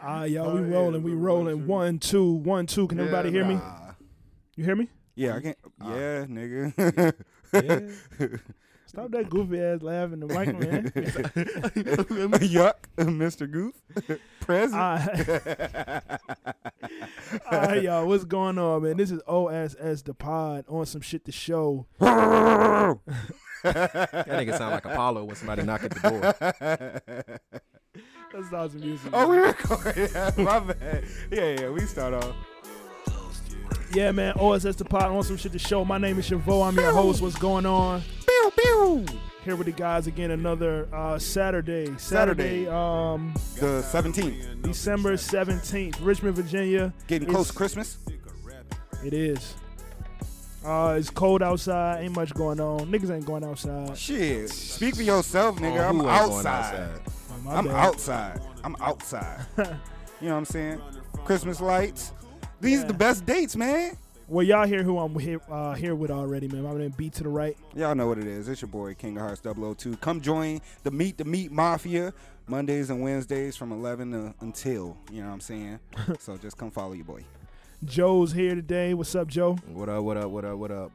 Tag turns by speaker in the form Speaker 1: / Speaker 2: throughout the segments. Speaker 1: Ah, y'all, we
Speaker 2: Oh, yeah,
Speaker 1: rolling, we
Speaker 2: one,
Speaker 1: rolling.
Speaker 2: two.
Speaker 1: One, two, one, two. Can everybody hear me?
Speaker 2: Nah.
Speaker 1: You hear me?
Speaker 2: Yeah, I can't.
Speaker 3: Ah.
Speaker 2: yeah, nigga.
Speaker 1: Yeah. Stop that goofy ass laugh in the mic, man.
Speaker 2: Yuck, Mr. Goof, present.
Speaker 1: Alright, alright, y'all. Ah. What's going on, man? This is OSS the Pod on some shit to show.
Speaker 3: That nigga sound like Apollo when somebody knock at the door.
Speaker 1: Let's start some music.
Speaker 2: oh, we recording. My bad. Yeah, yeah, we start off.
Speaker 1: Yeah, man. OSS the Pod on some shit to show. My name is Chavo. I'm your host. What's going on?
Speaker 2: Pew, pew.
Speaker 1: Here with the guys again. Another uh, Saturday,
Speaker 2: Saturday.
Speaker 1: Saturday, um,
Speaker 2: The 17th.
Speaker 1: December seventeenth, Richmond, Virginia.
Speaker 2: Getting
Speaker 1: It's-
Speaker 2: close to Christmas.
Speaker 1: It is. Uh, it's cold outside. Ain't much going on. Niggas ain't going outside.
Speaker 2: Shit. Speak for yourself,
Speaker 3: Oh, who ain't
Speaker 2: nigga. I'm
Speaker 3: going
Speaker 2: outside.
Speaker 1: Oh, my
Speaker 2: I'm
Speaker 1: bad.
Speaker 2: outside. I'm outside. you know what I'm saying? Christmas lights. These
Speaker 1: Yeah.
Speaker 2: are the best dates, man.
Speaker 1: Well, y'all hear who I'm here, uh, here with already, man. My name B to the right.
Speaker 2: Y'all know what it is. It's your boy King of Hearts 002. Come join the Meet the Meat Mafia Mondays and Wednesdays from 11 to until. You know what I'm saying? so just come follow your boy.
Speaker 1: Joe's here today. What's up, Joe?
Speaker 3: What up? What up? What up? What up?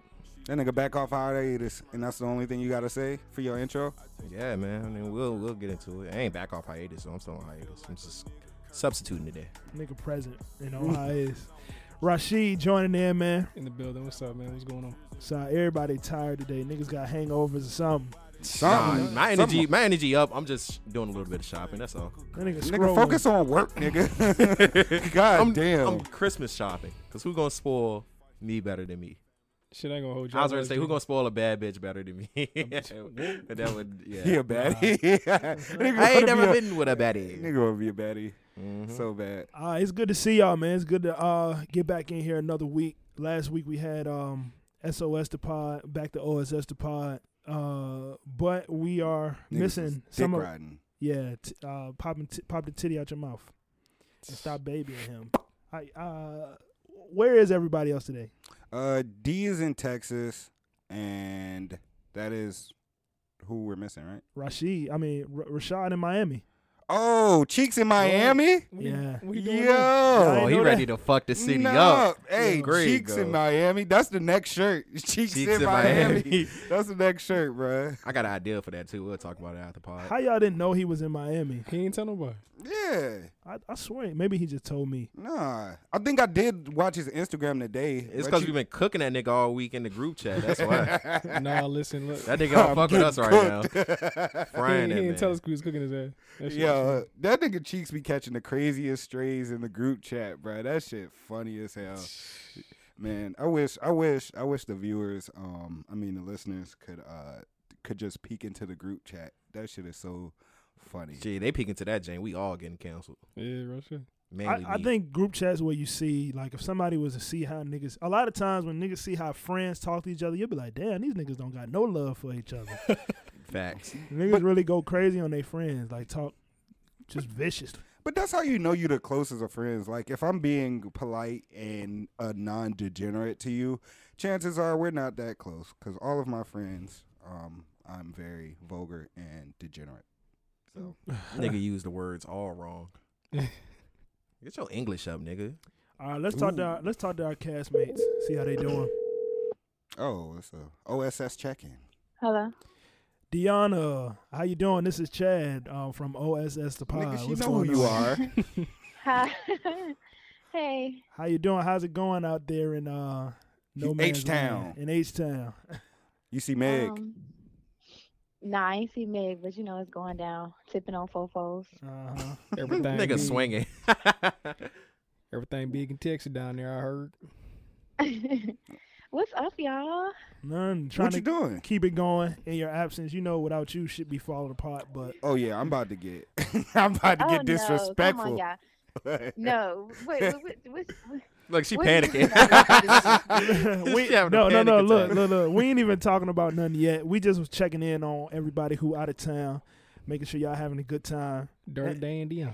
Speaker 2: That nigga back off hiatus, and that's the only thing you gotta say for your intro.
Speaker 3: Yeah, man. I mean, we'll we'll get into it. I ain't back off hiatus, so I'm still on hiatus. I'm just substituting today.
Speaker 1: Nigga present. You know how it is. Rashid joining in, man.
Speaker 4: in the building. What's up, man? What's going on?
Speaker 1: So everybody tired today. Niggas got hangovers or something.
Speaker 3: Nah,
Speaker 2: Something,
Speaker 3: my energy,
Speaker 2: something.
Speaker 3: my energy up. I'm just doing a little bit of shopping. That's all.
Speaker 1: That nigga,
Speaker 2: Nigga,
Speaker 1: scrolling.
Speaker 2: focus on work, nigga. God
Speaker 3: I'm,
Speaker 2: damn.
Speaker 3: I'm Christmas shopping. Cause who gonna spoil me better than me?
Speaker 4: Shit, I ain't gonna hold you.
Speaker 3: I was gonna say who gonna spoil a that bitch better than me? but that would yeah.
Speaker 2: he a baddie. Nigga
Speaker 3: I ain't
Speaker 2: wanna
Speaker 3: never
Speaker 2: be a-
Speaker 3: been with a baddie.
Speaker 2: Nigga wanna be a baddie.
Speaker 3: Mhm.
Speaker 2: So bad.
Speaker 1: Uh, it's good to see y'all, man. It's good to uh, get back in here another week. Last week we had um, SOS the pod, back to OSS the pod. Uh, but we are
Speaker 2: Niggas was
Speaker 1: missing
Speaker 2: dick
Speaker 1: some of
Speaker 2: riding.
Speaker 1: yeah, t- uh, popping t- pop the titty out your mouth and stop babying him. I uh, where is everybody else today?
Speaker 2: Uh, D is in Texas, and that is who we're missing, right?
Speaker 1: Rashid, I mean R- Rashad in Miami.
Speaker 2: Oh, Cheeks in Miami.
Speaker 1: Yeah.
Speaker 4: What you doing? now?
Speaker 3: Oh,
Speaker 2: Yo,
Speaker 3: he ready to fuck the city
Speaker 2: Nah,
Speaker 3: up.
Speaker 2: Hey,
Speaker 3: Yeah. Great,
Speaker 2: Cheeks
Speaker 3: though.
Speaker 2: in Miami. That's the next shirt. Cheeks,
Speaker 3: Cheeks
Speaker 2: in,
Speaker 3: in
Speaker 2: Miami.
Speaker 3: Miami.
Speaker 2: That's the next shirt, bruh.
Speaker 3: I got an idea for that too. We'll talk about it after pod.
Speaker 1: How y'all didn't know he was in Miami?
Speaker 4: He ain't tell nobody.
Speaker 2: Yeah.
Speaker 1: I, I swear, maybe he just told me.
Speaker 2: Nah, I think I did watch his Instagram today.
Speaker 3: It's
Speaker 2: but
Speaker 3: because
Speaker 2: you-
Speaker 3: we've been cooking that nigga all week in the group chat. That's why
Speaker 4: nah, listen, look.
Speaker 3: that nigga don't fuck with us right now.
Speaker 4: he
Speaker 3: Frying
Speaker 4: ain't, he
Speaker 3: that
Speaker 4: ain't
Speaker 3: man.
Speaker 4: tell us who was cooking his ass. That shit was
Speaker 2: Yo, that nigga Cheeks be catching the craziest strays in the group chat, bruh. That shit funny as hell. Man, I wish, I wish, I wish the viewers, um, I mean the listeners, could uh, could just peek into the group chat. That shit is so funny.
Speaker 3: Gee, they peeking to that, Jane. We all getting canceled.
Speaker 4: Yeah, real shit.
Speaker 3: Mainly
Speaker 1: I, I
Speaker 3: me.
Speaker 1: think group chats where you see like if somebody was to see how niggas a lot of times when niggas see how friends talk to each other, you'll be like, damn, these niggas don't got no love for each other.
Speaker 3: facts.
Speaker 1: niggas
Speaker 2: But-
Speaker 1: really go crazy on their friends, like talk just vicious.
Speaker 2: But that's how you know you're the closest of friends. Like if I'm being polite and a non-degenerate to you, chances are we're not that close. Cause all of my friends, um, I'm very vulgar and degenerate. So
Speaker 3: nigga used the words all wrong. Get your English up, nigga.
Speaker 1: All right, let's talk to our, let's talk to our castmates. See how they doing.
Speaker 2: oh, it's a OSS check-in.
Speaker 5: Hello.
Speaker 1: Deanna, how you doing? This is Chad um, from OSS the Pod.
Speaker 2: Nigga, she
Speaker 1: What's
Speaker 2: know who
Speaker 1: going
Speaker 2: you
Speaker 1: on?
Speaker 2: are.
Speaker 5: Hi. hey.
Speaker 1: How you doing? How's it going out there in uh, no
Speaker 2: In
Speaker 1: man's
Speaker 2: H-Town.
Speaker 1: land? In H town.
Speaker 2: You see Meg.
Speaker 5: Um, nah, I ain't see Meg, but you know it's going down. Tipping on fofos.
Speaker 1: Uh-huh.
Speaker 4: Everything.
Speaker 3: nigga
Speaker 4: big.
Speaker 3: swinging.
Speaker 4: Everything big in Texas down there. I heard.
Speaker 5: What's up, y'all?
Speaker 1: None trying
Speaker 2: what
Speaker 1: to
Speaker 2: you doing?
Speaker 1: keep it going in your absence. You know, without you, shit be falling apart. But
Speaker 2: Oh yeah, I'm about to get. I'm about to
Speaker 5: oh,
Speaker 2: get
Speaker 5: No,
Speaker 2: disrespectful.
Speaker 5: come on, y'all. no. Wait. What? what, what,
Speaker 3: Look, she
Speaker 5: What-
Speaker 3: panicking.
Speaker 1: we,
Speaker 3: She having a
Speaker 1: no, no, no.
Speaker 3: panic
Speaker 1: Look,
Speaker 3: attack.
Speaker 1: look, look. We ain't even talking about nothing yet. We just was checking in on everybody who out of town, making sure y'all having a good time.
Speaker 4: Dirt Dan Dion.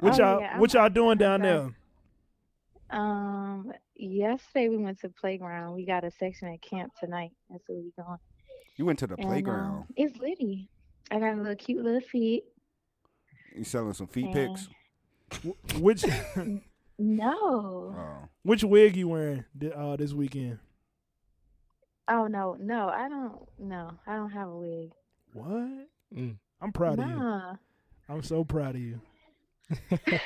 Speaker 1: What
Speaker 5: Oh,
Speaker 1: y'all,
Speaker 5: yeah,
Speaker 1: what
Speaker 5: I'm-
Speaker 1: y'all doing down
Speaker 5: okay.
Speaker 1: there?
Speaker 5: um. Yesterday we went to playground. We got a section at camp tonight. That's where we going.
Speaker 2: You went to the
Speaker 5: And, um,
Speaker 2: playground.
Speaker 5: it's litty. I got a little cute little feet.
Speaker 2: You selling some feet pics?
Speaker 1: Wh- Which
Speaker 5: No.
Speaker 2: Oh,
Speaker 1: which wig you wearing thi- uh, this weekend?
Speaker 5: Oh no, no, I don't. No, I don't have a wig.
Speaker 1: What?
Speaker 4: Mm.
Speaker 1: I'm proud of you.
Speaker 5: nah,
Speaker 1: I'm so proud of you. Oh,
Speaker 4: I'm so.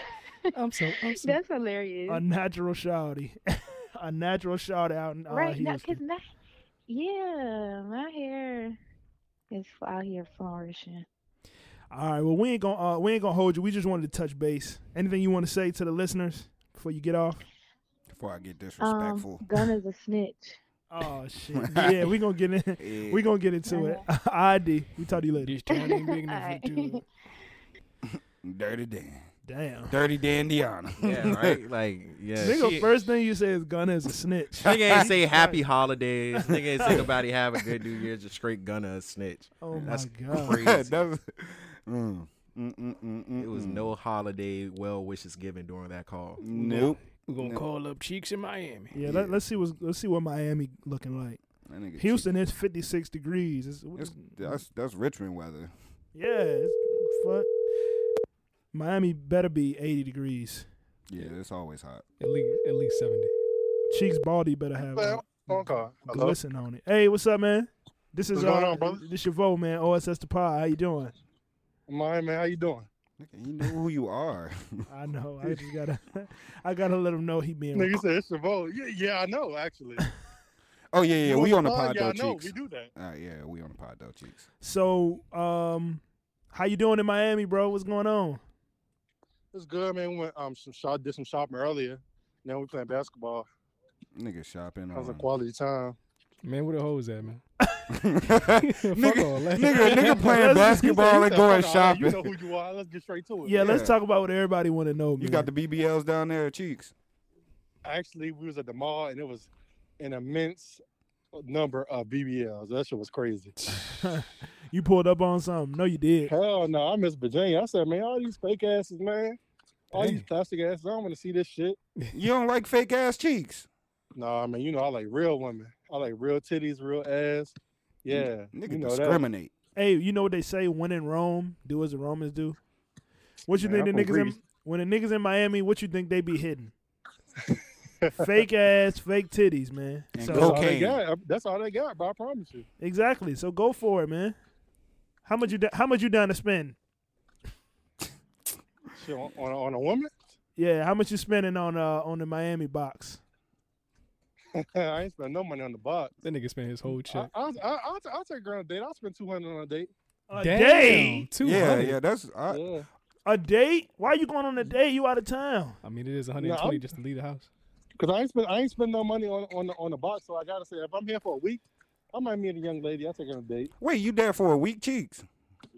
Speaker 4: I'm so.
Speaker 5: that's hilarious.
Speaker 1: A natural shouty. a natural shout out in uh,
Speaker 5: right? No,
Speaker 1: Houston.
Speaker 5: cause my, yeah, my hair is f- out here flourishing.
Speaker 1: All right. Well, we ain't gonna uh, we ain't gonna hold you. We just wanted to touch base. Anything you want to say to the listeners before you get off?
Speaker 2: before I get disrespectful.
Speaker 5: Um, gun is a snitch.
Speaker 1: Oh shit. yeah, we gonna get in.
Speaker 2: yeah.
Speaker 1: We gonna get into it. ID. We talk to you later.
Speaker 4: This joint ain't big enough for
Speaker 5: Alright.
Speaker 4: two.
Speaker 2: Dirty Dan.
Speaker 1: Damn.
Speaker 2: Dirty Dan Deanna.
Speaker 3: Yeah, right. Like, yeah.
Speaker 1: Nigga,
Speaker 3: shit.
Speaker 1: first thing you say is Gunna is a snitch.
Speaker 3: Nigga ain't say happy holidays. Nigga ain't say nobody have a good New Year's. Just straight gunna a snitch.
Speaker 1: Oh my
Speaker 3: That's
Speaker 1: god.
Speaker 3: crazy.
Speaker 2: that was, mm, mm, mm, mm, mm,
Speaker 3: It was
Speaker 2: mm.
Speaker 3: no holiday well wishes given during that call.
Speaker 2: Nope.
Speaker 4: We're gonna
Speaker 2: No.
Speaker 4: call up Cheeks in Miami.
Speaker 1: Yeah, Let, us see what's let's see what Miami looking like.
Speaker 2: That nigga cheap.
Speaker 1: Houston is fifty six degrees. It's,
Speaker 2: It's, that's that's Richmond weather.
Speaker 1: yeah, it's, fuck. Miami better be eighty degrees.
Speaker 2: Yeah, it's always hot.
Speaker 4: At least, at least seventy.
Speaker 1: Cheeks Baldy better have
Speaker 6: Well, phone
Speaker 1: a
Speaker 6: call. Hello?
Speaker 1: glisten on it. Hey, what's up, man? This
Speaker 6: What's
Speaker 1: is
Speaker 6: going
Speaker 1: uh,
Speaker 6: on, brother?
Speaker 1: this your vote, man. OSS the pod. How you doing?
Speaker 6: My man, how you doing?
Speaker 2: Nigga, you know who you are.
Speaker 1: I know. I just gotta I gotta let him know he being.
Speaker 6: Nigga said it's Chavo. Yeah, yeah, I know, actually.
Speaker 2: Oh yeah, yeah,
Speaker 6: You
Speaker 2: we on the
Speaker 6: pod?
Speaker 2: pod
Speaker 6: Yeah, I
Speaker 2: though,
Speaker 6: know.
Speaker 2: cheeks.
Speaker 6: We do that.
Speaker 2: Uh, yeah, we on the pod though, cheeks.
Speaker 1: So, um, how you doing in Miami, bro? What's going on?
Speaker 6: It's good, man. We went um some shop, did some shopping earlier. Now we playing basketball.
Speaker 2: Nigga shopping.
Speaker 6: That was a
Speaker 2: on-
Speaker 6: quality time.
Speaker 4: Man, where the hoes at, man?
Speaker 2: nigga,
Speaker 4: Fuck all that.
Speaker 2: nigga, nigga playing basketball
Speaker 6: You
Speaker 2: and
Speaker 6: said,
Speaker 2: going
Speaker 6: "Fuck all that, You know
Speaker 2: shopping.
Speaker 6: who you are. Let's get straight to it.
Speaker 1: Yeah, let's
Speaker 2: Yeah.
Speaker 1: talk about what everybody want to know. Man.
Speaker 2: You got the BBLs down there, cheeks.
Speaker 6: Actually, we was at the mall and it was an immense number of BBLs. That shit was crazy.
Speaker 1: you pulled up on something. No, you did.
Speaker 6: Hell no, I miss Virginia. I said, man, all these fake asses, man. All these
Speaker 4: Dang.
Speaker 6: plastic asses. I don't want to see this shit.
Speaker 2: You don't like fake ass cheeks.
Speaker 6: Nah, I mean, you know, I like real women. I like real titties, real ass. Yeah,
Speaker 2: Nigga
Speaker 6: you know that.
Speaker 2: discriminate.
Speaker 1: Hey, you know what they say? When in Rome, do as the Romans do. What you
Speaker 6: Man,
Speaker 1: think
Speaker 6: I'm
Speaker 1: the
Speaker 6: from
Speaker 1: niggas in,
Speaker 6: Greece.
Speaker 1: when the niggas in Miami? What you think they be hitting? fake ass, fake titties, man.
Speaker 2: And
Speaker 1: So
Speaker 6: That's all they
Speaker 2: Cocaine.
Speaker 6: got. That's all they got, bro. I promise you.
Speaker 1: exactly. So go for it, man. How much you da- how much you down to spend?
Speaker 6: Shit, on, on, a- on a woman,
Speaker 1: Yeah, how much you spending on uh on the Miami box?
Speaker 6: I ain't spend no money on the box.
Speaker 4: That nigga spent his whole
Speaker 6: I,
Speaker 4: check.
Speaker 6: I, I, I'll, t- I'll take her on a date. I'll spend 200 on a date.
Speaker 1: A
Speaker 4: Damn,
Speaker 1: date?
Speaker 4: two
Speaker 2: yeah,
Speaker 4: hundred.
Speaker 2: yeah, that's I,
Speaker 6: yeah.
Speaker 1: A date? Why you going on a date? You out of town?
Speaker 4: I mean, it is 120 just to leave the house.
Speaker 6: Because I ain't spend, I ain't spend no money on, on, the, on the box. So I got to say, if I'm here for a week, I might meet a young lady. I'll take her on a date.
Speaker 2: wait. You there for a week, cheeks?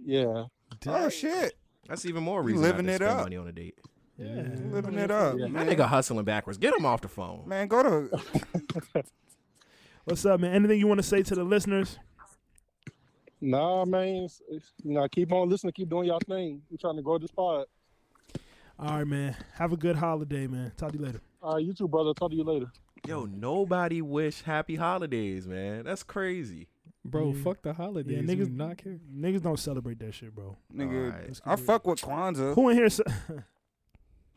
Speaker 6: Yeah.
Speaker 2: Oh shit,
Speaker 3: That's even more
Speaker 2: You
Speaker 3: reason
Speaker 2: living
Speaker 3: not to
Speaker 2: it
Speaker 3: spend
Speaker 2: up.
Speaker 3: money on a date.
Speaker 1: Yeah.
Speaker 2: living it up,
Speaker 6: Yeah.
Speaker 3: That
Speaker 2: man.
Speaker 3: nigga hustling backwards. Get him off the phone.
Speaker 2: Man, go to
Speaker 1: What's up, man? Anything you want to say to the listeners?
Speaker 6: Nah, man. It's, it's, nah, keep on listening. Keep doing y'all thing. We're trying to grow this pod.
Speaker 1: All right, man. Have a good holiday, man. Talk to you later.
Speaker 6: All right, you too, brother. Talk to you later.
Speaker 3: Yo, nobody wish happy holidays, man. That's crazy.
Speaker 4: Bro,
Speaker 6: Mm-hmm.
Speaker 1: Yeah.
Speaker 4: fuck the holidays.
Speaker 1: Yeah,
Speaker 4: Yeah,
Speaker 1: niggas-
Speaker 4: niggas not care.
Speaker 1: Niggas don't celebrate that shit, bro.
Speaker 2: nigga.
Speaker 3: Alright.
Speaker 2: I fuck with Kwanzaa.
Speaker 1: Who in here? Ce-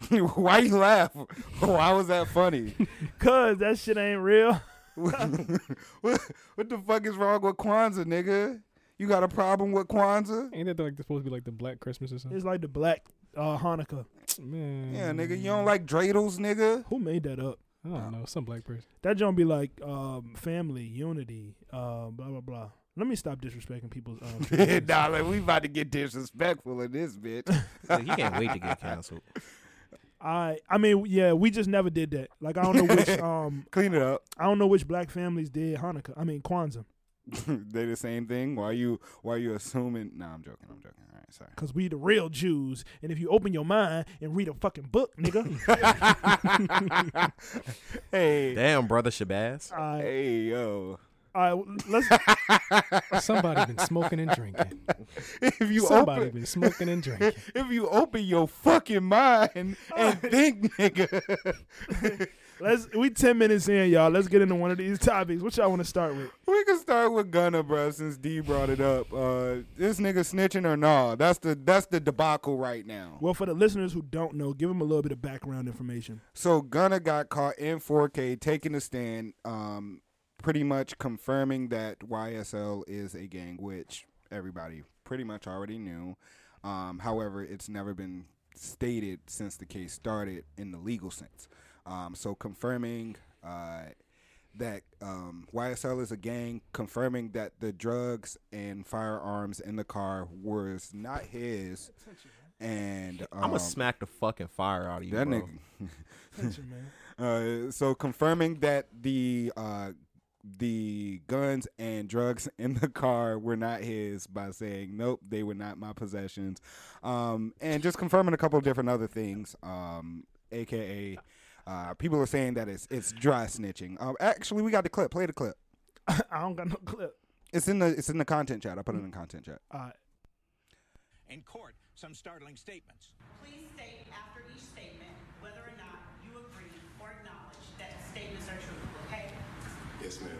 Speaker 2: Why you laugh? Why was that funny?
Speaker 1: Cause that shit ain't real.
Speaker 2: what, what the fuck is wrong with Kwanzaa, nigga? You got a problem with Kwanzaa?
Speaker 4: Ain't that like supposed to be like the Black Christmas or something?
Speaker 1: It's like the black uh, Hanukkah.
Speaker 4: Man,
Speaker 2: Yeah, nigga, you don't like dreidels, nigga.
Speaker 1: Who made that up?
Speaker 4: I don't know. Some black person.
Speaker 1: That don't be like um, family unity. Uh, blah blah blah. Let me stop disrespecting people's. Um, traditions.
Speaker 2: nah, like, we about to get disrespectful in this bitch.
Speaker 3: Like, he can't wait to get canceled.
Speaker 1: I I mean yeah, we just never did that. Like I don't know which um
Speaker 2: Clean it up.
Speaker 1: I don't know which black families did Hanukkah. I mean Kwanzaa.
Speaker 2: they the same thing. Why you? Why you assuming? Nah, I'm joking. I'm joking. All right, sorry.
Speaker 1: Cause we the real Jews, and if you open your mind and read a fucking book, nigga,
Speaker 2: hey,
Speaker 3: Damn, brother Shabazz.
Speaker 1: I,
Speaker 2: hey, yo,
Speaker 1: All right, let's.
Speaker 4: uh, Somebody been smoking and drinking.
Speaker 2: if you
Speaker 4: Somebody
Speaker 2: open,
Speaker 4: been smoking and drinking.
Speaker 2: if you open your fucking mind and think, nigga,
Speaker 1: Let's we ten minutes in, y'all. Let's get into one of these topics. What y'all want to start with?
Speaker 2: we can start with Gunna, bro. Since D brought it up, uh, this nigga snitching or nah? That's the that's the debacle right now.
Speaker 1: Well, for the listeners who don't know, give them a little bit of background information.
Speaker 2: So Gunna got caught in 4K taking a stand, um, pretty much confirming that YSL is a gang, which everybody pretty much already knew. Um, however, it's never been stated since the case started in the legal sense. Um, so confirming uh, that um, YSL is a gang, confirming that the drugs and firearms in the car was not his, and um,
Speaker 3: I'm gonna smack the fucking fire out of you,
Speaker 2: that
Speaker 3: bro.
Speaker 2: nigga. Uh, so confirming that the uh, the guns and drugs in the car were not his by saying nope they were not my possessions um, and just confirming a couple of different other things um, aka uh, people are saying that it's it's dry snitching um, actually we got the clip play the clip
Speaker 1: I don't got no clip.
Speaker 2: it's in the it's in the content chat i put it in the content chat
Speaker 1: All right.
Speaker 7: in court some startling statements.
Speaker 8: Please state after each statement whether or not you agree or acknowledge that the statements are true, okay?
Speaker 9: Yes, ma'am.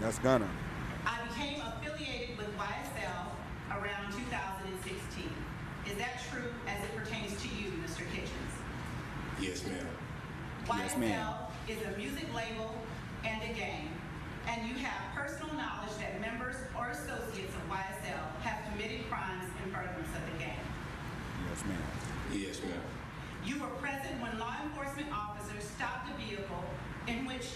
Speaker 2: that's gunna
Speaker 8: I became affiliated with YSL around 2016. Is that true as it pertains to you, Mr. Kitchens?
Speaker 9: Yes, ma'am.
Speaker 2: Yes, ma'am.
Speaker 8: YSL is a music label and a gang, and you have personal knowledge that members or associates of YSL have committed crimes in furtherance of the gang.
Speaker 2: yes ma'am
Speaker 9: Yes, ma'am.
Speaker 8: You were present when law enforcement officers stopped a vehicle in which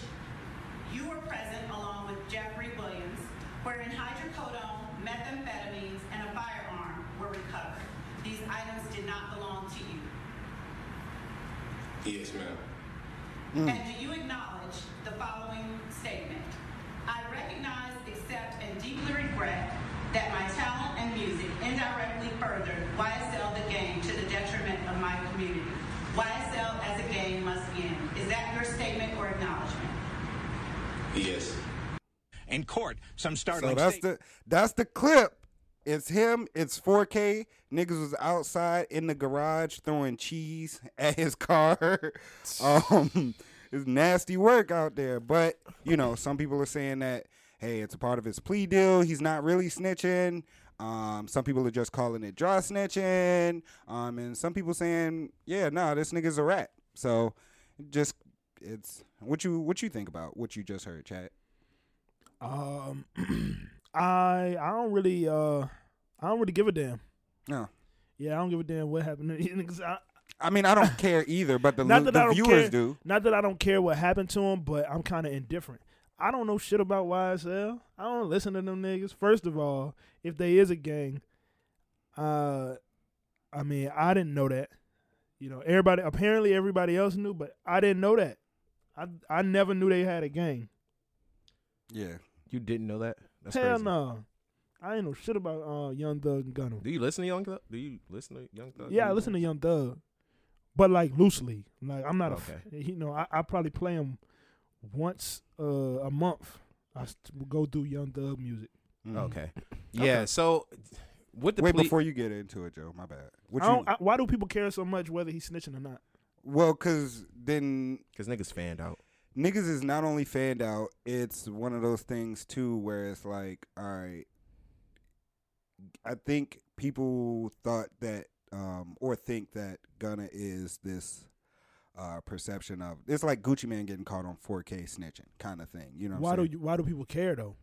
Speaker 8: you were present along with Jeffrey Williams, wherein hydrocodone, methamphetamines, and a firearm were recovered. These items did not belong to you.
Speaker 9: Yes, ma'am.
Speaker 8: And do you acknowledge the following statement? I recognize, accept, and deeply regret that my talent and music indirectly furthered YSL the game to the detriment of my community. YSL as a game must end. Is that your statement or acknowledgement?
Speaker 9: Yes.
Speaker 7: In court some
Speaker 2: so
Speaker 7: startling
Speaker 2: that's
Speaker 7: sta-
Speaker 2: the that's the clip it's him it's 4k niggas was outside in the garage throwing cheese at his car um it's nasty work out there but you know some people are saying that hey it's a part of his plea deal he's not really snitching um, some people are just calling it dry snitching um, and some people saying yeah nah this nigga's a rat so just it's what you what you think about what you just heard chat
Speaker 1: Um, I I don't really uh I don't really give a damn.
Speaker 2: no
Speaker 1: Yeah, I don't give a damn what happened. to these niggas. I-
Speaker 2: I mean, I don't care either, but the,
Speaker 1: not
Speaker 2: lo-
Speaker 1: that
Speaker 2: the
Speaker 1: I don't
Speaker 2: viewers
Speaker 1: care.
Speaker 2: do.
Speaker 1: Not that I don't care what happened to him, but I'm kind of indifferent. I don't know shit about YSL. I don't listen to them niggas. First of all, if they is a gang, uh, I mean, I didn't know that. You know, everybody apparently everybody else knew, but I didn't know that. I I never knew they had a gang.
Speaker 2: Yeah.
Speaker 3: You didn't know that? That's
Speaker 1: Hell
Speaker 3: crazy.
Speaker 1: no, I ain't know shit about uh Young Thug and Gunna.
Speaker 3: Do you listen to Young Thug? Do you listen to Young Thug?
Speaker 1: Yeah, I listen to Young Thug, but like loosely. Like I'm not a,
Speaker 3: Okay.
Speaker 1: f- eh, you know, I, I probably play him once uh, a month. I st- go through Young Thug music.
Speaker 2: Mhm.
Speaker 3: Okay. Yeah. So with the
Speaker 2: Wait,
Speaker 3: plea-
Speaker 2: before you get into it, Joe, my bad. What
Speaker 1: I
Speaker 2: you,
Speaker 1: don't, I, why do people care so much whether he's snitching or not?
Speaker 2: well, because then
Speaker 3: Cause niggas fanned out.
Speaker 2: niggas is not only fanned out, it's one of those things, too, where it's like, all right, I think people thought that, um, or think that Gunna is this uh, perception of, it's like Gucci Man getting caught on 4K snitching kind of thing. You know what I'm
Speaker 1: Why do
Speaker 2: saying?
Speaker 1: you, why do people care though?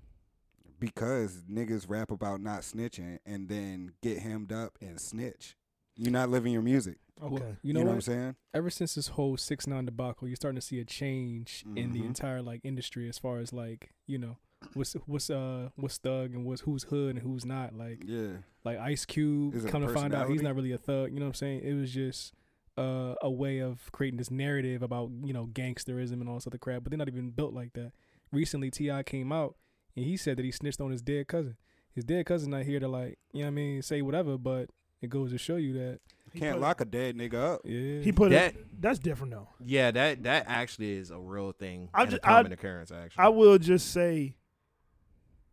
Speaker 2: because niggas rap about not snitching and then get hemmed up and snitch. You're not living your music.
Speaker 1: Okay,
Speaker 4: Well,
Speaker 2: You know, what? I'm saying?
Speaker 4: Ever since this whole six nine debacle, you're starting to see a change in the
Speaker 2: Mhm.
Speaker 4: entire like industry as far as like you know what's what's uh what's thug and what's who's hood and who's not. Like
Speaker 2: Yeah.
Speaker 4: like Ice
Speaker 2: Is
Speaker 4: Cube
Speaker 2: it a
Speaker 4: come to find out he's
Speaker 2: personality?
Speaker 4: not really a thug. You know what I'm saying? It was just uh, a way of creating this narrative about you know gangsterism and all this other crap. But they're not even built like that. Recently, Ti came out and he said that he snitched on his dead cousin. His dead cousin not here to like you know what I mean say whatever, but it goes to show you that
Speaker 1: He
Speaker 2: Can't
Speaker 1: put-
Speaker 2: lock a dead nigga up.
Speaker 4: yeah
Speaker 1: He put
Speaker 3: That-
Speaker 1: it. That's different though.
Speaker 3: Yeah, that that actually is a real thing.
Speaker 1: I
Speaker 3: and a
Speaker 1: ju- I-
Speaker 3: common occurrence. Actually,
Speaker 1: I will just say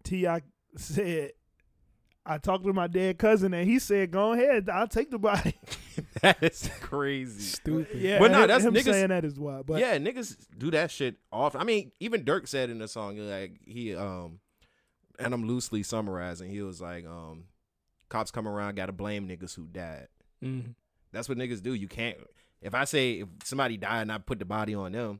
Speaker 1: Ti said, "I talked to my dead cousin, and he said, go ahead, I'll take the body.'"
Speaker 3: that is crazy.
Speaker 4: Stupid.
Speaker 1: yeah,
Speaker 3: But nah,
Speaker 1: him-
Speaker 3: that's
Speaker 1: him
Speaker 3: niggas-
Speaker 1: saying that is wild. But
Speaker 3: yeah, niggas do that shit often. I mean, even Dirk said in the song, like he um, and I'm loosely summarizing. He was like, um, cops come around, gotta blame niggas who died.
Speaker 4: Mhm.
Speaker 3: That's what niggas do. You can't. If I say if somebody died and I put the body on them,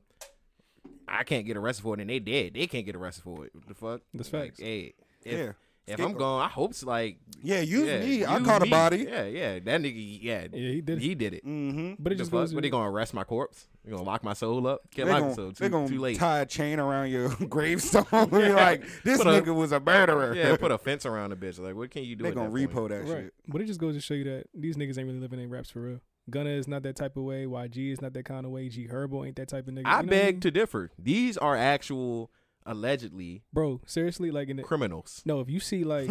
Speaker 3: I can't get arrested for it, and they dead. They can't get arrested for it. What the fuck?
Speaker 4: That's
Speaker 3: like,
Speaker 4: facts.
Speaker 3: Hey, if,
Speaker 2: Yeah.
Speaker 3: If I'm gone, I hope so. Like,
Speaker 2: Yeah, use
Speaker 3: yeah,
Speaker 2: me. I
Speaker 3: use
Speaker 2: caught a
Speaker 3: me.
Speaker 2: body.
Speaker 3: Yeah, yeah. That nigga, yeah,
Speaker 4: Yeah, he did. it.
Speaker 3: he did it.
Speaker 2: Mm-hmm.
Speaker 4: but it
Speaker 3: The
Speaker 4: just
Speaker 3: fuck?
Speaker 4: goes.
Speaker 3: What they gonna arrest my corpse? They gonna lock my soul up? Can't
Speaker 2: They're
Speaker 3: lock
Speaker 2: gonna,
Speaker 3: my soul.
Speaker 2: they
Speaker 3: Too,
Speaker 2: gonna
Speaker 3: too late.
Speaker 2: tie a chain around your gravestone. You're
Speaker 3: Yeah.
Speaker 2: like, this
Speaker 3: Put a-
Speaker 2: nigga was a murderer.
Speaker 3: yeah, put a fence around the bitch. Like, what can you do?
Speaker 2: they
Speaker 3: at
Speaker 2: gonna
Speaker 3: that point?
Speaker 2: repo that
Speaker 4: right.
Speaker 2: shit.
Speaker 4: But it just goes to show you that these niggas ain't really living in raps for real. Gunna is not that type of way. YG is not that kind of way. G Herbo ain't that type of nigga.
Speaker 3: I
Speaker 4: You know what
Speaker 3: beg
Speaker 4: mean?
Speaker 3: to differ. These are actual, allegedly
Speaker 4: bro. Seriously, like in the,
Speaker 3: criminals.
Speaker 4: no, if you see like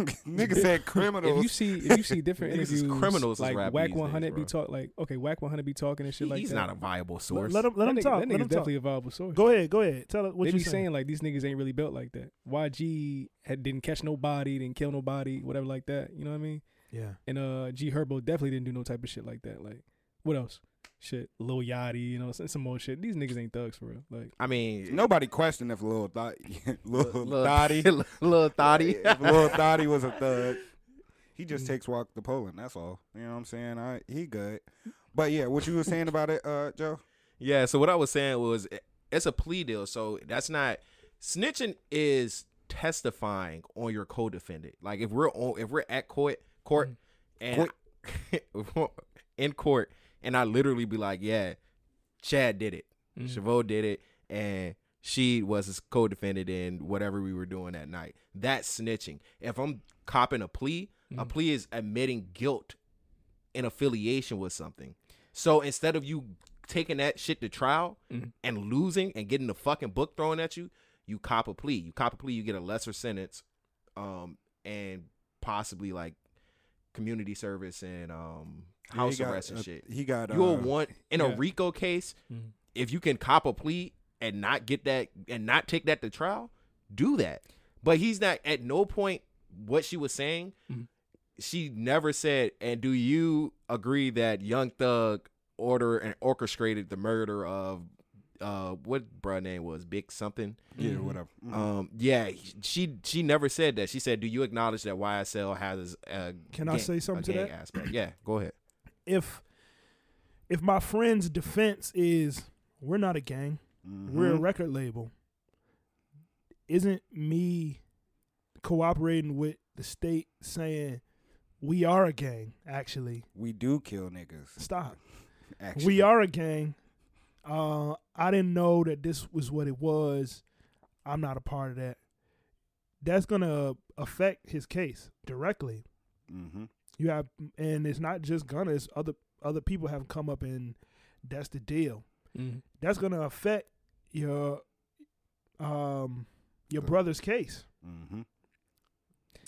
Speaker 2: Nigga said criminals.
Speaker 4: if you see if you see different
Speaker 3: Niggas is
Speaker 4: interviews,
Speaker 3: criminals is
Speaker 4: like
Speaker 3: rap
Speaker 4: Whack
Speaker 3: these days,
Speaker 4: 100 be
Speaker 3: bro.
Speaker 4: talk like okay, Whack 100 be talking and shit like
Speaker 3: He's
Speaker 4: that.
Speaker 3: not a viable
Speaker 1: let,
Speaker 3: source.
Speaker 1: let him let
Speaker 4: That
Speaker 1: him
Speaker 4: nigga-
Speaker 1: talk. Let
Speaker 4: That nigga's
Speaker 1: him talk.
Speaker 4: definitely a viable source.
Speaker 1: Go ahead, go ahead. Tell us what
Speaker 4: they
Speaker 1: you
Speaker 4: be
Speaker 1: saying.
Speaker 4: saying like these niggas ain't really built like that. YG had, didn't catch nobody, didn't kill nobody, whatever like that. You know what I mean?
Speaker 1: Yeah,
Speaker 4: And uh, G Herbo definitely didn't do no type of shit like that. Like what else? Shit, Lil Yachty, you know, some, some more shit. These niggas ain't thugs for real. Like
Speaker 3: I mean,
Speaker 2: Nobody questioned if Lil Thot, Lil
Speaker 3: little
Speaker 2: Thotty,
Speaker 3: little
Speaker 2: if
Speaker 3: thotty.
Speaker 2: Lil Thotty was a thug. He just takes walk to Poland. That's all. You know what I'm saying? I he good. But yeah, what you were saying about it, uh, Joe?
Speaker 3: Yeah. So what I was saying was, it's a plea deal. So that's not snitching is testifying on your co-defendant. Like if we're on, if we're at court, court, and in court, and I literally be like, yeah, Chad did it, Chavo did it, and she was his co-defendant in whatever we were doing that night. That's snitching. If I'm copping a plea, a plea is admitting guilt in affiliation with something. So instead of you taking that shit to trial and losing and getting the fucking book thrown at you, you cop a plea. You cop a plea, you get a lesser sentence, um, and possibly like community service and um
Speaker 2: Yeah, he
Speaker 3: house
Speaker 2: got,
Speaker 3: arrest and
Speaker 2: uh,
Speaker 3: shit.
Speaker 2: He got.
Speaker 3: You'll
Speaker 2: uh,
Speaker 3: want in a
Speaker 4: yeah.
Speaker 3: RICO case,
Speaker 4: Mhm.
Speaker 3: if you can cop a plea and not get that and not take that to trial, do that. But he's not at no point what she was saying.
Speaker 4: Mhm.
Speaker 3: She never said, and do you agree that Young Thug order and orchestrated the murder of uh what bruh name was Big something?
Speaker 2: Yeah, whatever.
Speaker 1: Mm-hmm.
Speaker 2: Mhm.
Speaker 3: Um yeah, she she never said that. She said, Do you acknowledge that YSL has a
Speaker 1: Can I say something to
Speaker 3: a gang
Speaker 1: that?
Speaker 3: aspect? Yeah, go ahead.
Speaker 1: if if my friend's defense is we're not a gang, we're a record label, isn't me cooperating with the state saying we are a gang? Actually,
Speaker 2: we do kill niggas.
Speaker 1: stop.
Speaker 2: Actually,
Speaker 1: We are a gang. Uh, I didn't know that this was what it was. I'm not a part of that. That's gonna affect his case directly.
Speaker 2: Mm-hmm.
Speaker 1: You have, and it's not just Gunna. It's other other people have come up, and that's the deal.
Speaker 4: Mhm.
Speaker 1: That's gonna affect your um your brother's case.
Speaker 2: Mm-hmm.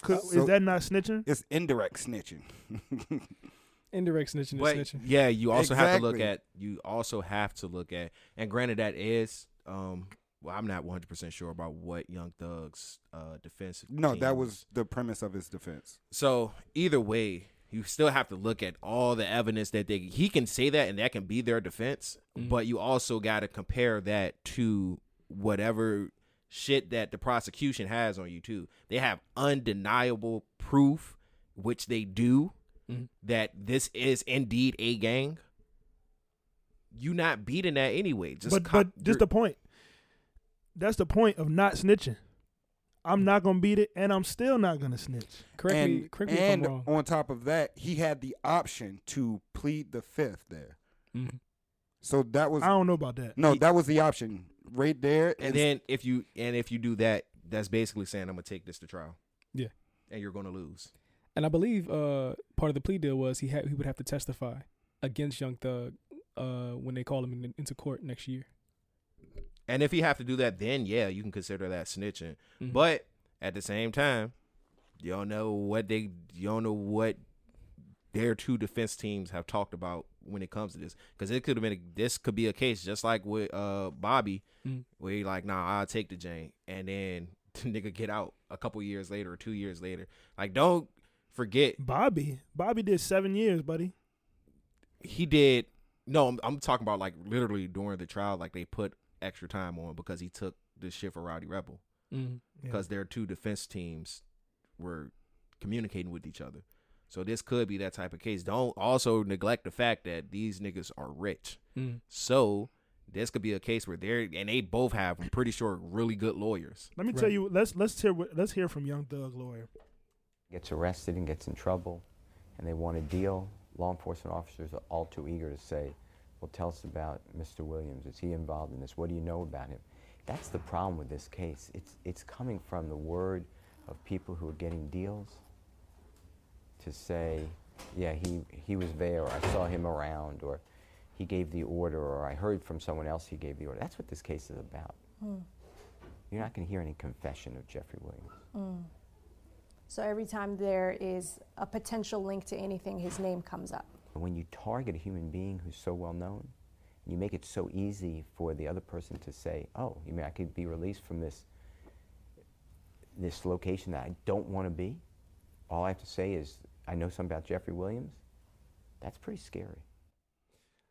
Speaker 1: 'Cause-
Speaker 2: Uh, so-
Speaker 1: is that not snitching?
Speaker 2: It's indirect snitching.
Speaker 4: indirect snitching
Speaker 3: but
Speaker 4: is snitching.
Speaker 3: yeah, you also have to look
Speaker 2: Exactly.
Speaker 3: at you also have to look at and granted that is um well I'm not 100% sure about what Young Thug's uh defensive
Speaker 2: no,
Speaker 3: team
Speaker 2: that was the premise of his defense.
Speaker 3: So either way, you still have to look at all the evidence that they he can say that and that can be their defense, but you also got to compare that to whatever shit that the prosecution has on you too. They have undeniable proof which they do that this is indeed a gang. You not beating that anyway. Just
Speaker 1: but
Speaker 3: cop-
Speaker 1: but just the point. That's the point of not snitching. I'm not gonna beat it, and I'm still not gonna snitch.
Speaker 4: Correct
Speaker 2: and
Speaker 4: me, correct me if I'm
Speaker 2: and
Speaker 4: wrong.
Speaker 2: on top of that, he had the option to plead the fifth there.
Speaker 4: Mhm.
Speaker 2: So that was
Speaker 1: I don't know about that.
Speaker 2: no, that was the option right there.
Speaker 3: and then if you and if you do that, that's basically saying I'm gonna take this to trial.
Speaker 4: Yeah.
Speaker 3: and you're gonna lose.
Speaker 4: And I believe uh, part of the plea deal was he had he would have to testify against Young Thug uh, when they call him in, into court next year.
Speaker 3: And if you have to do that, then yeah, you can consider that snitching. But at the same time, you don't know what they you don't know what their two defense teams have talked about when it comes to this because it could have been a, this could
Speaker 1: Mm.
Speaker 3: be a case just like with uh Bobby where he like nah I'll take the Jane and then the nigga get out a couple years later or two years later. Like, don't forget
Speaker 1: Bobby. Bobby did seven years, buddy.
Speaker 3: he did. No, I'm, I'm talking about like literally during the trial, like they put extra time on because he took the shit for Rowdy Rebel
Speaker 4: Mm.
Speaker 1: Yeah.
Speaker 3: because their two defense teams were communicating with each other. So this could be that type of case. Don't also neglect the fact that these niggas are rich.
Speaker 4: Mm.
Speaker 3: So this could be a case where they're and they both have, I'm pretty sure, really good lawyers.
Speaker 1: Let me tell
Speaker 4: Right.
Speaker 1: you. Let's let's hear what- let's hear from Young Thug lawyer.
Speaker 10: gets arrested and gets in trouble and they want a deal, law enforcement officers are all too eager to say, Well, tell us about Mr. Williams. Is he involved in this? What do you know about him? That's the problem with this case. It's, it's coming from the word of people who are getting deals to say, Yeah, he, he was there, or I saw him around, or he gave the order, or I heard from someone else he gave the order. That's what this case is about.
Speaker 11: Mm,
Speaker 10: You're not going to hear any confession of Jeffrey Williams.
Speaker 11: mm. So every time there is a potential link to anything, his name comes up.
Speaker 10: But when you target a human being who's so well known, you make it so easy for the other person to say, "Oh, you mean I could be released from this this location that I don't want to be?" All I have to say is, "I know something about Jeffrey Williams." That's pretty scary.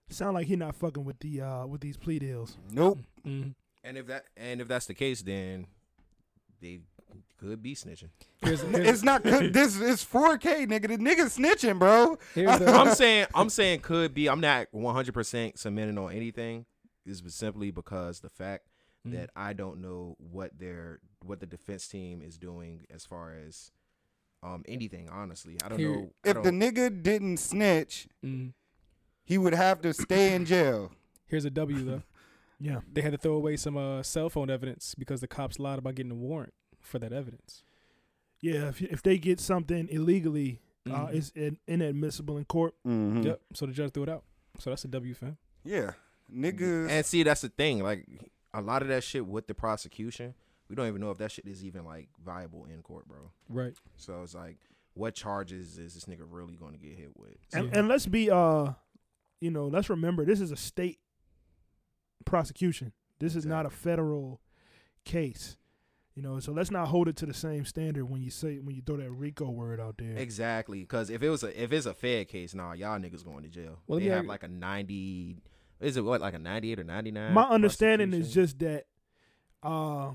Speaker 1: Sound like he not fucking with the uh with these plea deals.
Speaker 2: Nope.
Speaker 4: Mm.
Speaker 3: And if that and if that's the case, then they could be snitching.
Speaker 4: Here's, here's-
Speaker 2: It's not good. This is 4K, nigga. The nigga snitching, bro.
Speaker 4: here's the-
Speaker 3: I'm saying I'm saying could be. I'm not 100 percent cementing on anything. Is simply because the fact
Speaker 4: Mm.
Speaker 3: that I don't know what their what the defense team is doing as far as um anything. Honestly, I don't
Speaker 4: Here-
Speaker 3: know. I
Speaker 2: If
Speaker 3: don't,
Speaker 2: the nigga didn't snitch,
Speaker 4: Mm.
Speaker 2: he would have to stay in jail.
Speaker 4: Here's a W though.
Speaker 1: Yeah.
Speaker 4: They had to throw away some uh, cell phone evidence because the cops lied about getting a warrant for that evidence.
Speaker 1: Yeah. If if they get something illegally, uh,
Speaker 4: Mhm.
Speaker 1: it's in, inadmissible in court.
Speaker 2: Mm-hmm.
Speaker 4: Yep. So the judge threw it out. So that's a W, fam.
Speaker 2: Yeah, niggas.
Speaker 3: and see that's the thing. Like a lot of that shit with the prosecution, we don't even know if that shit is even like viable in court, bro.
Speaker 4: Right.
Speaker 3: So it's like, what charges is this nigga really going to get hit with?
Speaker 1: And
Speaker 4: Yeah.
Speaker 1: and let's be uh, you know, let's remember this is a state prosecution. This is not a federal case. You know, so let's not hold it to the same standard when you say when you throw that Rico word out there.
Speaker 3: Exactly, because if it was a if it's a Fed case, nah, y'all niggas going to jail.
Speaker 4: Well, let
Speaker 3: they
Speaker 4: me
Speaker 3: have
Speaker 4: ask-
Speaker 3: like a ninety. Is it what like a ninety eight or ninety nine?
Speaker 1: my understanding is just that uh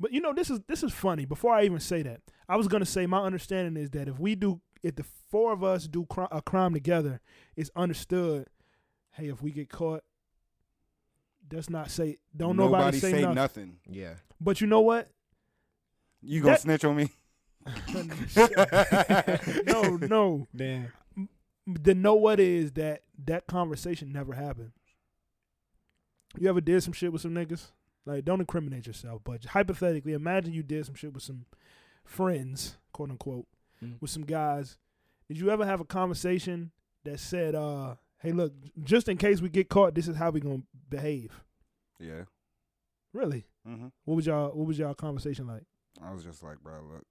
Speaker 1: but you know this is this is funny before i even say that i was going to say my understanding is that if we do if the four of us do cri- a crime together it's understood hey if we get caught let's not say don't nobody, say, nothing.
Speaker 3: yeah.
Speaker 1: but you know what
Speaker 2: You gonna
Speaker 1: That-
Speaker 2: snitch on me?
Speaker 1: no no
Speaker 4: Damn.
Speaker 1: the know what is that that conversation never happened you ever did some shit with some niggas? Like, don't incriminate yourself, but hypothetically, imagine you did some shit with some friends, quote unquote,
Speaker 4: Mm.
Speaker 1: with some guys. Did you ever have a conversation that said, uh, hey, look, just in case we get caught, this is how we gonna behave?
Speaker 2: Yeah.
Speaker 1: Really?
Speaker 2: Mm-hmm.
Speaker 1: What was y'all what was y'all conversation like?
Speaker 2: I was just like, bro, look,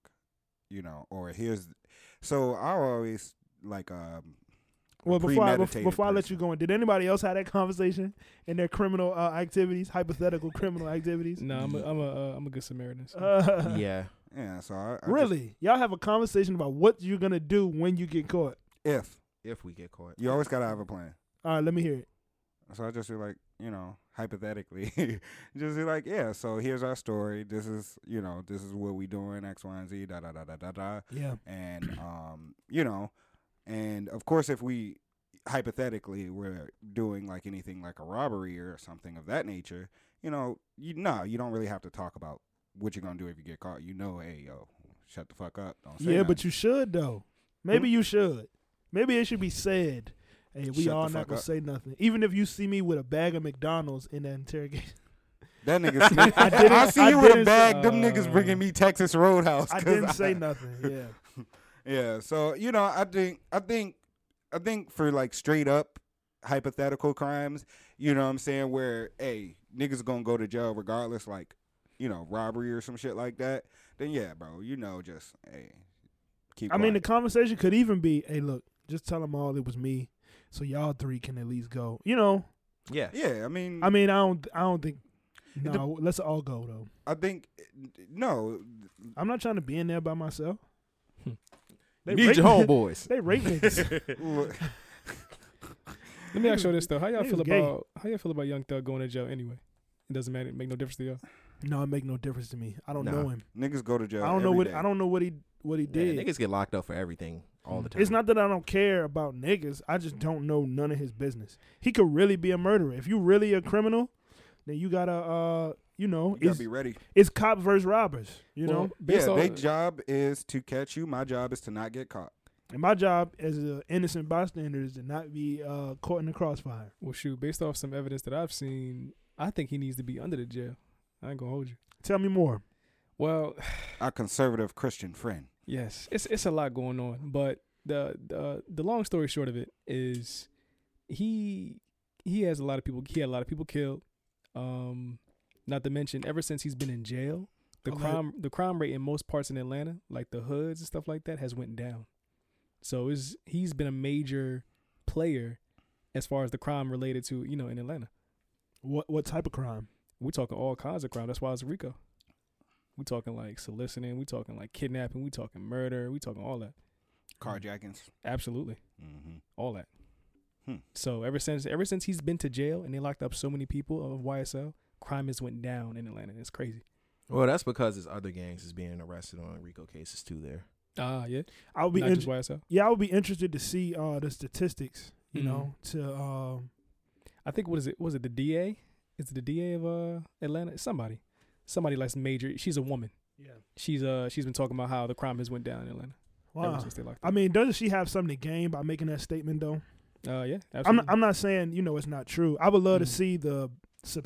Speaker 2: you know, or here's. So I always like um. a
Speaker 1: Well, before I, bef-
Speaker 2: premeditated
Speaker 1: before I let you
Speaker 2: person.
Speaker 1: go in, did anybody else have that conversation in their criminal uh, activities, hypothetical criminal activities?
Speaker 4: No, I'm a I'm a uh, I'm a good Samaritan. so-
Speaker 1: Uh,
Speaker 3: Yeah,
Speaker 2: Yeah. So I, I just-
Speaker 1: Really? y'all have a conversation about what you're gonna do when you get caught.
Speaker 2: if
Speaker 3: if we get caught,
Speaker 2: you always gotta have a plan.
Speaker 1: All right, let me hear it.
Speaker 2: So I just feel like, you know, hypothetically, just be like, yeah. So here's our story. This is, you know, this is what we doing. X, Y, and Z. Da da da da da da.
Speaker 1: Yeah.
Speaker 2: and um, you know, and of course, if we hypothetically were doing like anything like a robbery or something of that nature, you know, you no, you don't really have to talk about what you're gonna do if you get caught. You know, hey yo, shut the fuck up. Don't say
Speaker 1: Yeah, but you should though. Maybe you should. Maybe it should be said. Hey, we
Speaker 2: Shut
Speaker 1: all
Speaker 2: the
Speaker 1: not
Speaker 2: fuck
Speaker 1: gonna
Speaker 2: up.
Speaker 1: say nothing. Even if you see me with a bag of McDonald's in that interrogation,
Speaker 2: that nigga. Sneak.
Speaker 1: I
Speaker 2: I,
Speaker 1: didn't-
Speaker 2: see
Speaker 1: I
Speaker 2: you with a
Speaker 1: didn't-
Speaker 2: bag. Them
Speaker 4: uh,
Speaker 2: niggas bringing me Texas Roadhouse.
Speaker 1: I
Speaker 2: 'cause
Speaker 1: didn't say nothing. Yeah.
Speaker 2: Yeah, so you know, I think I think I think for like straight up hypothetical crimes, you know what I'm saying, where hey, niggas gonna go to jail regardless, like, you know, robbery or some shit like that, then yeah, bro, you know, just hey, keep
Speaker 1: I mean, the
Speaker 2: quiet.
Speaker 1: conversation could even be, "Hey, look, just tell them all it was me, so y'all three can at least go." You know,
Speaker 3: yeah.
Speaker 2: Yeah, I mean
Speaker 1: I mean, I don't, I don't think No, let's all go though.
Speaker 2: I think no.
Speaker 1: I'm not trying to be in there by myself.
Speaker 3: Need
Speaker 1: rape-
Speaker 3: your homeboys.
Speaker 1: they rape niggas.
Speaker 3: Look.
Speaker 4: Let me ask you this though: How y'all
Speaker 1: Niggas
Speaker 4: feel
Speaker 1: gay.
Speaker 4: about how y'all feel about Young Thug going to jail anyway? It doesn't matter. It make no difference to y'all.
Speaker 1: No, it make no difference to me. I don't
Speaker 3: Nah.
Speaker 1: know him.
Speaker 2: Niggas go to jail.
Speaker 1: I don't know
Speaker 3: every
Speaker 1: what
Speaker 3: day.
Speaker 1: I don't know what he what he
Speaker 3: Yeah,
Speaker 1: did. Mm.
Speaker 3: niggas get locked up for everything all the time.
Speaker 1: It's not that I don't care about niggas. I just don't know none of his business. He could really be a murderer. If you really a criminal, then you gotta uh you know
Speaker 2: You gotta
Speaker 1: it's-
Speaker 2: be ready.
Speaker 1: It's cops versus robbers. You know,
Speaker 2: yeah. Their job is to catch you. My job is to not get caught.
Speaker 1: and my job as an innocent bystander is to not be uh caught in the crossfire.
Speaker 4: Well, shoot, based off some evidence that I've seen, I think he needs to be under the jail. I ain't gonna hold you.
Speaker 1: Tell me more.
Speaker 4: Well,
Speaker 2: Our conservative Christian friend.
Speaker 4: Yes, it's it's a lot going on, but the the the long story short of it is he he has a lot of people he had a lot of people killed. Um, not to mention ever since he's been in jail, the
Speaker 1: A lot.
Speaker 4: crime the crime rate in most parts in Atlanta, like the hoods and stuff like that, has went down. So is he's been a major player as far as the crime related to you know in Atlanta.
Speaker 1: What what type of crime?
Speaker 4: We're talking all kinds of crime. That's why it's Rico. We talking like soliciting. We talking like kidnapping. We talking murder. We talking all that. Mm.
Speaker 2: Carjackings.
Speaker 4: Absolutely.
Speaker 2: Mhm.
Speaker 4: All that.
Speaker 2: Hmm.
Speaker 4: So ever since ever since he's been to jail and they locked up so many people of YSL, crime has went down in Atlanta. It's crazy.
Speaker 3: well, that's because his other gangs is being arrested on Rico cases too. There,
Speaker 4: Ah, yeah.
Speaker 1: I'll be
Speaker 4: Not
Speaker 1: in-
Speaker 4: just YSL.
Speaker 1: Yeah, I would be interested to see uh the statistics. You
Speaker 4: Mhm.
Speaker 1: know, to um
Speaker 4: I think what is it? Was it the DA? Is it the DA of uh, Atlanta? It's Somebody, somebody less major. She's a woman.
Speaker 1: Yeah.
Speaker 4: She's uh she's been talking about how the crime has went down in Atlanta. ever
Speaker 1: wow.
Speaker 4: since they locked
Speaker 1: I mean, doesn't she have something to gain by making that statement though?
Speaker 4: Uh, yeah. Absolutely.
Speaker 1: I'm not, I'm not saying you know it's not true. I would love to
Speaker 4: Mhm.
Speaker 1: see the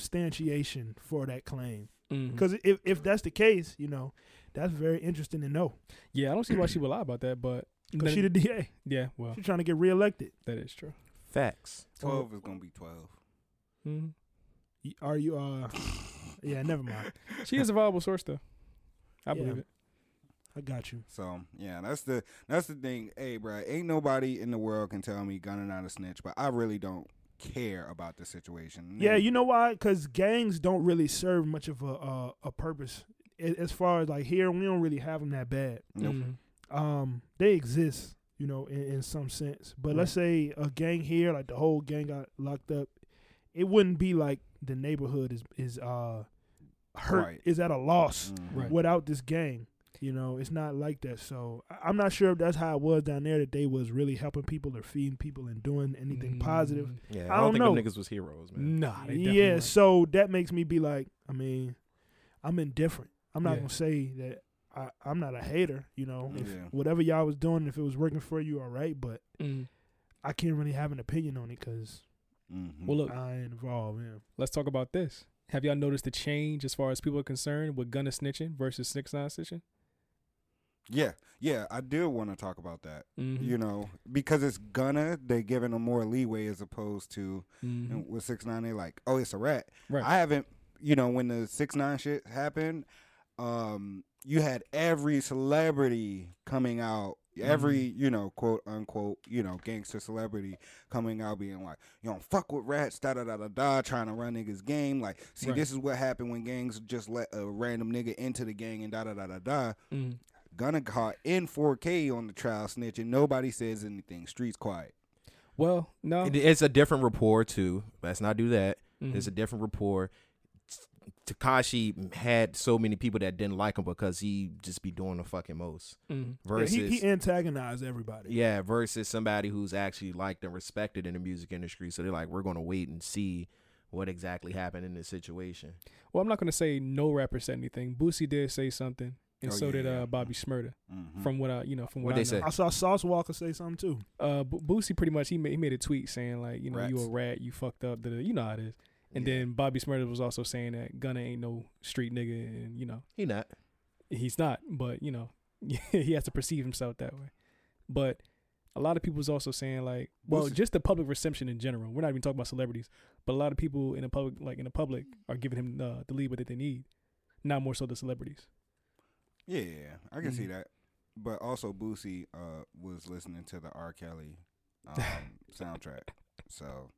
Speaker 1: substantiation for that claim
Speaker 4: Mhm.
Speaker 1: because if if that's the case, you know, that's very interesting to know.
Speaker 4: yeah, I don't see why she would lie about that, but
Speaker 1: 'Cause she the DA.
Speaker 4: Yeah. Well,
Speaker 1: She's trying to get reelected.
Speaker 4: that is true.
Speaker 3: facts.
Speaker 2: Twelve is gonna be twelve.
Speaker 4: Mhm.
Speaker 1: Y- Are you? uh Yeah, never mind.
Speaker 4: She is a viable source though. I
Speaker 1: Yeah.
Speaker 4: believe it.
Speaker 1: I got you.
Speaker 2: So yeah, that's the that's the thing. Hey, bruh, ain't nobody in the world can tell me gunning not a snitch, but I really don't care about the situation.
Speaker 1: Yeah, you know why? Because gangs don't really serve much of a uh, a purpose A- as far as like here we don't really have them that bad.
Speaker 2: Nope.
Speaker 1: Um, they exist, you know, in, in some sense. But let's say a gang here, like the whole gang got locked up, it wouldn't be like the neighborhood is is uh hurt
Speaker 2: Right.
Speaker 1: is at a loss
Speaker 2: Mhm.
Speaker 4: Right.
Speaker 1: without this gang. You know, it's not like that. So I- I'm not sure if that's how it was down there that they was really helping people or feeding people and doing anything positive.
Speaker 3: Yeah,
Speaker 1: I
Speaker 3: I
Speaker 1: don't
Speaker 3: don't, think
Speaker 1: know.
Speaker 3: them niggas was heroes, man.
Speaker 4: Nah. They definitely
Speaker 1: Yeah,
Speaker 4: weren't.
Speaker 1: so that makes me be like, I mean, I'm indifferent. I'm not
Speaker 4: Yeah.
Speaker 1: gonna say that I, I'm not a hater. You know, if
Speaker 2: Yeah.
Speaker 1: whatever y'all was doing, if it was working for you, all right. But
Speaker 3: Mm-hmm.
Speaker 4: Mhm.
Speaker 1: I can't really have an opinion on it because
Speaker 3: Mm-hmm.
Speaker 2: Mhm.
Speaker 4: Well, look.
Speaker 1: I ain't involved. Yeah.
Speaker 4: Let's talk about this. Have y'all noticed the change as far as people are concerned with gunner snitching versus six nine snitching?
Speaker 2: Yeah, yeah, I do want to talk about that.
Speaker 4: Mhm.
Speaker 2: You know, because it's gonna they're giving them more leeway as opposed to
Speaker 4: Mhm.
Speaker 2: and with six nine. They like, oh, it's a rat.
Speaker 4: Right.
Speaker 2: I haven't, you know, when the six nine shit happened, um, you had every celebrity coming out. Every
Speaker 4: Mm-hmm.
Speaker 2: you know quote unquote you know gangster celebrity coming out being like you don't fuck with rats da da da da da trying to run niggas game like see
Speaker 4: Right.
Speaker 2: this is what happened when gangs just let a random nigga into the gang and da da da da da
Speaker 3: Mm-hmm.
Speaker 4: Mhm.
Speaker 2: Gunna caught in 4K on the trial snitching. Nobody says anything. Streets quiet.
Speaker 4: Well, no.
Speaker 3: It- it's a different rapport too. Let's not do that.
Speaker 1: Mm-hmm.
Speaker 4: Mhm.
Speaker 3: It's a different rapport. Takashi had so many people that didn't like him because he just be doing the fucking most.
Speaker 1: Mhm.
Speaker 3: Versus,
Speaker 1: yeah, he, he antagonized everybody.
Speaker 3: yeah, versus somebody who's actually liked and respected in the music industry. So they're like, we're gonna wait and see what exactly happened in this situation.
Speaker 4: Well, I'm not gonna say no rapper said anything. Boosie did say something, and
Speaker 2: Oh,
Speaker 4: so did
Speaker 2: yeah.
Speaker 4: uh, Bobby Smurda.
Speaker 2: Mhm.
Speaker 4: From what I, you know, from what,
Speaker 3: What'd
Speaker 4: I know.
Speaker 3: they say?
Speaker 1: I saw Sauce Walker say something too.
Speaker 4: Uh, Bo- Boosie pretty much he made, he made a tweet saying like, you know, you
Speaker 2: Rats.
Speaker 4: a rat, you fucked up, da-da, you know how it is. And
Speaker 2: Yeah.
Speaker 4: then Bobby Smurda was also saying that Gunna ain't no street nigga, and you know
Speaker 3: He not.
Speaker 4: he's not, but you know he has to perceive himself that way. But a lot of people was also saying like, well,
Speaker 2: Boosie-
Speaker 4: just the public reception in general. We're not even talking about celebrities, but a lot of people in the public, like in the public, are giving him uh, the lead that they need, not more so the celebrities.
Speaker 2: Yeah, I can see
Speaker 4: Mhm.
Speaker 2: that. But also Boosie uh, was listening to the R. Kelly um, soundtrack. So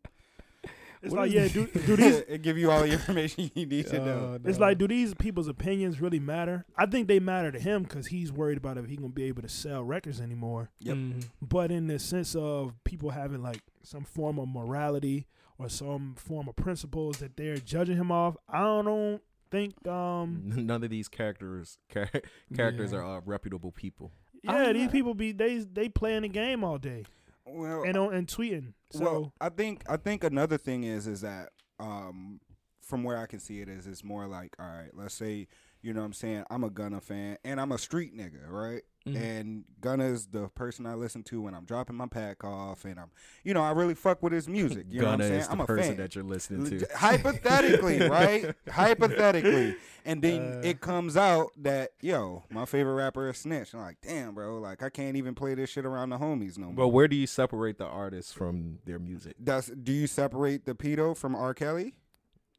Speaker 1: It's
Speaker 2: What
Speaker 1: like,
Speaker 2: is Oh,
Speaker 1: yeah,
Speaker 2: the-
Speaker 1: do, do these?
Speaker 2: it give you all the information you need to know.
Speaker 1: It's like, do these people's opinions really matter? I think they matter to him because he's worried about if he gonna be able to sell records anymore.
Speaker 2: Yep.
Speaker 4: Mhm.
Speaker 1: Mm-hmm. But in the sense of people having like some form of morality or some form of principles that they're judging him off, I don't think. Um,
Speaker 3: None of these characters char- characters
Speaker 1: Yeah.
Speaker 3: are uh, reputable people.
Speaker 1: yeah, these people be they they playing the game all day.
Speaker 2: Well,
Speaker 1: and on, and tweeting. So
Speaker 2: well, I think I think another thing is is that um, from where I can see it is it's more like all right, let's say you know what I'm saying I'm a Gunna fan and I'm a street nigga, right?
Speaker 3: Mm-hmm.
Speaker 12: Mhm.
Speaker 2: And Gunna's the person I listen to when I'm dropping my pack off, and I'm you know I really fuck with his music. You know what
Speaker 3: Gunna
Speaker 2: I'm saying?
Speaker 3: is the
Speaker 2: I'm a
Speaker 3: person
Speaker 2: fan.
Speaker 3: that you're listening
Speaker 2: Leg-
Speaker 3: to.
Speaker 2: Hypothetically, right? Hypothetically, and then
Speaker 3: Uh.
Speaker 2: it comes out that yo, my favorite rapper is Snitch. And I'm like, damn, bro, like I can't even play this shit around the homies no more.
Speaker 3: But where do you separate the artists from their music?
Speaker 2: That's do you separate the pedo from R. Kelly?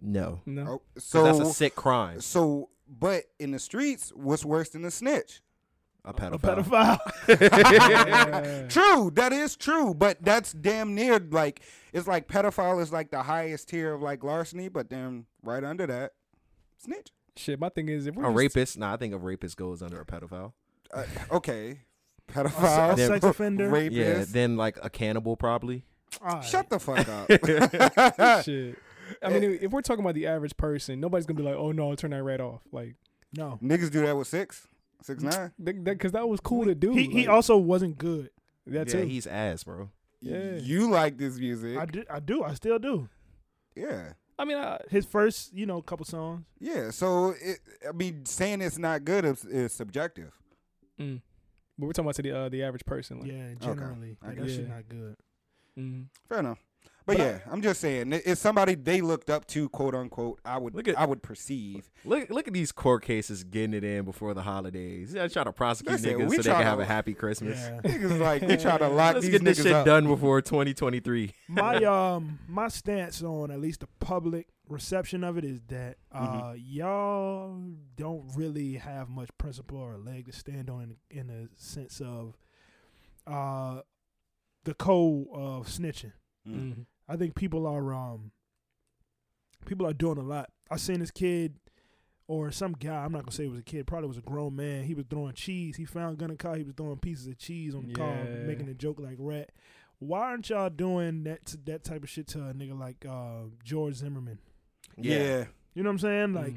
Speaker 3: No.
Speaker 2: Oh,
Speaker 3: 'Cause
Speaker 2: so
Speaker 3: that's a sick crime.
Speaker 2: So, but in the streets, what's worse than a snitch?
Speaker 3: A pedophile.
Speaker 1: pedophile.
Speaker 2: true, that is true, but that's damn near like it's like pedophile is like the highest tier of like larceny, but then right under that, snitch.
Speaker 4: Shit, my thing is, if we're
Speaker 3: A
Speaker 4: just-
Speaker 3: rapist? Nah, I think a rapist goes under a pedophile.
Speaker 2: Uh, okay, pedophile,
Speaker 3: Then-
Speaker 2: rapist.
Speaker 3: Yeah, then like a cannibal probably.
Speaker 2: Shut the fuck up.
Speaker 4: Shit. I mean, if we're talking about the average person, nobody's gonna be like, "Oh no, turn that right off." Like,
Speaker 1: no,
Speaker 2: niggas do that with six, six nine.
Speaker 4: because that, 'cause that was cool to do.
Speaker 1: he he also wasn't good.
Speaker 4: That's
Speaker 3: yeah,
Speaker 4: it.
Speaker 3: he's ass, bro.
Speaker 4: Yeah.
Speaker 2: You like this music.
Speaker 1: I do, I do, I still do.
Speaker 2: Yeah.
Speaker 4: I mean,
Speaker 1: his first, you know, couple songs.
Speaker 2: Yeah, so it, I mean, saying it's not good is, is subjective.
Speaker 4: Mm. But we're talking about to the uh, the average person. Like,
Speaker 1: Yeah, generally,
Speaker 2: I
Speaker 1: like,
Speaker 2: got
Speaker 1: that
Speaker 2: you.
Speaker 1: shit not good.
Speaker 4: Mm.
Speaker 2: Fair enough. But,
Speaker 1: But I-
Speaker 2: yeah, I, am just saying i- it's somebody they looked up to, quote unquote. I would
Speaker 3: Look at-
Speaker 2: I would perceive.
Speaker 3: Look look at these court cases getting it in before the holidays. They try to prosecute
Speaker 2: Listen,
Speaker 3: niggas
Speaker 2: we
Speaker 3: so they
Speaker 2: try
Speaker 3: can
Speaker 2: to-
Speaker 3: have a happy Christmas.
Speaker 1: Yeah.
Speaker 2: Niggas like we try to lock
Speaker 3: Let's
Speaker 2: these
Speaker 3: get this
Speaker 2: niggas
Speaker 3: shit
Speaker 2: up.
Speaker 3: done before 2023.
Speaker 1: My um my stance on at least the public reception of it is that uh
Speaker 3: Mm-hmm.
Speaker 1: y'all don't really have much principle or leg to stand on in, in the sense of uh the code of snitching.
Speaker 3: Mm-hmm.
Speaker 4: Mhm.
Speaker 1: I think people are um people are doing a lot. I seen this kid or some guy, I'm not gonna say it was a kid, probably was a grown man. He was throwing cheese. He found gun and car, he was throwing pieces of cheese on the car,
Speaker 4: Yeah.
Speaker 1: making a joke like rat. Why aren't y'all doing that to, that type of shit to a nigga like uh, George Zimmerman?
Speaker 2: Yeah. Yeah.
Speaker 1: You know what I'm saying? Like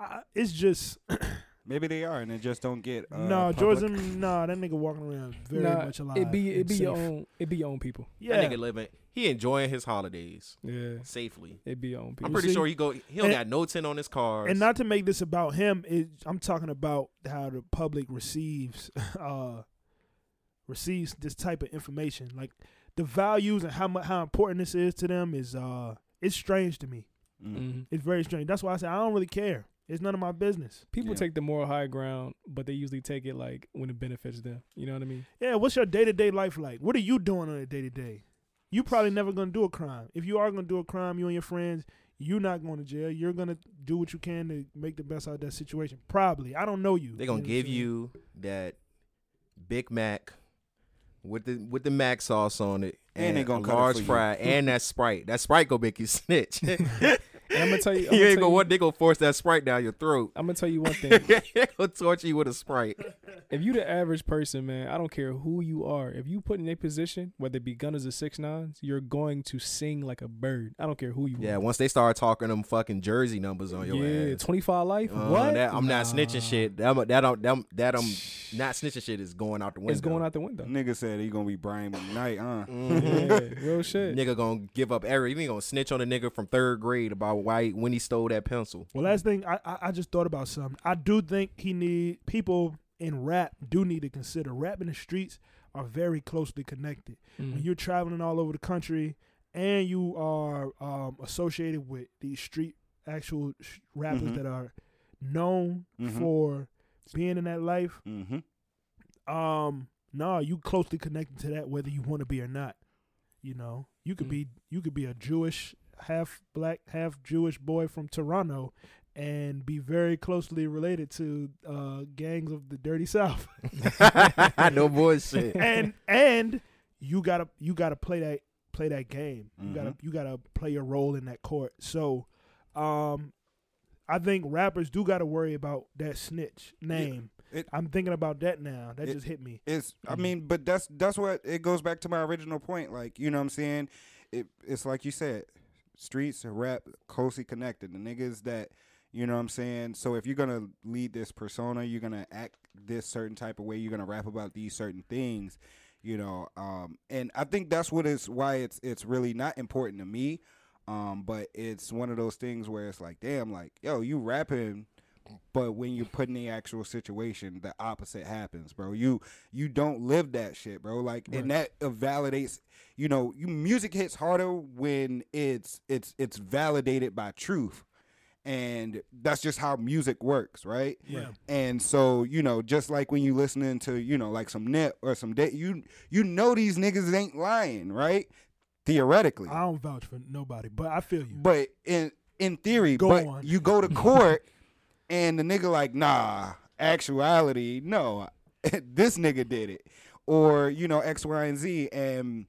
Speaker 1: I, it's just
Speaker 2: Maybe they are, and they just don't get. Uh,
Speaker 1: no nah, George
Speaker 2: public-
Speaker 1: Zimmerman nah, that nigga walking around very
Speaker 4: Nah,
Speaker 1: much alive.
Speaker 4: It be it
Speaker 1: and
Speaker 4: be your
Speaker 1: safe.
Speaker 4: own it be your own people.
Speaker 3: That nigga living. He enjoying his holidays.
Speaker 4: Yeah.
Speaker 3: Safely.
Speaker 4: It be on people.
Speaker 3: I'm pretty
Speaker 1: See?
Speaker 3: sure he go. He don't
Speaker 1: And-
Speaker 3: got no tin on his car.
Speaker 1: And not to make this about him, it, I'm talking about how the public receives uh receives this type of information. Like the values and how mu- how important this is to them is uh it's strange to me.
Speaker 2: Mm.
Speaker 3: Mm-hmm.
Speaker 4: Mhm.
Speaker 1: It's very strange. That's why I say I don't really care. It's none of my business.
Speaker 4: People take the moral high ground, but they usually take it like when it benefits them. You know what I mean?
Speaker 1: Yeah, what's your day to day life like? What are you doing on a day to day? You probably never gonna do a crime. If you are gonna do a crime, you and your friends, you're not going to jail. You're gonna do what you can to make the best out of that situation. Probably. I don't know you.
Speaker 3: They gonna
Speaker 1: You know what I'm
Speaker 3: give
Speaker 1: saying?
Speaker 3: you that Big Mac with the with the Mac sauce on it,
Speaker 2: And they gonna
Speaker 3: a
Speaker 2: cut it
Speaker 3: large
Speaker 2: for you.
Speaker 3: fry, and that Sprite. That Sprite gonna make you snitch. I'm gonna
Speaker 4: tell you-
Speaker 3: you
Speaker 4: I'ma
Speaker 3: ain't
Speaker 4: tell
Speaker 3: gonna
Speaker 4: you-
Speaker 3: what they gonna force that Sprite down your throat.
Speaker 4: I'm gonna tell you one thing.
Speaker 3: they gonna torture you with a Sprite.
Speaker 4: if you the average person, man, I don't care who you are. If you put in a position, whether it be gunners or six nines, you're going to sing like a bird. I don't care who you
Speaker 3: Yeah,
Speaker 4: are.
Speaker 3: once they start talking them fucking jersey numbers on your
Speaker 4: yeah,
Speaker 3: ass.
Speaker 4: 25 life.
Speaker 3: Uh,
Speaker 4: what?
Speaker 3: That, I'm not
Speaker 4: Nah.
Speaker 3: snitching shit. That that that, that, that I'm not snitching shit is going out the window.
Speaker 4: It's going out the window.
Speaker 2: Nigga said he gonna be Brian McKnight, huh?
Speaker 4: Yeah, real shit.
Speaker 3: Mm-hmm. Nigga gonna give up every. He gonna snitch on a nigga from third grade about why when he stole that pencil.
Speaker 1: Well, last thing I, I I just thought about something. I do think he need people in rap do need to consider rap in the streets are very closely connected. When
Speaker 12: Mhm.
Speaker 1: you're traveling all over the country and you are um, associated with these street actual sh- rappers
Speaker 12: Mhm.
Speaker 1: that are known
Speaker 3: Mm-hmm.
Speaker 12: Mhm.
Speaker 1: for being in that life,
Speaker 2: mm-hmm.
Speaker 1: um, nah, you closely connected to that whether you want to be or not. You know, you could be
Speaker 3: Mm-hmm.
Speaker 1: you could be a Jewish half black half Jewish boy from Toronto and be very closely related to uh, gangs of the dirty south.
Speaker 3: no bullshit.
Speaker 1: and and you gotta you gotta play that play that game. You gotta
Speaker 2: Mhm.
Speaker 1: you gotta play your role in that court. So, um, I think rappers do gotta worry about that snitch name. I'm thinking about that now. That
Speaker 2: It-
Speaker 1: just hit me. Mm-hmm.
Speaker 2: It's I mean, but that's that's what it goes back to my original point. Like you know what I'm saying? It it's like you said, streets and rap closely connected. The niggas that you know what I'm saying. So if you're gonna lead this persona, you're gonna act this certain type of way. You're gonna rap about these certain things. You know, um, and I think that's what is why it's it's really not important to me. Um, but it's one of those things where it's like, damn, like yo, you rapping but when you put in the actual situation the opposite happens bro you you don't live that shit bro like and that validates you know you music hits harder when it's it's it's validated by truth and that's just how music works right
Speaker 1: Yeah.
Speaker 2: and so you know just like when you listening to you know like some net or some day you you know these niggas ain't lying right theoretically
Speaker 1: I don't vouch for nobody, but I feel you.
Speaker 2: but in in theory,
Speaker 1: Go
Speaker 2: but
Speaker 1: on.
Speaker 2: you go to court and the nigga like, nah, actuality, no, this nigga did it, or you know X, Y, and Z, and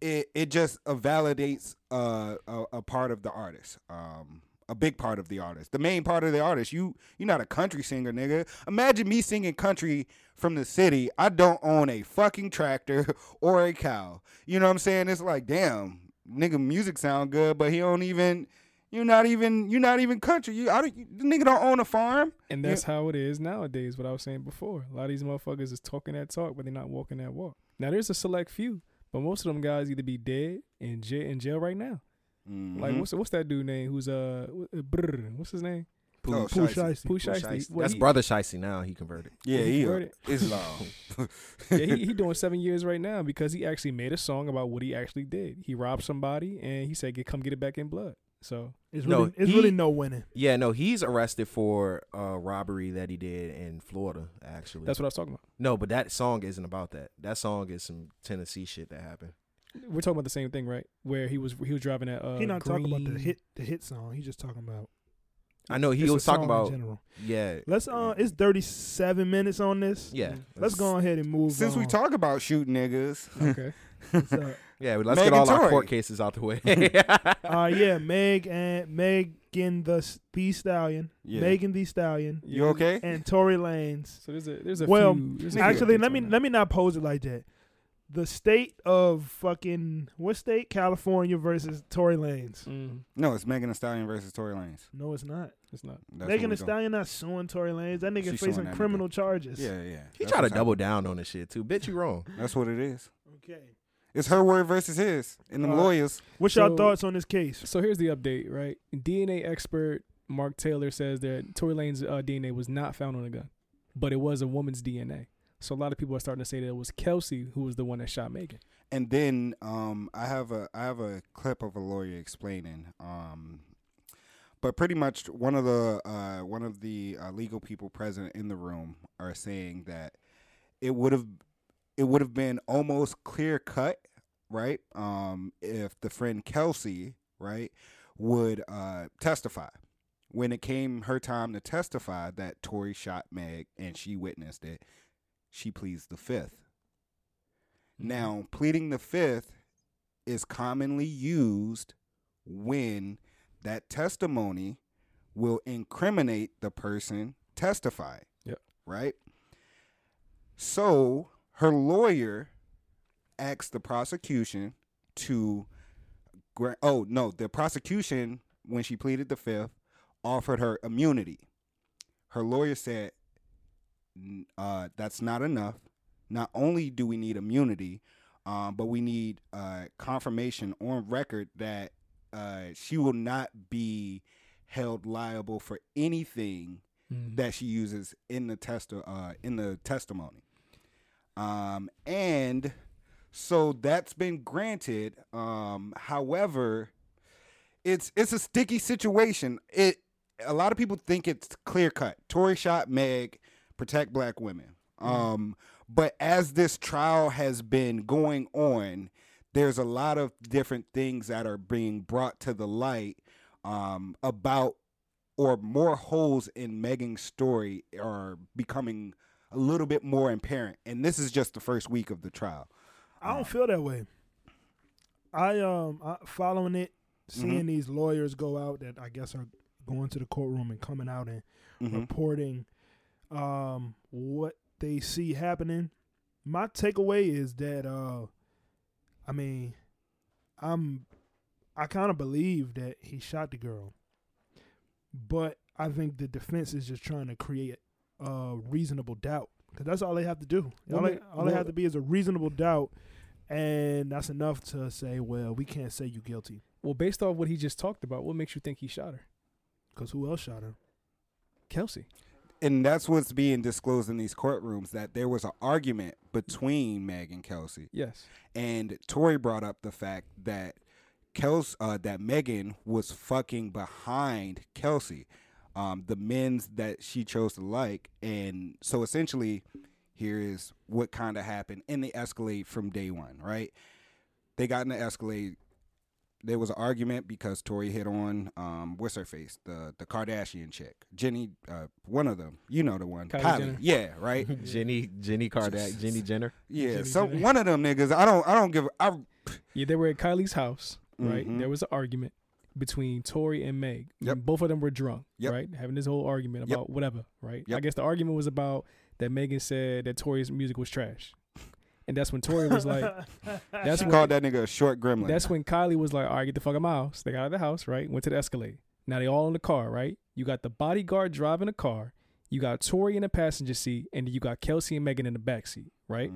Speaker 2: it it just uh, validates uh, a a part of the artist. Um, a big part of the artist, the main part of the artist. You you're not a country singer, nigga. Imagine me singing country from the city. I don't own a fucking tractor or a cow. You know what I'm saying? It's like, damn, nigga, music sound good, but he don't even. You're not even. You're not even country. You, I don't, you the nigga don't own a farm.
Speaker 4: And that's
Speaker 2: You-
Speaker 4: how it is nowadays, what I was saying before. A lot of these motherfuckers is talking that talk, but they're not walking that walk. Now, there's a select few, but most of them guys either be dead in jail, in jail right now. Like,
Speaker 3: Mm-hmm.
Speaker 2: Mhm.
Speaker 4: what's what's that dude name who's, uh, wh- uh, brr, what's his name?
Speaker 3: Pooh. Oh,
Speaker 4: Pooh
Speaker 3: Shiesty.
Speaker 4: Pooh
Speaker 3: Pooh
Speaker 4: Shiesty.
Speaker 3: Shiesty.
Speaker 4: Well,
Speaker 3: That's
Speaker 4: he-
Speaker 3: brother Shiesty now. He converted.
Speaker 2: Yeah, he a-
Speaker 4: converted.
Speaker 2: Islam.
Speaker 4: yeah, he, he doing seven years right now because he actually made a song about what he actually did. He robbed somebody and he said, "Get come get it back in blood." So
Speaker 1: It's really, it's
Speaker 3: he-
Speaker 1: really no winning.
Speaker 3: Yeah, no, he's arrested for a robbery that he did in Florida. Actually,
Speaker 4: That's what I was talking about.
Speaker 3: No, but that song isn't about that. That song is some Tennessee shit that happened.
Speaker 4: we're talking about the same thing, right? Where he was he was driving that. Uh,
Speaker 1: he not talking about the
Speaker 4: green-
Speaker 1: hit the hit song. He's just talking about.
Speaker 3: I know he
Speaker 1: It's a
Speaker 3: was talking
Speaker 1: song in
Speaker 3: about.
Speaker 1: general.
Speaker 3: Yeah,
Speaker 1: Let's uh, it's thirty seven minutes on this.
Speaker 3: Yeah.
Speaker 1: let's go ahead and move.
Speaker 2: Since we
Speaker 1: on.
Speaker 2: talk about shooting niggas,
Speaker 4: okay.
Speaker 3: yeah. Let's get all our court cases out the way.
Speaker 1: uh, yeah, Meg and Megan the S- the Stallion,
Speaker 3: Yeah.
Speaker 1: Megan the Stallion.
Speaker 2: You okay?
Speaker 1: And Tory Lanez.
Speaker 4: So there's a there's a
Speaker 1: well,
Speaker 4: few- there's a few
Speaker 1: actually,
Speaker 4: updates
Speaker 1: let
Speaker 4: on
Speaker 1: me
Speaker 4: that.
Speaker 1: let me not pose it like that. The state of fucking what state? California versus Tory Lanez.
Speaker 4: Mm.
Speaker 2: no, it's Megan Thee Stallion versus Tory Lanez.
Speaker 1: No, it's not.
Speaker 4: It's not.
Speaker 1: Megan
Speaker 2: That's what
Speaker 1: Thee
Speaker 2: we doing.
Speaker 1: Stallion not suing Tory Lanez. That nigga
Speaker 2: She's suing
Speaker 1: facing
Speaker 2: that nigga.
Speaker 1: criminal charges.
Speaker 2: Yeah, yeah.
Speaker 3: He
Speaker 2: That's
Speaker 3: tried to
Speaker 2: what's
Speaker 3: double down on this shit too. Bitch, you wrong.
Speaker 2: That's what it is.
Speaker 1: Okay.
Speaker 2: It's her word versus his, and them
Speaker 1: Uh,
Speaker 2: lawyers.
Speaker 1: What's
Speaker 4: So-
Speaker 1: y'all thoughts on this case?
Speaker 4: So here's the update, right? DNA expert Mark Taylor says that Tory Lane's uh, DNA was not found on the gun, but it was a woman's DNA. So a lot of people are starting to say that it was Kelsey who was the one that shot Megan.
Speaker 2: And then um, I have a I have a clip of a lawyer explaining. Um, but pretty much one of the uh, one of the uh, legal people present in the room are saying that it would have it would have been almost clear cut, right? Um, if the friend Kelsey, right, would uh, testify when it came her time to testify that Tori shot Meg and she witnessed it, she pleads the fifth. Mm-hmm. Now, pleading the fifth is commonly used when that testimony will incriminate the person testifying.
Speaker 4: Yep.
Speaker 2: Right? So her lawyer asked the prosecution to gra- oh no, the prosecution when she pleaded the fifth offered her immunity. Her lawyer said "N- uh, that's not enough. Not only do we need immunity, um, but we need uh, confirmation on record that uh, she will not be held liable for anything that she uses in the test uh, in the testimony. Um, and so that's been granted. Um, however, it's it's a sticky situation. It a lot of people think it's clear cut. Tory shot Meg, protect black women. Um, but as this trial has been going on, there's a lot of different things that are being brought to the light um, about or more holes in Megan's story are becoming a little bit more apparent. And this is just the first week of the trial.
Speaker 1: I don't feel that way. I um I, following it, seeing
Speaker 2: Mhm.
Speaker 1: these lawyers go out that I guess are going to the courtroom and coming out and
Speaker 2: Mhm.
Speaker 1: reporting um what they see happening. My takeaway is that uh I mean I'm I kind of believe that he shot the girl. But I think the defense is just trying to create uh reasonable doubt cuz that's all they have to do. All,
Speaker 4: Well,
Speaker 1: they,
Speaker 4: ma-
Speaker 1: all they
Speaker 4: well-
Speaker 1: have to be is a reasonable doubt and that's enough to say, well, we can't say you guilty
Speaker 4: Well, based off what he just talked about, what makes you think he shot her?
Speaker 1: cuz who else shot her?
Speaker 4: Kelsey.
Speaker 2: and that's what's being disclosed in these courtrooms that there was an argument between Meg and Kelsey.
Speaker 4: Yes.
Speaker 2: And Tori brought up the fact that Kels uh, that Megan was fucking behind Kelsey, um, the men's that she chose to like, and so essentially, here is what kind of happened in the Escalade from day one. Right, they got in the Escalade. There was an argument because Tori hit on um, what's her face, the the Kardashian chick, Jenny, uh, one of them. You know the one,
Speaker 3: Kylie
Speaker 2: Kylie.
Speaker 3: Jenner.
Speaker 2: Yeah, right.
Speaker 3: Jenny Jenny Kardashian Jenny Jenner.
Speaker 2: Yeah, so one of them niggas. I don't. I don't give. I
Speaker 4: Yeah, they were at Kylie's house, right?
Speaker 2: Mhm.
Speaker 4: There was an argument between Tori and Meg. And Both of them were drunk, right? Having this whole argument
Speaker 2: Yep.
Speaker 4: about whatever, right? I
Speaker 2: Yep.
Speaker 4: guess the argument was about that Megan said that Tori's music was trash. And that's when Tori was like, that's
Speaker 2: she
Speaker 4: when-
Speaker 2: called that nigga a short gremlin.
Speaker 4: That's when Kylie was like, all right, get the fuck out of my house. They got out of the house, right? Went to the Escalade. Now they all in the car, right? You got the bodyguard driving the car. You got Tori in the passenger seat, and you got Kelsey and Megan in the back seat, right?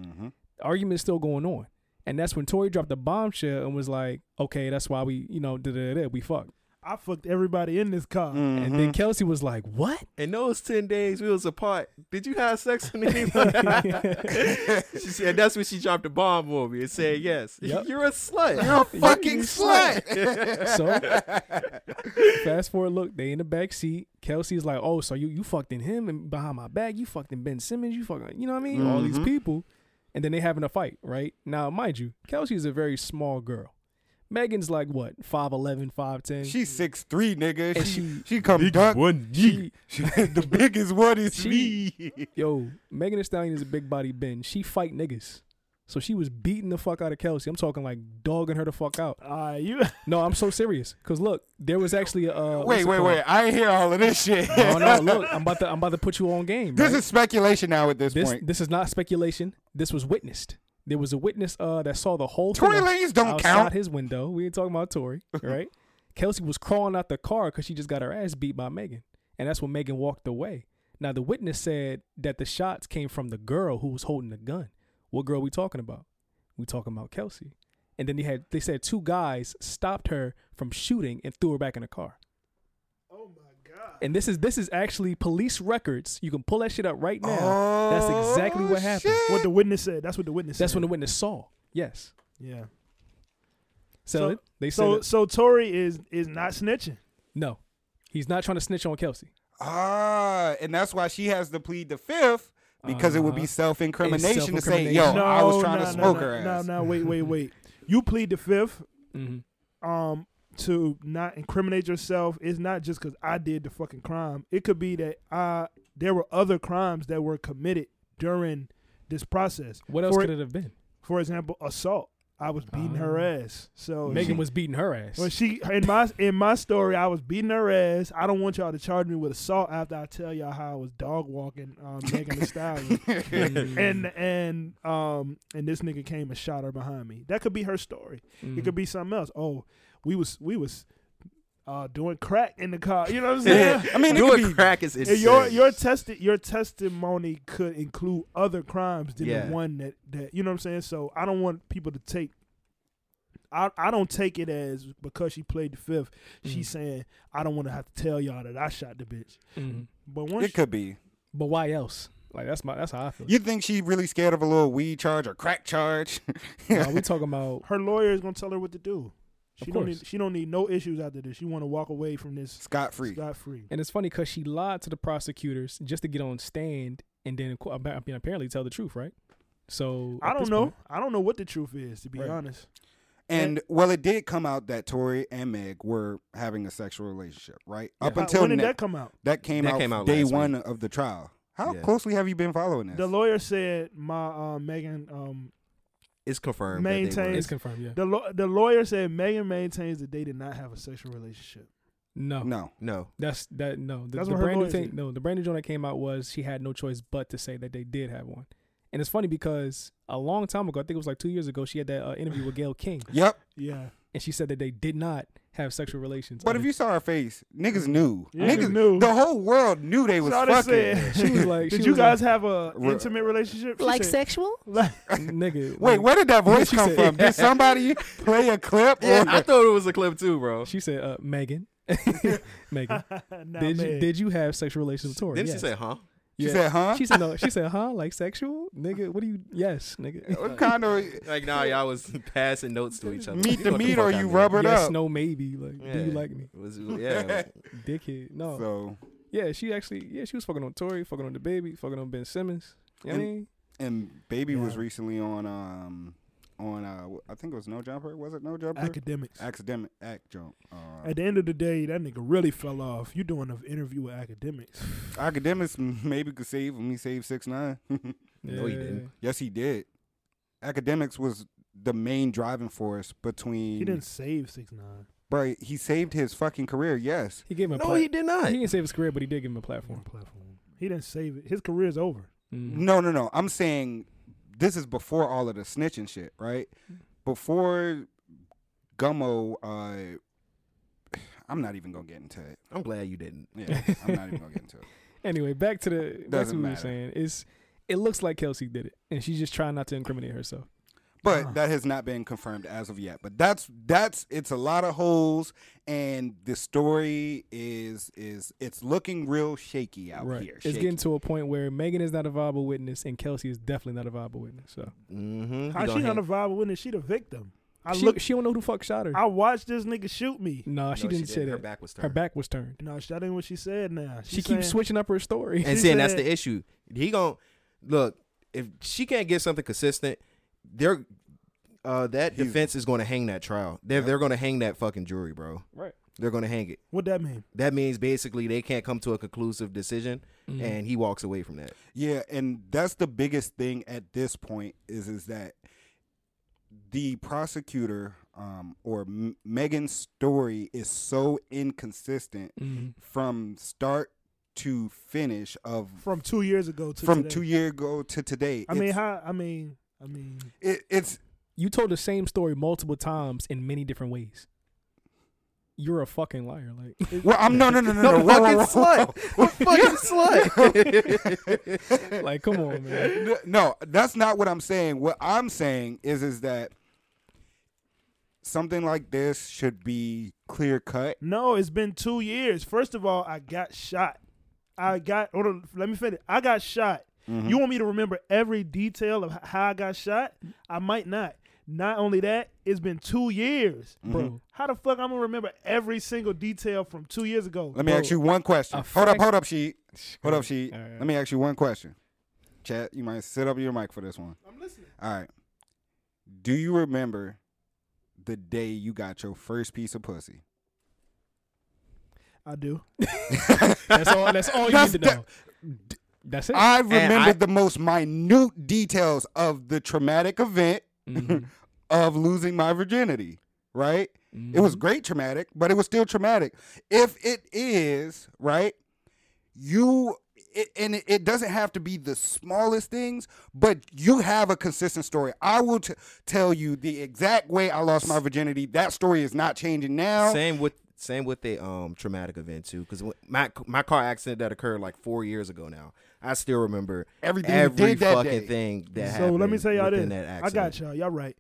Speaker 4: The Argument's still going on, and that's when Tori dropped the bombshell and was like, "Okay, that's why we, you know, da da da, we fucked."
Speaker 1: I fucked everybody in this car.
Speaker 4: And then Kelsey was like, "What?"
Speaker 3: In those ten days we was apart, did you have sex with anyone? she said that's when she dropped the bomb on me and said yes.
Speaker 4: Yep.
Speaker 3: You're a slut.
Speaker 2: You're a fucking
Speaker 4: so fast forward, look, they in the back seat. Kelsey's like, "Oh, so you you fucked in him and behind my back, you fucked in Ben Simmons, you fucking, you know what I mean? All these
Speaker 2: Mhm.
Speaker 4: people, and then they having a fight, right? Now, mind you, Kelsey's a very small girl. Megan's like what 5'11", 5'10".
Speaker 2: She's six three, nigga.
Speaker 4: And
Speaker 2: She
Speaker 4: she-
Speaker 2: she come dunk.
Speaker 3: One
Speaker 2: She, the biggest one is
Speaker 4: She-
Speaker 2: me.
Speaker 4: Yo, Megan Thee Stallion is a big body Ben. She fight niggas. So she was beating the fuck out of Kelsey. I'm talking like dogging her the fuck out.
Speaker 1: Uh, you
Speaker 4: No, I'm so serious. Cause look, there was actually a uh, what's
Speaker 2: Wait,
Speaker 4: it
Speaker 2: wait,
Speaker 4: called?
Speaker 2: wait! I ain't hear all of this shit.
Speaker 4: No, Oh, no, look, I'm about to I'm about to put you on game.
Speaker 2: this
Speaker 4: right?
Speaker 2: is speculation now. At this,
Speaker 4: this
Speaker 2: point,
Speaker 4: this is not speculation. This was witnessed. There was a witness uh, that saw the whole
Speaker 2: Tory
Speaker 4: thing out-
Speaker 2: Lanez don't
Speaker 4: outside
Speaker 2: count.
Speaker 4: his window. We ain't talking about Tory, right? Kelsey was crawling out the car because she just got her ass beat by Megan, and that's when Megan walked away. Now the witness said that the shots came from the girl who was holding the gun. What girl we talking about? We talking about Kelsey. And then they had they said two guys stopped her from shooting and threw her back in the car. And this is this is actually police records. You can pull that shit up right now. That's exactly what happened.
Speaker 1: What the witness said. That's what the witness
Speaker 4: That's
Speaker 1: said.
Speaker 4: when the witness saw. Yes.
Speaker 1: Yeah.
Speaker 4: So, it- they said
Speaker 1: so
Speaker 4: it-
Speaker 1: so Tory is is not snitching.
Speaker 4: no. He's not trying to snitch on Kelsey.
Speaker 2: Ah, and that's why she has to plead the fifth because it would be
Speaker 4: Uh-huh.
Speaker 2: self incrimination to say,
Speaker 4: self-incrimination.
Speaker 2: "Yo,
Speaker 1: no,
Speaker 2: I was trying
Speaker 1: no,
Speaker 2: to
Speaker 1: no,
Speaker 2: smoke
Speaker 1: no,
Speaker 2: her
Speaker 1: No,
Speaker 2: ass."
Speaker 1: no, wait, wait, wait. You plead the fifth,
Speaker 4: Mhm.
Speaker 1: um, to not incriminate yourself. It's not just because I did the fucking crime. It could be that I there were other crimes that were committed during this process.
Speaker 4: What else
Speaker 1: For-
Speaker 4: could it have been? Ah.
Speaker 1: For example, assault. I was beating her ass. So
Speaker 4: Megan
Speaker 1: she-
Speaker 4: was beating her ass.
Speaker 1: Well, she in my in my story, I was beating her ass. I don't want y'all to charge me with assault after I tell y'all how I was dog walking um, Megan Thee Stallion,
Speaker 2: Mm.
Speaker 1: and and um and this nigga came and shot her behind me. That could be her story. It
Speaker 2: Mm.
Speaker 1: could be something else. Oh, we was we was uh doing crack in the car. You know what I'm saying?
Speaker 2: I mean, it could
Speaker 3: doing
Speaker 2: be-
Speaker 3: crack is
Speaker 1: And your
Speaker 3: insane.
Speaker 1: your testi- your testimony could include other crimes than
Speaker 3: Yeah.
Speaker 1: the one that, that you know what I'm saying. So I don't want people to take. I I don't take it as because she played the fifth.
Speaker 4: Mm.
Speaker 1: She's saying I don't want to have to tell y'all that I shot the bitch.
Speaker 4: Mhm.
Speaker 1: But once
Speaker 2: It could be.
Speaker 4: But why else? Like that's my that's how I feel.
Speaker 2: You think she really scared of a little weed charge or crack charge?
Speaker 4: Nah, we talking about
Speaker 1: her lawyer is gonna tell her what to do.
Speaker 4: Of
Speaker 1: She don't
Speaker 4: course.
Speaker 1: need she don't need no issues after this. She want to walk away from this
Speaker 2: Scot free.
Speaker 1: Scot free.
Speaker 4: and it's funny because she lied to the prosecutors just to get on stand and then acqu- I mean, apparently tell the truth, right? So
Speaker 1: I
Speaker 4: at
Speaker 1: don't
Speaker 4: this
Speaker 1: know.
Speaker 4: point-
Speaker 1: I don't know what the truth is to be
Speaker 4: Right.
Speaker 1: honest.
Speaker 2: And well, it did come out that Tori and Meg were having a sexual relationship, right? Up
Speaker 1: How-
Speaker 2: until
Speaker 1: when did
Speaker 2: now-
Speaker 1: that come out?
Speaker 2: That came
Speaker 3: That
Speaker 2: out,
Speaker 3: came out
Speaker 2: day
Speaker 3: last
Speaker 2: one of the trial. How
Speaker 3: Yeah.
Speaker 2: closely have you been following this?
Speaker 1: The lawyer said my uh, Megan um
Speaker 3: it's confirmed. that they
Speaker 1: maintains
Speaker 3: were-
Speaker 1: The law the lawyer said Megan maintains that they did not have a sexual relationship.
Speaker 4: No,
Speaker 2: no,
Speaker 3: no.
Speaker 4: That's that. No, the,
Speaker 1: That's
Speaker 4: the
Speaker 1: what her
Speaker 4: brand new
Speaker 1: lawyer
Speaker 4: thing.
Speaker 1: said.
Speaker 4: No, the brand new joint that came out was she had no choice but to say that they did have one. And it's funny because a long time ago, I think it was like two years ago, she had that uh, interview with Gail King.
Speaker 2: Yep.
Speaker 1: Yeah.
Speaker 4: And she said that they did not have sexual relations.
Speaker 2: But
Speaker 4: And
Speaker 2: if you saw her face, niggas knew.
Speaker 4: Yeah,
Speaker 2: niggas
Speaker 4: niggas knew.
Speaker 2: The whole world knew they was
Speaker 1: all they
Speaker 2: fucking.
Speaker 1: said. She was like- Did she you was guys like- have a
Speaker 2: Re-
Speaker 1: intimate relationship? She
Speaker 12: Like
Speaker 1: said-
Speaker 12: sexual?
Speaker 4: nigga.
Speaker 2: Wait,
Speaker 4: like-
Speaker 2: where did that voice
Speaker 4: She
Speaker 2: come
Speaker 4: said-
Speaker 2: from? Did somebody play a clip?
Speaker 4: Yeah,
Speaker 2: or
Speaker 4: I
Speaker 3: thought it was a clip too, bro.
Speaker 4: She said, uh, Megan. Megan.
Speaker 1: Nah,
Speaker 4: did you
Speaker 1: Meg.
Speaker 4: did you have sexual relations with Tori?
Speaker 3: Didn't she
Speaker 4: Yes.
Speaker 3: say, huh?
Speaker 2: She
Speaker 4: Yeah.
Speaker 2: said, huh?
Speaker 4: She said no. She said huh? Like sexual? Nigga, what do you yes, nigga.
Speaker 2: What kind of
Speaker 3: like nah, y'all was passing notes to each other.
Speaker 4: Meet
Speaker 3: You
Speaker 4: the
Speaker 3: look
Speaker 4: meat
Speaker 3: fuck
Speaker 4: or
Speaker 3: out
Speaker 4: you
Speaker 3: me.
Speaker 4: rub it Yes, up. no, maybe. Like, do you like me?
Speaker 3: Was- yeah.
Speaker 4: Dickhead. No.
Speaker 2: So
Speaker 4: Yeah, she actually yeah, she was fucking on Tori, fucking on the baby, fucking on Ben Simmons. You know what I
Speaker 2: and,
Speaker 4: mean?
Speaker 2: and baby was recently on um on uh I think it was no jumper. Was it no jumper?
Speaker 1: Academics.
Speaker 2: Academic act jump. Uh,
Speaker 1: At the end of the day, that nigga really fell off. You doing an interview with academics.
Speaker 2: academics maybe could save him. He saved six nine.
Speaker 1: No, he didn't.
Speaker 2: Yes, he did. Academics was the main driving force between.
Speaker 1: He didn't save six nine.
Speaker 2: Bro, he saved his fucking career. Yes.
Speaker 4: He gave him. A plat- He didn't save his career, but he did give him a platform.
Speaker 1: He didn't save it. His career's over.
Speaker 4: Mm.
Speaker 2: No, no, no. I'm saying this is before all of the snitching shit, right? Before Gummo, uh, I'm not even gonna get into it.
Speaker 3: I'm glad you didn't.
Speaker 2: Yeah, I'm not even gonna get into it.
Speaker 4: Anyway, back to the back to what
Speaker 2: Doesn't
Speaker 4: we were
Speaker 2: matter.
Speaker 4: saying. It's it looks like Kelsey did it, and she's just trying not to incriminate herself.
Speaker 2: But that has not been confirmed as of yet. But that's that's it's a lot of holes, and the story is is it's looking real shaky out
Speaker 4: right.
Speaker 2: here.
Speaker 4: It's
Speaker 2: shaky.
Speaker 4: getting to a point where Megan is not a viable witness, and Kelsey is definitely not a viable witness. So
Speaker 3: mm-hmm.
Speaker 1: How she not a viable witness? She the victim. I
Speaker 4: She-
Speaker 1: look.
Speaker 4: She don't know who fuck shot her.
Speaker 1: I watched this nigga shoot me.
Speaker 4: No, she didn't say that. Her back was turned.
Speaker 1: No, that ain't what she said. Now
Speaker 4: She, keeps switching up her story.
Speaker 3: And seeing that's the issue. He gon' look if she can't get something consistent, they're uh, that defense is going to hang that trial. They're they're going to hang that fucking jury, bro.
Speaker 4: Right.
Speaker 3: They're going to hang it.
Speaker 1: What that mean?
Speaker 3: That means basically they can't come to a conclusive decision,
Speaker 1: Mm.
Speaker 2: Mhm.
Speaker 3: and he walks away from that.
Speaker 2: Yeah, and that's the biggest thing at this point is is that the prosecutor um, or M- Megan's story is so inconsistent
Speaker 1: Mm-hmm.
Speaker 4: Mhm.
Speaker 2: from start to finish of
Speaker 1: from two years ago to
Speaker 2: from
Speaker 1: today.
Speaker 2: two year ago to today.
Speaker 1: I mean,
Speaker 2: It's-
Speaker 1: how? I mean, I mean,
Speaker 2: it, it's
Speaker 4: you told the same story multiple times in many different ways. You're a fucking liar. Like,
Speaker 2: well, I'm no, no, no, no, no, whoa,
Speaker 4: fucking
Speaker 2: whoa, whoa,
Speaker 4: slut.
Speaker 2: whoa.
Speaker 4: fucking slut. like, come on, man.
Speaker 2: N- No, that's not what I'm saying. What I'm saying is is that something like this should be clear cut.
Speaker 1: No, it's been two years. First of all, I got shot. I got. Hold on, let me finish. I got shot.
Speaker 2: Mhm.
Speaker 1: You want me to remember every detail of h- how I got shot? I might not. Not only that, it's been two years,
Speaker 2: Bro.
Speaker 1: How the fuck I'm gonna remember every single detail from two years ago?
Speaker 2: Let me
Speaker 1: Bro.
Speaker 2: ask you one question.
Speaker 1: A
Speaker 2: Hold up,
Speaker 1: fact-
Speaker 2: hold up, sheet. Hold up, sheet.
Speaker 1: All right.
Speaker 2: Let me ask you one question. Chat, you might sit up your mic for this one.
Speaker 1: I'm listening.
Speaker 2: All right. Do you remember the day you got your first piece of pussy?
Speaker 1: I do.
Speaker 4: That's all. That's all you
Speaker 2: That's
Speaker 4: need to know. That's it.
Speaker 2: I remember the most minute details of the traumatic event
Speaker 4: Mm-hmm.
Speaker 2: of losing my virginity, right? It
Speaker 4: Mm-hmm.
Speaker 2: was great traumatic, but it was still traumatic. If it is, right? You it, and it, it doesn't have to be the smallest things, but you have a consistent story. I will t- tell you the exact way I lost my virginity. That story is not changing now.
Speaker 3: Same with same with the um traumatic event too, because my my car accident that occurred like four years ago now. I still remember
Speaker 2: Everything you
Speaker 3: every
Speaker 2: did that
Speaker 3: fucking
Speaker 2: day.
Speaker 3: thing
Speaker 1: so
Speaker 3: that happened.
Speaker 1: let me tell y'all
Speaker 3: within
Speaker 1: this.
Speaker 3: That
Speaker 1: I
Speaker 3: accident.
Speaker 1: got y'all. Y'all right.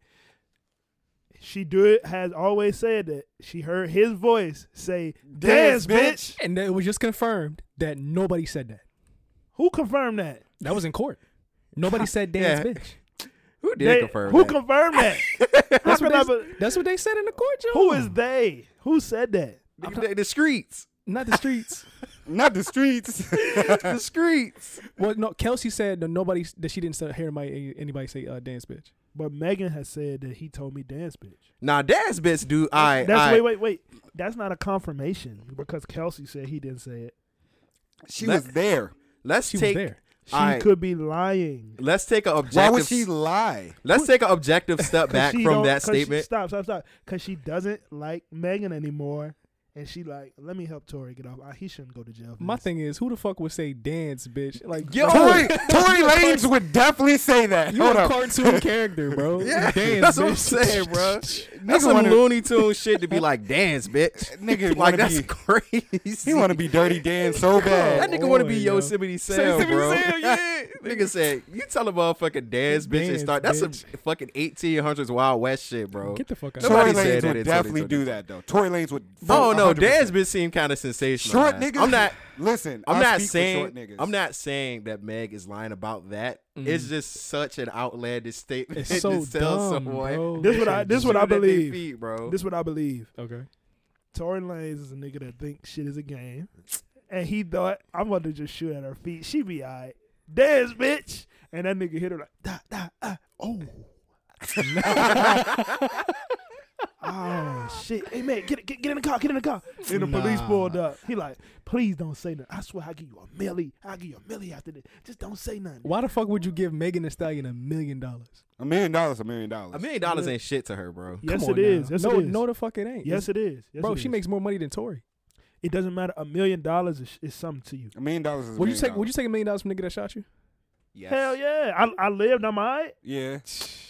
Speaker 1: She do it has always said that she heard his voice say, "Dance, bitch."
Speaker 4: And it was just confirmed that nobody said that.
Speaker 1: Who confirmed that?
Speaker 4: That was in court. Nobody said
Speaker 1: Yeah.
Speaker 4: dance, bitch.
Speaker 3: Who
Speaker 1: They- Who confirmed that?
Speaker 4: That's
Speaker 1: How
Speaker 4: what,
Speaker 1: can I
Speaker 4: they,
Speaker 1: be-
Speaker 4: that's what they said in the court, Joe.
Speaker 1: Who is they? Who said that?
Speaker 3: The, streets.
Speaker 4: Not the streets.
Speaker 2: Not the streets.
Speaker 4: the
Speaker 3: streets.
Speaker 4: Well, no. Kelsey said that nobody that she didn't hear my, anybody say uh, dance, bitch.
Speaker 1: But Megan has said that he told me dance, bitch.
Speaker 3: Nah, that's bitch, dude. All right,
Speaker 1: That's
Speaker 3: all right.
Speaker 1: wait, wait, wait. That's not a confirmation because Kelsey said he didn't say it.
Speaker 2: She
Speaker 3: Let-
Speaker 2: was there.
Speaker 3: Let's
Speaker 1: She was
Speaker 3: take
Speaker 1: there. She
Speaker 3: All right.
Speaker 1: could be lying.
Speaker 3: Let's take an objective.
Speaker 1: Why would she
Speaker 3: s-
Speaker 1: lie?
Speaker 3: Let's take an objective step
Speaker 1: 'Cause
Speaker 3: back
Speaker 1: she
Speaker 3: from
Speaker 1: don't-
Speaker 3: that
Speaker 1: 'cause she-
Speaker 3: statement.
Speaker 1: stop, stop, stop. Because she doesn't like Megan anymore, and she like, let me help Tori get off. I- He shouldn't go to jail.
Speaker 4: My thing is, who the fuck would say dance, bitch? Like
Speaker 1: Yo,
Speaker 2: Tory, Tory Lanez would definitely say that.
Speaker 4: You
Speaker 2: Hold
Speaker 4: a
Speaker 2: up.
Speaker 4: cartoon character, bro.
Speaker 2: Yeah,
Speaker 4: dance,
Speaker 3: that's what I'm
Speaker 4: bitch.
Speaker 3: saying, bro.
Speaker 2: Nigga
Speaker 3: That's some
Speaker 2: wanna-
Speaker 3: Looney Tunes shit to be like, dance, bitch.
Speaker 2: Nigga
Speaker 3: like
Speaker 2: wanna
Speaker 3: that's
Speaker 2: be-
Speaker 3: crazy.
Speaker 2: He want to be Dirty Dan so bad.
Speaker 3: That nigga want to be Yosemite Sam,
Speaker 2: Yosemite
Speaker 3: bro.
Speaker 2: Sam,
Speaker 3: yeah. nigga said, "You tell a motherfucking dance, bitch, and
Speaker 2: Dance,
Speaker 3: start." That's some fucking 1800s Wild West shit, bro.
Speaker 2: Get the
Speaker 3: fuck
Speaker 2: out.
Speaker 3: Nobody
Speaker 2: Tory
Speaker 3: said
Speaker 2: Lanez
Speaker 3: that
Speaker 2: would
Speaker 3: in
Speaker 2: definitely
Speaker 3: 2022.
Speaker 2: do that, though. Tory Lanez would.
Speaker 3: Oh no,
Speaker 2: 100%.
Speaker 3: dance bitch seemed kind of sensational.
Speaker 2: Short
Speaker 3: man.
Speaker 2: niggas-
Speaker 3: I'm not.
Speaker 2: listen,
Speaker 3: I'm
Speaker 2: I
Speaker 3: not
Speaker 2: speak for
Speaker 3: saying.
Speaker 2: short niggas.
Speaker 3: I'm not saying that Meg is lying about that.
Speaker 2: Mm.
Speaker 3: It's just such an outlandish statement.
Speaker 4: It's so
Speaker 3: to tell
Speaker 4: dumb,
Speaker 3: someone
Speaker 4: bro.
Speaker 1: This what I
Speaker 3: just
Speaker 1: this what I
Speaker 3: shoot at they
Speaker 1: believe.
Speaker 3: feet, bro.
Speaker 1: This what I believe.
Speaker 4: Okay.
Speaker 1: Tory Lanez is a nigga that thinks shit is a game, and he thought I'm about to just shoot at her feet. She be alright. Dance, bitch. And that nigga hit her like da da ah oh. oh shit! Hey man, get, get get in the car, get in the car. And the police
Speaker 4: Nah.
Speaker 1: pulled up. He like, please don't say nothing. I swear I'll give you a milli. I'll give you a milli after this. Just don't say nothing.
Speaker 4: Why the fuck would you give Megan Thee Stallion a million dollars?
Speaker 2: A million dollars, a million dollars.
Speaker 3: A million dollars ain't shit to her, bro.
Speaker 1: Yes,
Speaker 4: Come
Speaker 1: it
Speaker 4: on
Speaker 1: is.
Speaker 4: now.
Speaker 1: Yes,
Speaker 4: no,
Speaker 1: it is.
Speaker 4: no, the fuck it ain't.
Speaker 1: Yes, it is. Yes,
Speaker 4: bro,
Speaker 1: it
Speaker 4: she
Speaker 1: is.
Speaker 4: makes more money than Tory.
Speaker 1: It doesn't matter. A million dollars is, is something to you.
Speaker 2: A million dollars is.
Speaker 4: Would you take? Would you take a million dollars from the nigga that shot you?
Speaker 1: Hell yeah! I I lived. I'm alright.
Speaker 2: Yeah.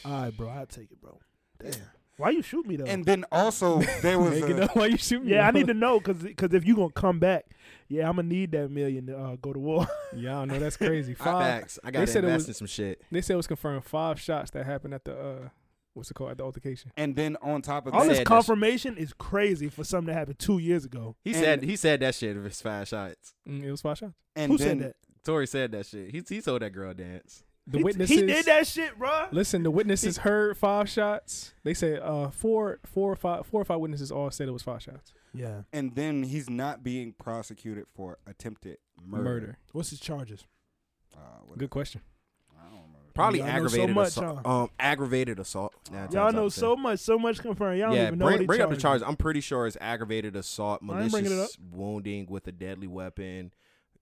Speaker 1: All right, bro. I will take it, bro. Damn. Why you shoot me though?
Speaker 2: And then also there was.
Speaker 4: Megan,
Speaker 2: a,
Speaker 4: why you shoot me?
Speaker 1: yeah, I
Speaker 4: bro?
Speaker 1: need to know because if you gonna come back, yeah, I'm gonna need that million to uh, go to war.
Speaker 4: Yeah, I know that's crazy.
Speaker 3: I
Speaker 4: Five.
Speaker 3: facts. I gotta
Speaker 4: it
Speaker 3: invest
Speaker 4: was-
Speaker 3: in some shit.
Speaker 4: They said it was confirmed five shots that happened at the uh, what's it called at the altercation.
Speaker 2: And then on top of
Speaker 1: All
Speaker 2: that,
Speaker 1: this confirmation is crazy for something that happened two years ago.
Speaker 3: He said he said that shit if it's five shots.
Speaker 4: Mm, it was five shots.
Speaker 2: and
Speaker 1: Who
Speaker 2: then
Speaker 1: said that?
Speaker 3: Tori said that shit. He he told that girl dance.
Speaker 4: The
Speaker 1: He-
Speaker 4: witnesses.
Speaker 1: He did that shit, bro.
Speaker 4: Listen, the witnesses heard five shots. They said uh, four, four or five, four or five witnesses all said it was five shots.
Speaker 1: Yeah.
Speaker 2: And then he's not being prosecuted for attempted murder.
Speaker 4: Murder.
Speaker 1: What's his charges?
Speaker 2: Uh, what-
Speaker 4: Good question.
Speaker 3: Probably
Speaker 1: Y'all know so
Speaker 3: aggravated
Speaker 1: much,
Speaker 3: assault.
Speaker 1: huh?
Speaker 3: Um, aggravated assault. Nine times out
Speaker 1: Y'all
Speaker 3: of
Speaker 1: know
Speaker 3: ten.
Speaker 1: so much, so much confirmed. Y'all don't
Speaker 3: yeah,
Speaker 1: even know
Speaker 3: bring,
Speaker 1: what he
Speaker 3: bring up the
Speaker 1: charged
Speaker 3: charges.
Speaker 1: him.
Speaker 3: I'm pretty sure it's aggravated assault,
Speaker 1: I ain't bringing it
Speaker 3: malicious wounding with a deadly weapon,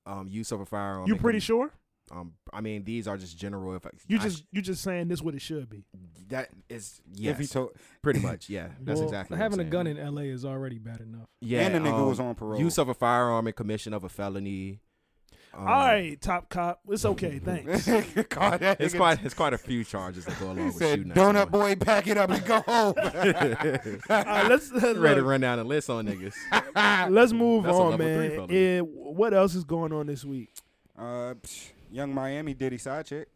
Speaker 3: um, use of a firearm.
Speaker 1: You
Speaker 3: and
Speaker 1: pretty
Speaker 3: com-
Speaker 1: sure?
Speaker 3: Um, I mean, these are just general. If I,
Speaker 1: You
Speaker 3: I
Speaker 1: just
Speaker 3: sh-
Speaker 1: you just saying this what it should be.
Speaker 3: that is yes,
Speaker 2: If he told,
Speaker 3: pretty much yeah. That's
Speaker 4: Well,
Speaker 3: exactly what I'm
Speaker 4: Having a
Speaker 3: saying.
Speaker 4: gun in L.A. is already bad enough.
Speaker 3: Yeah,
Speaker 2: And the nigga
Speaker 3: um,
Speaker 2: was on parole.
Speaker 3: Use of a firearm and commission of a felony. Um,
Speaker 1: All right, top cop. It's okay. Thanks.
Speaker 2: Call that
Speaker 3: It's
Speaker 2: nigga-
Speaker 3: quite it's quite a few charges that go along
Speaker 2: He
Speaker 3: with
Speaker 2: said,
Speaker 3: shooting. at
Speaker 2: "Donut boy, pack it up and go home."
Speaker 3: someone.
Speaker 1: right, let's- let's
Speaker 3: ready to
Speaker 1: look.
Speaker 3: run down the list on niggas.
Speaker 1: Let's move
Speaker 3: That's a
Speaker 1: on,
Speaker 3: level three
Speaker 1: man.
Speaker 3: felony.
Speaker 1: Yeah, what else is going on this week?
Speaker 2: uh, psh, young Miami Diddy side chick.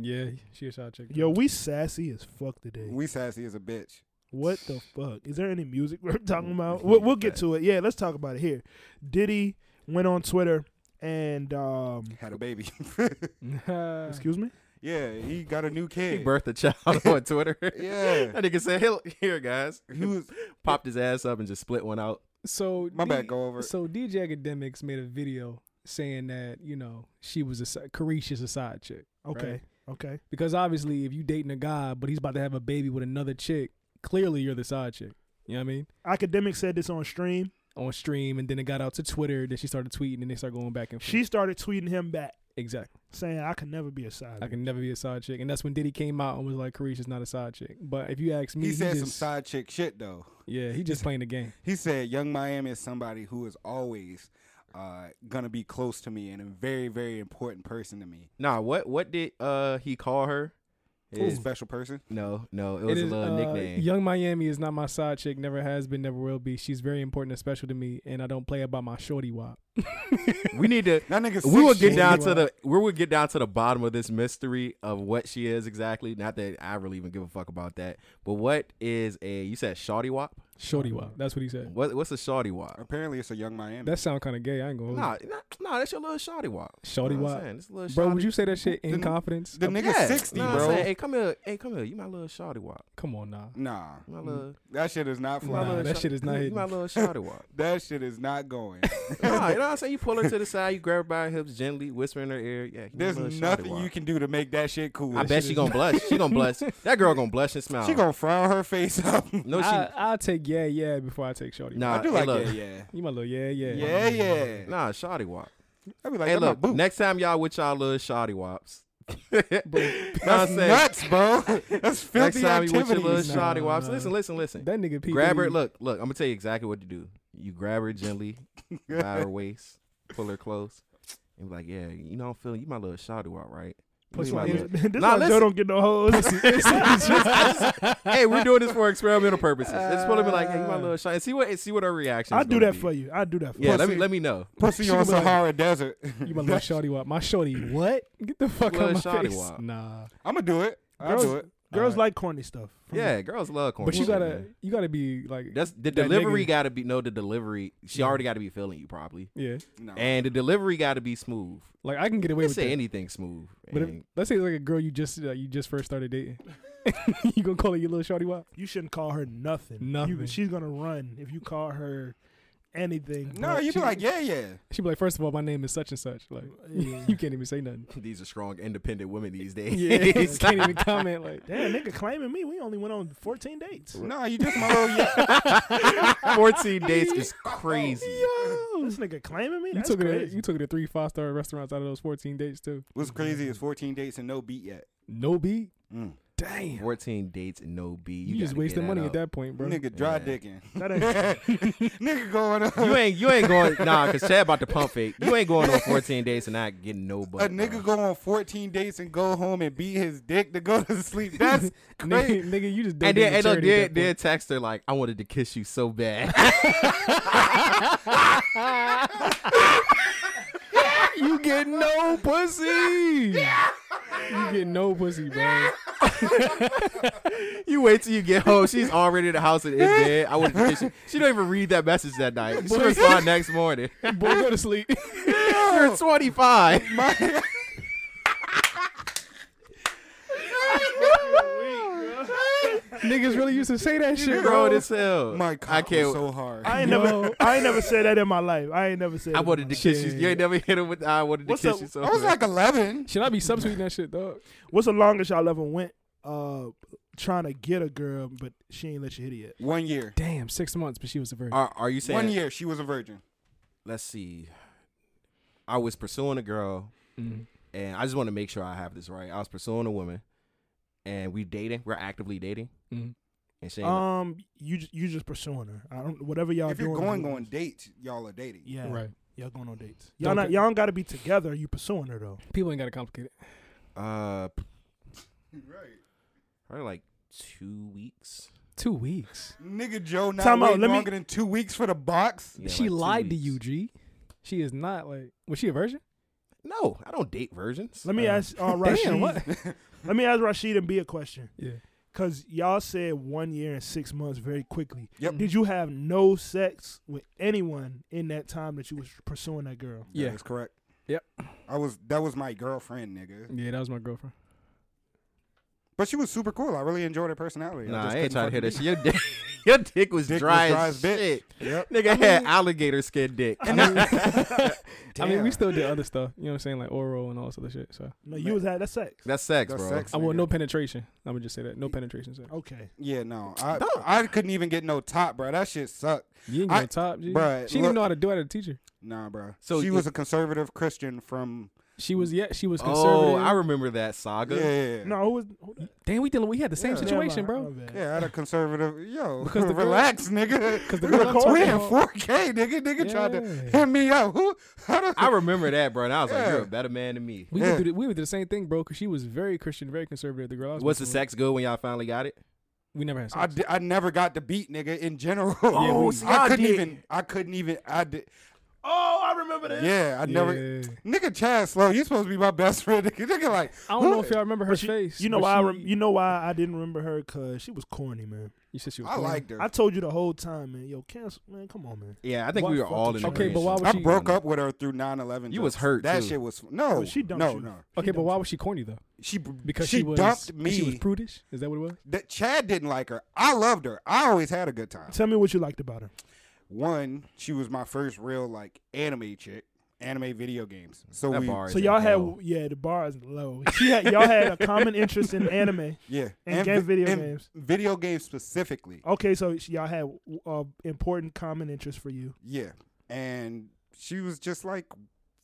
Speaker 4: Yeah, she a shot chick.
Speaker 1: Yo, we sassy as fuck today.
Speaker 2: We sassy as a bitch.
Speaker 1: What the fuck? Is there any music we're talking about? We'll, we'll get to it. Yeah, let's talk about it here. Diddy went on Twitter and um,
Speaker 2: Had a baby.
Speaker 1: excuse me.
Speaker 2: yeah, he got a new
Speaker 3: He
Speaker 2: kid.
Speaker 3: birthed a child on Twitter.
Speaker 2: Yeah.
Speaker 3: that nigga said, "Here, here guys."
Speaker 2: He was-
Speaker 3: popped his ass up and just split one out.
Speaker 4: So
Speaker 2: My bad, go over it.
Speaker 4: So DJ Academics made a video saying that you know she was a si- Carisha's a side chick.
Speaker 1: Okay,
Speaker 4: right?
Speaker 1: okay.
Speaker 4: Because obviously, if you dating a guy but he's about to have a baby with another chick, clearly you're the side chick. You know what I mean?
Speaker 1: Academic said this on stream.
Speaker 4: On stream, and then it got out to Twitter. Then she started tweeting, and they started going back and forth.
Speaker 1: She started tweeting him back,
Speaker 4: exactly.
Speaker 1: saying, "I can never be a side."
Speaker 4: I
Speaker 1: bitch."
Speaker 4: can never be a side chick, and that's when Diddy came out and was like, "Carisha's not a side chick." But if you ask me,
Speaker 2: He said some
Speaker 4: just,
Speaker 2: side chick shit though.
Speaker 4: Yeah, he just playing the game.
Speaker 2: He said Young Miami is somebody who is always uh, gonna be close to me and a very, very important person to me.
Speaker 3: Nah, what what did uh he call her? His-
Speaker 2: Special person.
Speaker 3: no, no, it was a
Speaker 4: is,
Speaker 3: little
Speaker 4: uh,
Speaker 3: nickname.
Speaker 4: Young Miami is not my side chick. Never has been. Never will be. She's very important and special to me, and I don't play about my shorty wop.
Speaker 3: We need to.
Speaker 2: That nigga
Speaker 3: we will
Speaker 2: six
Speaker 3: get down
Speaker 2: shit.
Speaker 3: to the. We will get down to the bottom of this mystery of what she is exactly. Not that I really even give a fuck about that. But what is a? You said shawty wop.
Speaker 4: Shorty wop. That's what he said.
Speaker 3: What, what's a shawty wop?
Speaker 2: Apparently, it's a Young Miami.
Speaker 4: That sound kind of gay. I ain't gonna.
Speaker 3: Nah,
Speaker 4: Nah,
Speaker 3: nah, nah, that's your little shawty wop.
Speaker 4: shorty
Speaker 3: You know what I'm
Speaker 4: wop.
Speaker 3: saying? It's a little
Speaker 4: Bro, would
Speaker 3: shawty-
Speaker 4: you say that shit in
Speaker 2: The-
Speaker 4: confidence?
Speaker 2: the nigga
Speaker 3: Yeah,
Speaker 2: sixty,
Speaker 3: nah, I'm
Speaker 2: bro.
Speaker 3: saying, hey, come here. Hey, come here. You my little shawty wop.
Speaker 4: Come on, nah.
Speaker 2: Nah,
Speaker 3: My little-
Speaker 2: that shit is not
Speaker 4: Nah,
Speaker 2: flying.
Speaker 4: that shit is not
Speaker 3: you
Speaker 4: hitting.
Speaker 3: my little shawty wop.
Speaker 2: That shit is not going.
Speaker 3: nah, you know what I'm saying? You pull her to the side, you grab her by her hips gently, whisper in her ear. Yeah, you my
Speaker 2: There's
Speaker 3: little shawty
Speaker 2: nothing
Speaker 3: wop.
Speaker 2: you can do to make that shit cool.
Speaker 3: I bet she gonna blush. She gonna blush. That girl gonna blush and smile.
Speaker 2: She gonna frown her face up.
Speaker 3: no, she
Speaker 4: I, I'll take yeah, yeah before I take shorty.
Speaker 3: nah.
Speaker 2: I do
Speaker 3: hey,
Speaker 2: like
Speaker 3: look.
Speaker 2: yeah, yeah,
Speaker 4: You my little yeah, yeah.
Speaker 2: yeah, yeah.
Speaker 3: Nah, shawty wop.
Speaker 2: I be like,
Speaker 3: hey,
Speaker 2: "That my
Speaker 3: look,
Speaker 2: boo."
Speaker 3: next time y'all with y'all little shoddy wops. That's
Speaker 2: nuts, bro. That's
Speaker 3: Next
Speaker 2: filthy
Speaker 3: time you with your
Speaker 2: activities.
Speaker 3: little shoddy
Speaker 2: Nah,
Speaker 3: wops.
Speaker 2: nah.
Speaker 3: Listen, listen, listen.
Speaker 4: That nigga P.
Speaker 3: Grab her.
Speaker 4: Diddy.
Speaker 3: Look, look. I'm gonna tell you exactly what to do. You grab her gently by her waist, pull her close, and be like, "Yeah, you know, I'm feeling you, my little shoddy wop, right?" You
Speaker 1: Pussy
Speaker 3: my
Speaker 1: is-
Speaker 3: little-
Speaker 1: this
Speaker 3: Nah,
Speaker 1: why Joe
Speaker 3: listen.
Speaker 1: don't get no hoes.
Speaker 3: I just- hey, we're doing this for experimental purposes. It's supposed to be like, hey, you my little shy. And see what and see what her reaction.
Speaker 1: I'll do that for you. I'll do that for
Speaker 3: Yeah,
Speaker 1: you.
Speaker 3: let me let me know.
Speaker 2: Pussy on Sahara Desert.
Speaker 4: You my little shorty wop. My shorty what? Get the fuck out
Speaker 3: Little
Speaker 4: of my
Speaker 3: shorty
Speaker 4: face.
Speaker 3: wop.
Speaker 4: Nah.
Speaker 2: I'm gonna do it. I'll
Speaker 1: Girls-
Speaker 2: do it.
Speaker 1: Girls like corny stuff. from
Speaker 3: Yeah,
Speaker 1: me.
Speaker 3: girls love corny.
Speaker 4: But you
Speaker 3: shit,
Speaker 4: gotta
Speaker 3: man.
Speaker 4: you gotta be like
Speaker 3: That's the
Speaker 4: that
Speaker 3: delivery
Speaker 4: nigga.
Speaker 3: gotta be no the delivery. She already gotta be feeling you probably.
Speaker 4: Yeah.
Speaker 2: No.
Speaker 3: And the delivery gotta be smooth.
Speaker 4: Like I can get
Speaker 3: You
Speaker 4: away
Speaker 3: can
Speaker 4: with
Speaker 3: say
Speaker 4: that.
Speaker 3: anything smooth.
Speaker 4: But if,
Speaker 3: and-
Speaker 4: let's say it's like a girl you just uh, you just first started dating. you gonna call her your little shorty wop?
Speaker 1: You shouldn't call her nothing. You-
Speaker 4: Nothing.
Speaker 1: she's gonna run if you call her anything.
Speaker 2: No,
Speaker 1: but
Speaker 2: you be
Speaker 1: she-
Speaker 2: like, yeah, yeah.
Speaker 4: She'd be like, first of all, my name is such and such. Like
Speaker 1: Yeah.
Speaker 4: you can't even say nothing.
Speaker 3: these are strong, independent women these days.
Speaker 4: Yeah, can't even comment. Like
Speaker 1: Damn, nigga claiming me. We only went on 14 dates.
Speaker 2: No, you just my little yeah.
Speaker 3: 14 dates is crazy.
Speaker 1: This nigga claiming me?
Speaker 4: you
Speaker 1: That's
Speaker 4: took her, to,
Speaker 1: crazy.
Speaker 4: you took her to three five star restaurants out of those fourteen dates too.
Speaker 2: What's crazy is 14 dates and no beat yet.
Speaker 4: No beat.
Speaker 2: Mm.
Speaker 4: Damn.
Speaker 3: 14 dates and no B.
Speaker 4: You,
Speaker 3: You,
Speaker 4: just
Speaker 3: gotta
Speaker 4: wasted
Speaker 3: get
Speaker 4: money
Speaker 3: out.
Speaker 4: at that point, bro.
Speaker 2: Nigga dry
Speaker 3: Yeah.
Speaker 2: dicking.
Speaker 1: That ain't-
Speaker 2: Nigga going on.
Speaker 3: You ain't you ain't going nah, cause Chad about to pump fake. You ain't going on 14 days and not getting no butt.
Speaker 2: a
Speaker 4: uh,
Speaker 2: nigga go on 14 dates and go home and beat his dick to go to sleep. That's
Speaker 4: nigga,
Speaker 2: crazy.
Speaker 4: nigga, you just
Speaker 3: And
Speaker 4: donated
Speaker 3: then, and
Speaker 4: to
Speaker 3: look,
Speaker 4: charity at
Speaker 3: then,
Speaker 4: that
Speaker 3: then
Speaker 4: point.
Speaker 3: text her like, "I wanted to kiss you so bad."
Speaker 4: you get no pussy. you get no pussy, bro.
Speaker 3: you wait till you get home. She's already in the house and in bed. I wanted to kiss you. She don't even read that message that night. She
Speaker 4: Boy.
Speaker 3: respond next morning.
Speaker 4: Boy, go to sleep.
Speaker 3: You're 25.
Speaker 4: Niggas really used to say that shit, bro.
Speaker 3: grown as hell.
Speaker 2: My cock
Speaker 3: I can't.
Speaker 2: was so hard.
Speaker 1: I ain't
Speaker 4: Yo.
Speaker 1: never, I ain't never said that in my life. I ain't never said.
Speaker 3: I
Speaker 1: that in
Speaker 3: wanted
Speaker 1: my
Speaker 3: to
Speaker 1: life.
Speaker 3: kiss you. You ain't never hit him with. I wanted to
Speaker 1: What's
Speaker 3: kiss
Speaker 1: up?
Speaker 3: you so
Speaker 2: I was
Speaker 3: bad.
Speaker 2: like 11.
Speaker 4: Should I be subtweeting that shit, dog?
Speaker 1: What's the longest y'all ever went uh trying to get a girl, but she ain't let you hit it yet?
Speaker 2: One year.
Speaker 4: Damn, six months, but she was a virgin.
Speaker 3: Are, are you saying?
Speaker 2: One year she was a virgin.
Speaker 3: Let's see. I was pursuing a girl,
Speaker 2: Mm-hmm.
Speaker 4: Mhm.
Speaker 3: and I just want to make sure I have this right. I was pursuing a woman, and we dating. We're actively dating,
Speaker 2: Mm-hmm.
Speaker 4: Mhm.
Speaker 3: and she ain't
Speaker 1: Um, you ju- you just pursuing her. I don't whatever y'all
Speaker 2: if you're
Speaker 1: doing.
Speaker 2: going
Speaker 1: I'm-
Speaker 2: on dates, y'all are dating.
Speaker 1: yeah,
Speaker 4: Right.
Speaker 1: Y'all going on dates. Y'all
Speaker 4: Don't
Speaker 1: not
Speaker 4: get-
Speaker 1: y'all don't got to be together. You pursuing her though.
Speaker 4: People ain't gotta complicate it.
Speaker 3: Uh, p-
Speaker 2: Right.
Speaker 3: probably like two weeks.
Speaker 4: Two weeks.
Speaker 2: Nigga Joe not
Speaker 1: Time out,
Speaker 2: waiting
Speaker 1: let me-
Speaker 2: longer than two weeks for the box.
Speaker 3: Yeah,
Speaker 4: she
Speaker 3: like two
Speaker 4: lied to
Speaker 3: weeks.
Speaker 4: you, G. She is not like. Was she a virgin?
Speaker 3: No, I don't date virgins.
Speaker 1: Let me
Speaker 4: Uh,
Speaker 1: ask uh, Rashid.
Speaker 4: Damn, what?
Speaker 1: Let me ask Rashid and B a question.
Speaker 4: Yeah.
Speaker 1: Cause y'all said one year and six months very quickly.
Speaker 2: Yep.
Speaker 1: Did you have no sex with anyone in that time that you was pursuing that girl?
Speaker 4: Yeah.
Speaker 2: That's correct.
Speaker 4: Yep.
Speaker 2: I was that was my girlfriend, nigga.
Speaker 4: Yeah, that was my girlfriend.
Speaker 2: But she was super cool. I really enjoyed her personality.
Speaker 3: Nah,
Speaker 2: just
Speaker 3: I ain't
Speaker 2: couldn't
Speaker 3: trying to hear that
Speaker 2: fucking
Speaker 3: shit. Your dick, your dick was
Speaker 2: Dick was
Speaker 3: dry,
Speaker 2: dry
Speaker 3: as
Speaker 2: as bitch.
Speaker 3: shit.
Speaker 2: beat. Yep.
Speaker 3: Nigga had alligator skin dick.
Speaker 4: I mean, I mean, we
Speaker 2: Damn.
Speaker 4: still did other stuff. You know what I'm saying, like oral and all this other shit. So
Speaker 1: No, you was had that sex.
Speaker 3: That's sex,
Speaker 2: That's
Speaker 3: bro.
Speaker 2: sex.
Speaker 4: I want
Speaker 2: nigga.
Speaker 4: no penetration. I'm gonna just say that no penetration. Sex.
Speaker 1: Okay.
Speaker 2: Yeah, no. I
Speaker 3: Dog.
Speaker 2: I couldn't even get no top, bro. That shit sucked.
Speaker 4: You ain't
Speaker 2: I-
Speaker 4: get on top, G.
Speaker 2: bruh,
Speaker 4: she didn't
Speaker 2: look-
Speaker 4: even know how to do it as a teacher.
Speaker 2: Nah, bro.
Speaker 3: So
Speaker 2: So she
Speaker 3: you-
Speaker 2: was a conservative Christian from
Speaker 4: She was yeah, she was
Speaker 3: Oh,
Speaker 4: conservative.
Speaker 3: I remember that saga.
Speaker 2: yeah, yeah, yeah.
Speaker 1: No, who was who the-
Speaker 4: Damn, we dealing. We had the same
Speaker 2: Yeah.
Speaker 4: situation,
Speaker 1: Never
Speaker 4: bro.
Speaker 1: mind. My bad.
Speaker 2: Yeah, I had a conservative. Yo,
Speaker 4: Because the girl-
Speaker 2: relax, nigga. Because
Speaker 4: the
Speaker 2: the
Speaker 4: girl I'm
Speaker 2: girl we in
Speaker 4: talking
Speaker 2: 4K, nigga. Nigga tried
Speaker 4: Yeah.
Speaker 2: to hit me up. Who? How the,
Speaker 3: I remember that, bro. And I was like,
Speaker 2: Yeah.
Speaker 3: you're a better man than me.
Speaker 4: We
Speaker 2: Yeah.
Speaker 4: went through the, we went through the same thing, bro. Because she was very Christian, very conservative. The girl. I was
Speaker 3: Was the
Speaker 4: messing with.
Speaker 3: sex good when y'all finally got it?
Speaker 4: We never had sex.
Speaker 2: I, di- I never got the beat, nigga. In general,
Speaker 3: Oh, see, I
Speaker 2: I couldn't
Speaker 3: did.
Speaker 2: even. I couldn't even. I did.
Speaker 1: Oh, I remember that.
Speaker 2: Yeah, I never.
Speaker 4: Yeah.
Speaker 2: Nigga, Chad Slow, you supposed to be my best friend. Nigga, nigga like,
Speaker 4: I don't know
Speaker 2: what?
Speaker 4: if y'all remember her
Speaker 1: But she-
Speaker 4: face.
Speaker 1: You know
Speaker 4: but
Speaker 1: why? I
Speaker 4: she-
Speaker 1: rem- you know why I didn't remember her? Cause she was corny, man.
Speaker 4: you said she was.
Speaker 2: I
Speaker 4: corny.
Speaker 2: liked her.
Speaker 1: I told you the whole time, man. Yo, cancel, man. Come on, man.
Speaker 3: Yeah, I think
Speaker 1: Why
Speaker 3: we were all in
Speaker 1: fucking
Speaker 4: Okay, but
Speaker 3: agreement.
Speaker 4: why would
Speaker 2: I
Speaker 4: she-
Speaker 2: broke up with her through 9/11.
Speaker 3: You was
Speaker 2: jokes.
Speaker 3: hurt,
Speaker 2: That
Speaker 3: too.
Speaker 2: shit was no,
Speaker 1: Oh, she dumped
Speaker 2: no,
Speaker 1: you.
Speaker 2: no.
Speaker 4: Okay, but why was she corny though?
Speaker 2: She
Speaker 4: Because
Speaker 2: she,
Speaker 4: she was
Speaker 2: dumped me.
Speaker 4: because She was prudish. Is that what it was?
Speaker 2: that Chad didn't like her. I loved her. I always had a good time.
Speaker 1: Tell me what you liked about her.
Speaker 2: One, she was my first real like anime chick, anime video games. So
Speaker 3: That
Speaker 2: we,
Speaker 3: bar is
Speaker 1: So
Speaker 3: in
Speaker 1: y'all had,
Speaker 3: hell.
Speaker 1: yeah, the bar is low. She had, y'all had a common interest in anime.
Speaker 2: yeah,
Speaker 1: And game video
Speaker 2: and
Speaker 1: games.
Speaker 2: video games specifically.
Speaker 1: Okay, so she- y'all had uh, important common interest for you.
Speaker 2: Yeah, and she was just like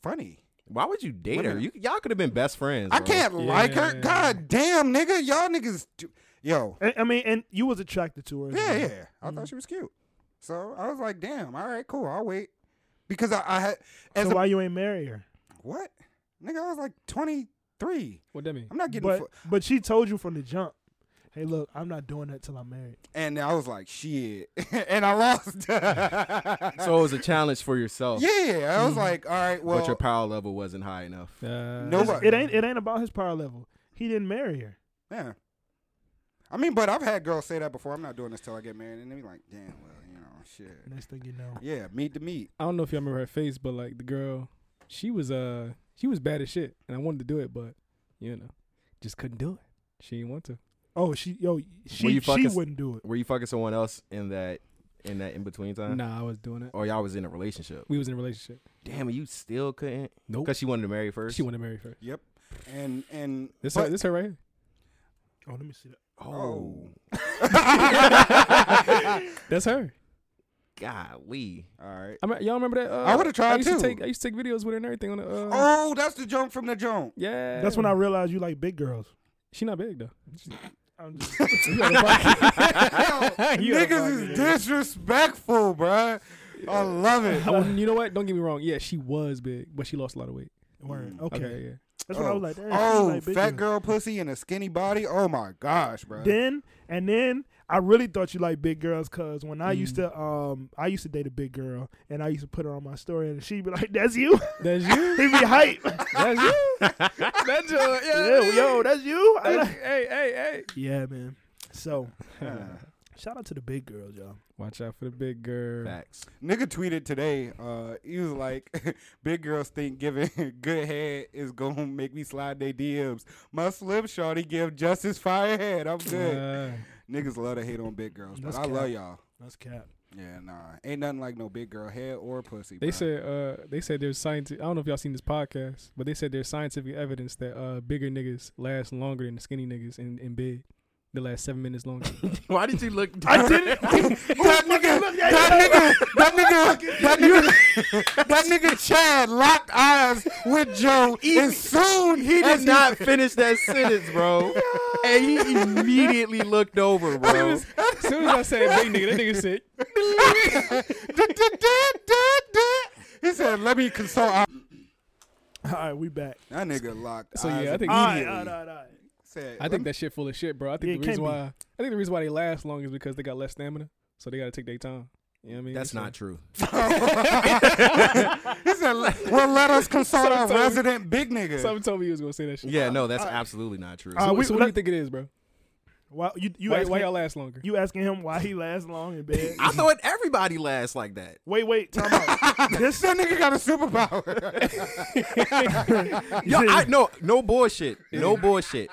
Speaker 2: funny.
Speaker 3: Why would you date
Speaker 2: Women-
Speaker 3: her? You, y'all could have been best friends.
Speaker 2: I
Speaker 3: bro.
Speaker 2: can't like her. God damn, nigga, y'all niggas. Do, yo,
Speaker 1: I, I mean, and you was attracted to her. as
Speaker 2: Yeah,
Speaker 1: well. Mm-hmm.
Speaker 2: yeah. I thought she was cute. So I was like, damn, all right, cool, I'll wait. Because I, I had as
Speaker 1: So
Speaker 2: a-
Speaker 1: why you ain't marry her?
Speaker 2: what? Nigga, I was like twenty three.
Speaker 4: What that mean?
Speaker 2: I'm not getting
Speaker 1: But
Speaker 2: fu-
Speaker 1: but she told you from the jump. Hey, look, I'm not doing that till I'm married.
Speaker 2: and I was like, shit. and I lost.
Speaker 3: So it was a challenge for yourself.
Speaker 2: Yeah, I
Speaker 4: Mm-hmm.
Speaker 2: was
Speaker 3: Mhm.
Speaker 2: like, all right, well-
Speaker 3: but your power level wasn't high enough.
Speaker 4: Uh,
Speaker 1: It's- It ain't it ain't about his power level. He didn't marry her.
Speaker 2: Yeah. I mean, but I've had girls say that before. I'm not doing this till I get married, and they be like, damn, well, you know, shit.
Speaker 1: Next thing you know,
Speaker 2: yeah, meet the meat.
Speaker 4: I don't know if y'all remember her face, but like the girl, she was uh she was bad as shit, and I wanted to do it, but you know, just couldn't do it. She didn't want to.
Speaker 1: Oh, she yo
Speaker 3: Were
Speaker 1: she she
Speaker 3: fucking-
Speaker 1: wouldn't do it.
Speaker 3: Were you fucking someone else in that in that in between time?
Speaker 4: Nah, I was doing it.
Speaker 3: Or y'all was in a relationship.
Speaker 4: We was in a relationship.
Speaker 3: Damn, you still couldn't.
Speaker 4: Nope.
Speaker 3: Because she wanted to marry first.
Speaker 4: She wanted to marry first.
Speaker 2: Yep. And and
Speaker 4: This
Speaker 2: but-
Speaker 4: her, this her right here.
Speaker 1: Oh, let me see that.
Speaker 2: Oh.
Speaker 4: That's her.
Speaker 3: Golly.
Speaker 2: All right.
Speaker 4: I mean, y'all remember that? Uh,
Speaker 2: I would've tried
Speaker 4: I used
Speaker 2: too.
Speaker 4: To take, I used to take videos with her and everything on the. Uh,
Speaker 2: oh, that's the jump from the jump.
Speaker 4: yeah.
Speaker 1: That's when I realized you like big girls.
Speaker 4: She not big though.
Speaker 1: I'm just
Speaker 4: You out of
Speaker 2: Niggas
Speaker 4: pocket,
Speaker 2: is
Speaker 4: nigga.
Speaker 2: disrespectful, bruh. I love it.
Speaker 4: I wouldn't- you know what? Don't get me wrong. Yeah, she was big, but she lost a lot of weight.
Speaker 1: Word.
Speaker 4: Okay.
Speaker 1: Okay.
Speaker 4: yeah.
Speaker 1: That's what I was like. Damn, she
Speaker 2: Mm. oh,
Speaker 1: like big
Speaker 2: fat
Speaker 1: girls.
Speaker 2: girl pussy and a skinny body. Oh my gosh, bro.
Speaker 1: Then and then I really thought you liked big girls because when
Speaker 4: Mm.
Speaker 1: I used to um I used to date a big girl and I used to put her on my story and she'd be like, "That's you."
Speaker 4: That's you.
Speaker 1: He'd be hype.
Speaker 4: That's you. That's your.
Speaker 1: yeah, yo, that's you. I like-
Speaker 4: hey, hey, hey.
Speaker 1: yeah, man. So shout out to the big girls, y'all.
Speaker 4: Watch out for the big girl.
Speaker 3: Facts.
Speaker 2: Nigga tweeted today. Uh, he was like, "Big girls think giving good head is gonna make me slide they DMs. My slim shorty give justice fire head. I'm good."
Speaker 4: Uh.
Speaker 2: Niggas love to hate on big girls, but
Speaker 1: That's
Speaker 2: I
Speaker 1: cap.
Speaker 2: love y'all.
Speaker 1: That's cap.
Speaker 2: Yeah, nah, ain't nothing like no big girl head or pussy.
Speaker 4: They
Speaker 2: bruh.
Speaker 4: said uh they said there's scientific I don't know if y'all seen this podcast, but they said there's scientific evidence that uh bigger niggas last longer than the skinny niggas in, in bed. They last seven minutes longer.
Speaker 3: Why did you look?
Speaker 1: I didn't.
Speaker 2: That nigga, that nigga, that nigga, that nigga, that nigga Chad locked eyes with Joe, and soon
Speaker 3: He
Speaker 2: as
Speaker 3: did not finish that sentence, bro. and he immediately looked over, bro.
Speaker 4: as soon as I said big nigga, that nigga said
Speaker 2: He said, "Let me consult." Our,
Speaker 1: All right, we back.
Speaker 2: that nigga locked.
Speaker 4: So, yeah,
Speaker 2: eyes
Speaker 4: I think-
Speaker 1: All right,
Speaker 2: immediately.
Speaker 1: all right, all right.
Speaker 2: Said,
Speaker 4: I think that shit full of shit, bro. I think
Speaker 1: Yeah, it
Speaker 4: the reason
Speaker 1: can't be.
Speaker 4: why I think the reason why they last long is because they got less stamina. So they gotta take their time. You know what I mean?
Speaker 3: That's
Speaker 4: So-
Speaker 3: not true.
Speaker 2: he said, "Le- "Well, let us consult our
Speaker 4: Sometimes-
Speaker 2: resident big nigga." Uh,
Speaker 4: Someone told me you was gonna say that shit.
Speaker 3: Yeah, no, that's absolutely not true.
Speaker 1: Uh,
Speaker 4: So,
Speaker 1: we-
Speaker 4: so what do you think it is, bro?
Speaker 1: Why you you
Speaker 4: why,
Speaker 1: asking,
Speaker 4: why y'all last longer?
Speaker 1: you asking him why he lasts long in bed?
Speaker 3: I thought everybody lasts like that.
Speaker 1: wait, wait, time out. this
Speaker 2: that nigga got a superpower.
Speaker 3: Yo, I no no bullshit. No bullshit.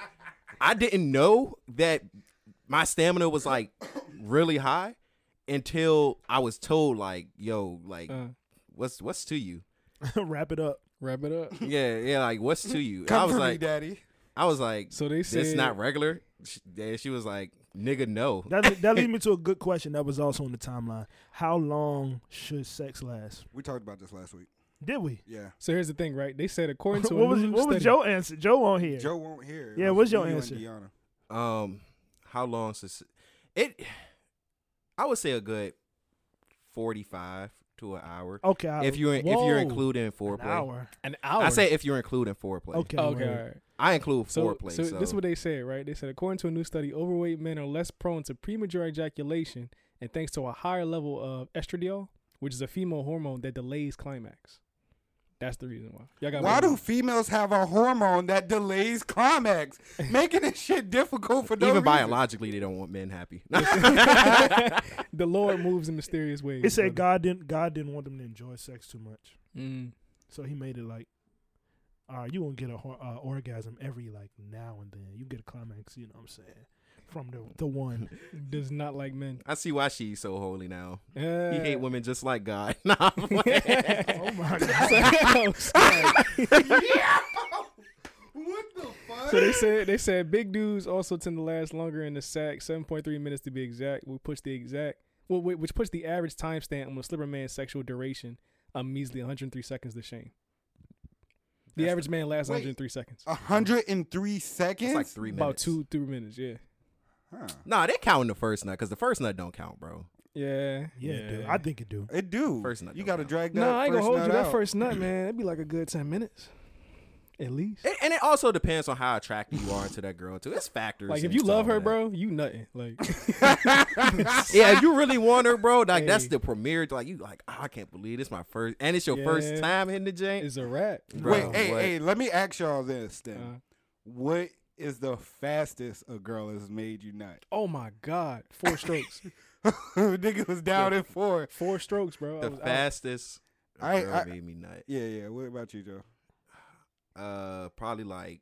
Speaker 3: I didn't know that my stamina was like really high until I was told like, yo, like
Speaker 4: Uh,
Speaker 3: what's what's to you?
Speaker 1: wrap it up.
Speaker 4: wrap it up.
Speaker 3: Yeah, yeah, like what's to you? And I
Speaker 2: Come
Speaker 3: was
Speaker 2: for me,
Speaker 3: like
Speaker 2: daddy.
Speaker 3: I was like
Speaker 4: So they
Speaker 3: it's
Speaker 4: said-
Speaker 3: not regular. She, and she was like, nigga, no.
Speaker 1: That that leads me to a good question that was also on the timeline. How long should sex last?
Speaker 2: We talked about this last week.
Speaker 1: Did we?
Speaker 2: Yeah,
Speaker 4: So here's the thing, right? They said according to a
Speaker 1: what was
Speaker 4: new
Speaker 1: what was
Speaker 4: study-
Speaker 1: Joe answer? Joe on here.
Speaker 2: Joe won't hear. It
Speaker 1: Yeah, what's
Speaker 2: was
Speaker 1: your
Speaker 2: you and
Speaker 1: answer?
Speaker 2: Deanna.
Speaker 3: Um, how long since it? I would say a good forty-five to an hour.
Speaker 1: Okay. I-
Speaker 3: If you're if you're
Speaker 4: Whoa.
Speaker 3: including
Speaker 1: an
Speaker 3: foreplay,
Speaker 1: hour.
Speaker 4: an hour.
Speaker 3: I say if you're including foreplay.
Speaker 1: Okay.
Speaker 4: okay,
Speaker 1: word.
Speaker 4: all right.
Speaker 3: I include
Speaker 4: So,
Speaker 3: foreplay.
Speaker 4: so
Speaker 3: So,
Speaker 4: this is what they said, right? They said according to a new study, overweight men are less prone to premature ejaculation, and thanks to a higher level of estradiol, which is a female hormone that delays climax. That's the reason why. Y'all got me.
Speaker 2: Why do females have a hormone that delays climax, making this shit difficult for no
Speaker 3: even
Speaker 2: reason?
Speaker 3: biologically they don't want men happy.
Speaker 4: the Lord moves in mysterious ways?
Speaker 1: It said
Speaker 4: brother.
Speaker 1: God didn't God didn't want them to enjoy sex too much,
Speaker 4: Mm.
Speaker 1: so he made it like, all right, you won't get a hor- uh, orgasm every like now and then. You get a climax. You know what I'm saying? From the the one.
Speaker 4: does not like men.
Speaker 3: I see why she's so holy now. He
Speaker 4: Yeah.
Speaker 3: hate women just like God. Nah, I'm playing.
Speaker 1: oh my god.
Speaker 4: So-
Speaker 2: What the fuck?
Speaker 4: So they said they said big dudes also tend to last longer in the sack, seven point three minutes to be exact. We push the exact well, whi- which puts the average timestamp on a slipper man's sexual duration a measly 103 seconds to shame. The average man lasts
Speaker 2: Wait.
Speaker 4: 103 seconds.
Speaker 2: 103 seconds?
Speaker 3: It's like three
Speaker 4: About
Speaker 3: minutes.
Speaker 4: two, three minutes. Yeah.
Speaker 3: Nah, they counting the first nut because the first nut don't count, bro.
Speaker 4: Yeah.
Speaker 1: Yeah, it do. I think it do.
Speaker 2: It do.
Speaker 3: First nut.
Speaker 2: You got to drag that.
Speaker 4: No, I ain't gonna
Speaker 2: first
Speaker 4: hold
Speaker 2: nut
Speaker 4: you. That
Speaker 2: out.
Speaker 4: first nut, man, that'd be like a good 10 minutes. At least.
Speaker 3: And, and it also depends on how attracted you are to that girl too. It's factors.
Speaker 4: Like if
Speaker 3: and
Speaker 4: you
Speaker 3: stuff
Speaker 4: love
Speaker 3: like
Speaker 4: her,
Speaker 3: that.
Speaker 4: bro, you nothing. Like
Speaker 3: yeah, if you really want her, bro, like that's
Speaker 4: Hey.
Speaker 3: the premiere. Like you, like "Ah, I can't believe this my first, and it's your first
Speaker 4: Yeah.
Speaker 3: time hitting the jank.
Speaker 4: It's a wrap.
Speaker 3: Bro,
Speaker 2: Wait, hey,
Speaker 3: what?
Speaker 2: hey, let me ask y'all this then.
Speaker 1: Uh-huh.
Speaker 2: What is the fastest a girl has made you nut?
Speaker 4: oh my god, four strokes.
Speaker 2: Nigga was down in four.
Speaker 4: Four strokes, bro.
Speaker 3: the
Speaker 1: Oh,
Speaker 4: I was out.
Speaker 3: fastest. a
Speaker 2: I-
Speaker 3: girl
Speaker 2: I-
Speaker 3: made me nut.
Speaker 2: Yeah, yeah. What about you, Joe?
Speaker 3: Uh, probably like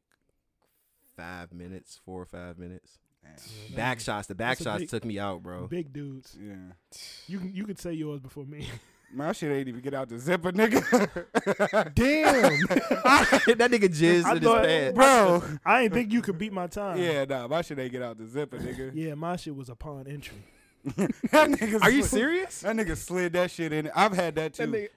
Speaker 3: five minutes, four or five minutes.
Speaker 1: Yeah,
Speaker 3: Back
Speaker 1: that-
Speaker 3: shots. The back
Speaker 1: that's a
Speaker 3: shots
Speaker 1: big-
Speaker 3: took me out, Oh, bro.
Speaker 1: Big dudes.
Speaker 2: Yeah.
Speaker 1: You can- you could say yours before me.
Speaker 2: My shit ain't even get out the zipper, nigga.
Speaker 1: Damn.
Speaker 3: that nigga jizzed
Speaker 1: I
Speaker 3: in his
Speaker 1: thought-
Speaker 3: pants.
Speaker 2: Bro.
Speaker 1: I didn't think you could beat my time.
Speaker 2: Yeah, nah, my shit ain't get out the zipper, nigga.
Speaker 1: Yeah, my shit was upon entry.
Speaker 2: that nigga
Speaker 3: Are you
Speaker 2: slid-
Speaker 3: serious? Oh!
Speaker 2: That nigga slid that shit in. I've had that too.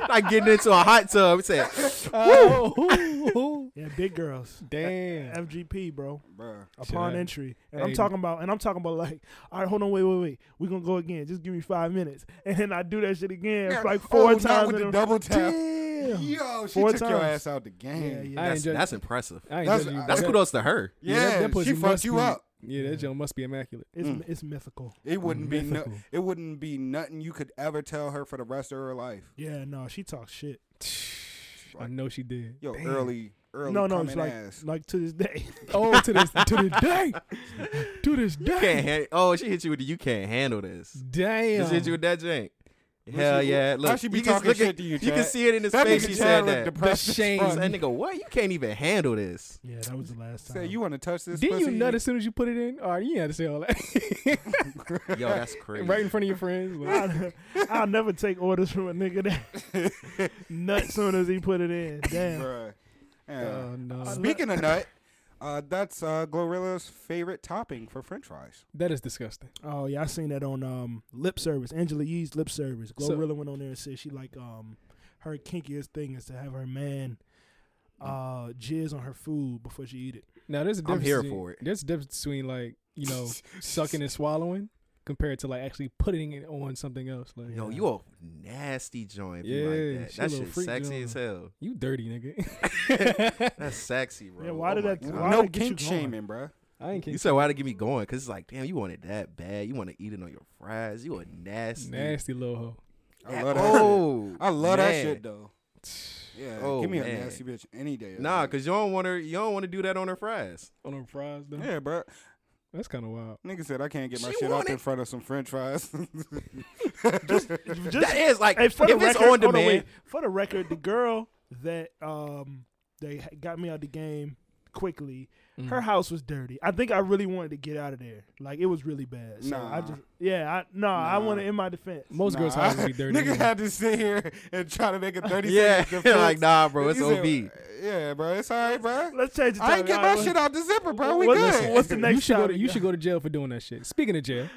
Speaker 3: like getting into a hot tub. It said,
Speaker 4: Oh,
Speaker 1: Yeah, big girls.
Speaker 4: damn.
Speaker 1: FGP, bro.
Speaker 2: Bruh.
Speaker 1: Upon
Speaker 4: I-
Speaker 1: entry. And I'm
Speaker 4: Hey.
Speaker 1: talking about and I'm talking about like, all right, hold on, wait, wait, wait. We're gonna go again. Just give me five minutes. And then I do that shit again
Speaker 2: Yeah.
Speaker 1: like
Speaker 2: Oh,
Speaker 1: four
Speaker 2: not
Speaker 1: times.
Speaker 2: with
Speaker 1: in
Speaker 2: the
Speaker 1: a-
Speaker 2: double tap.
Speaker 1: Damn.
Speaker 2: Yo, she
Speaker 1: Four
Speaker 2: took your
Speaker 1: times.
Speaker 2: ass out the
Speaker 1: Yeah,
Speaker 2: game.
Speaker 1: yeah.
Speaker 4: I
Speaker 3: that's,
Speaker 4: ain't judge-
Speaker 3: that's impressive.
Speaker 4: I ain't
Speaker 2: That's-
Speaker 4: judging you.
Speaker 3: That's
Speaker 4: That-
Speaker 3: kudos to her.
Speaker 4: that-
Speaker 2: Yeah,
Speaker 4: that pussy
Speaker 2: she fucked
Speaker 4: must
Speaker 2: you
Speaker 4: be-
Speaker 2: up. Mm.
Speaker 4: Yeah, that joint must be immaculate.
Speaker 1: It's it's mythical.
Speaker 2: It wouldn't be no,
Speaker 4: Mythical.
Speaker 2: it wouldn't be nothing you could ever tell her for the rest of her life.
Speaker 1: Yeah, no, she talks shit.
Speaker 4: I know she did.
Speaker 2: Yo,
Speaker 4: Damn.
Speaker 2: early, early
Speaker 1: no, no,
Speaker 2: coming
Speaker 1: it's like
Speaker 2: ass.
Speaker 1: like to this day.
Speaker 4: Oh, to this to this day, to this
Speaker 3: You can't
Speaker 4: day.
Speaker 3: hand- oh, she hit you with the you can't handle this.
Speaker 4: Damn.
Speaker 3: She hit you with that jank.
Speaker 2: Listen,
Speaker 3: Hell yeah!
Speaker 2: how
Speaker 3: Look,
Speaker 2: she be
Speaker 3: you can
Speaker 2: talking
Speaker 3: look
Speaker 2: shit
Speaker 3: at-
Speaker 2: to you,
Speaker 3: can
Speaker 2: Chad?
Speaker 3: see it in his
Speaker 2: That
Speaker 3: face.
Speaker 2: nigga
Speaker 3: She
Speaker 2: Chad
Speaker 3: said
Speaker 2: looked
Speaker 3: that.
Speaker 2: depressed
Speaker 4: The
Speaker 2: as
Speaker 4: shame.
Speaker 2: fuck.
Speaker 3: That nigga, what? You can't even handle this.
Speaker 1: Yeah, that was the last time.
Speaker 2: Say you want to touch this?
Speaker 4: Didn't you
Speaker 2: pussy?
Speaker 4: nut as soon as you put it in? All right, you had to say all that
Speaker 3: Yo, that's crazy.
Speaker 4: right in front of your friends. Like,
Speaker 1: I'll, I'll never take orders from a nigga that nut soon as he put it in. Damn. Uh,
Speaker 2: Bruh. Yeah.
Speaker 4: oh no,
Speaker 2: Speaking of nut, uh, that's uh, Glorilla's favorite topping for French fries.
Speaker 4: that is disgusting.
Speaker 1: Oh yeah, I seen that on um lip service. Angela Yee's lip service.
Speaker 4: So-
Speaker 1: Glorilla went on there and said she like um her kinkiest thing is to have her man uh jizz on her food before she eat it.
Speaker 4: Now there's a difference.
Speaker 3: here
Speaker 4: between-
Speaker 3: for it.
Speaker 4: There's a difference between like you know sucking and swallowing compared to like actually putting it on something else. Like uh,
Speaker 3: Yo, you a nasty joint. if you
Speaker 4: Yeah,
Speaker 3: like that.
Speaker 4: she a
Speaker 3: That
Speaker 4: little
Speaker 3: shit
Speaker 4: freak
Speaker 3: sexy
Speaker 4: joint.
Speaker 3: as hell.
Speaker 4: you dirty nigga.
Speaker 3: That's sexy, bro.
Speaker 1: Yeah, why
Speaker 3: Oh
Speaker 1: did
Speaker 3: my
Speaker 1: that-
Speaker 3: God.
Speaker 1: why
Speaker 2: no
Speaker 1: did it get you
Speaker 2: kink
Speaker 1: going?
Speaker 2: shaming, bruh.
Speaker 4: I ain't kidding.
Speaker 3: You said why to get me going? Cause it's like, damn, you want it that bad. You want to eat it on your fries. You a nasty.
Speaker 4: Nasty little hoe.
Speaker 2: I love that.
Speaker 3: oh,
Speaker 2: shit. I love that
Speaker 3: man.
Speaker 2: shit though. Yeah,
Speaker 3: Oh,
Speaker 2: give me a
Speaker 3: man.
Speaker 2: nasty bitch any day. of the
Speaker 3: Nah,
Speaker 2: week.
Speaker 3: cause you don't want to. You don't want to do that on her fries.
Speaker 4: On her fries though.
Speaker 2: yeah, bruh.
Speaker 4: That's kind of wild.
Speaker 2: Nigga said I can't get my
Speaker 3: She
Speaker 2: shit up
Speaker 3: wanted-
Speaker 2: in front of some French fries.
Speaker 1: Just-
Speaker 3: that is like
Speaker 1: Hey,
Speaker 3: if
Speaker 1: for the
Speaker 3: it's
Speaker 1: record,
Speaker 3: on
Speaker 1: hold on,
Speaker 3: demand.
Speaker 1: wait. for the record, the girl that um they got me out the game quickly.
Speaker 2: Mm.
Speaker 1: Her house was dirty. I think I really wanted to get out of there. Like it was really bad. So I
Speaker 2: Nah.
Speaker 1: just yeah, I no, I
Speaker 2: Nah.
Speaker 1: want to in my defense.
Speaker 4: Most girls'
Speaker 2: Nah,
Speaker 4: houses be dirty.
Speaker 2: Nigga
Speaker 4: anyway.
Speaker 2: had to sit here and try to make a 30
Speaker 3: Yeah,
Speaker 2: second defense.
Speaker 3: like nah, bro, it's
Speaker 2: He
Speaker 3: OB.
Speaker 2: said, Yeah, bro, it's all right, bro.
Speaker 1: Let's change the topic.
Speaker 2: I ain't get
Speaker 1: All
Speaker 2: my
Speaker 1: right,
Speaker 2: shit out the zipper, bro. We
Speaker 1: what's-
Speaker 2: good.
Speaker 1: what's the next
Speaker 4: you should go. To,
Speaker 1: topic?
Speaker 4: you should go to jail for doing that shit. Speaking of jail,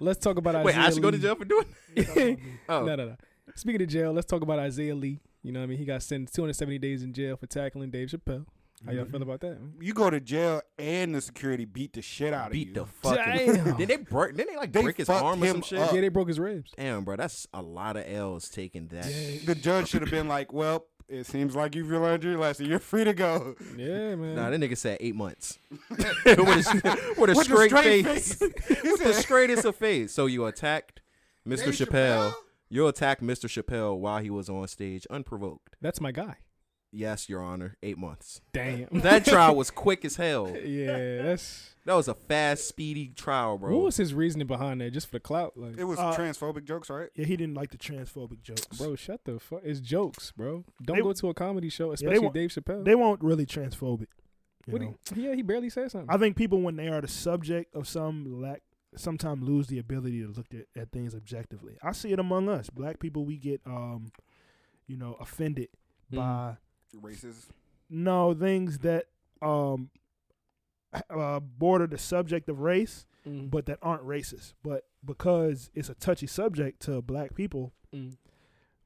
Speaker 4: let's talk about Isaiah.
Speaker 3: Wait, I should go to
Speaker 4: Lee.
Speaker 3: jail for doing. Oh,
Speaker 4: No, no, no. Speaking of jail, let's talk about Isaiah Lee. You know, what I mean, he got sentenced 270 days in jail for tackling Dave Chappelle. How
Speaker 3: Mm-hmm.
Speaker 4: y'all feel about that? man?
Speaker 2: You go to jail and the security beat the shit out
Speaker 3: beat
Speaker 2: of
Speaker 3: the
Speaker 2: you.
Speaker 3: fuck. out of him.
Speaker 4: Damn.
Speaker 3: Did they break? Did they like
Speaker 2: They
Speaker 3: break his
Speaker 2: fucked
Speaker 3: arm or
Speaker 2: him
Speaker 3: some shit?
Speaker 2: up.
Speaker 4: Yeah, they broke his ribs.
Speaker 3: Damn, bro, that's a lot of L's taking that.
Speaker 2: The judge should have been like, well, it seems like you've learned your lesson. You're free to go.
Speaker 4: Yeah, man.
Speaker 3: Nah, that nigga said eight months. with a, with a
Speaker 2: With a
Speaker 3: straight,
Speaker 2: straight
Speaker 3: face.
Speaker 2: face. He
Speaker 3: with the
Speaker 2: said-
Speaker 3: straightest of face. So you attacked Mr.
Speaker 2: Dave
Speaker 3: Chappelle.
Speaker 2: Chappelle?
Speaker 3: You attacked Mr. Chappelle while he was on stage unprovoked.
Speaker 4: That's my guy.
Speaker 3: Yes, Your Honor, eight months.
Speaker 4: Damn.
Speaker 3: That trial was quick as hell.
Speaker 4: yeah, that's.
Speaker 3: That was a fast, speedy trial, bro.
Speaker 4: What was his reasoning behind that? Just for the clout, like,
Speaker 2: It was
Speaker 1: Uh,
Speaker 2: transphobic jokes, right?
Speaker 1: Yeah, he didn't like the transphobic jokes.
Speaker 4: bro, shut the fuck. It's jokes, bro. Don't
Speaker 1: They-
Speaker 4: go to a comedy show,
Speaker 1: they
Speaker 4: especially
Speaker 1: want-
Speaker 4: Dave Chappelle.
Speaker 1: They weren't really transphobic. You
Speaker 4: What
Speaker 1: know?
Speaker 4: do you- yeah, he barely said something.
Speaker 1: I think people when they are the subject of some lack sometimes lose the ability to look at, at things objectively. I see it among us. Black people we get um you know, offended
Speaker 4: Mhm.
Speaker 1: by
Speaker 2: Racist.
Speaker 1: no things that um uh, border the subject of race
Speaker 4: Mm.
Speaker 1: but that aren't racist. But because it's a touchy subject to black people,
Speaker 4: Mm.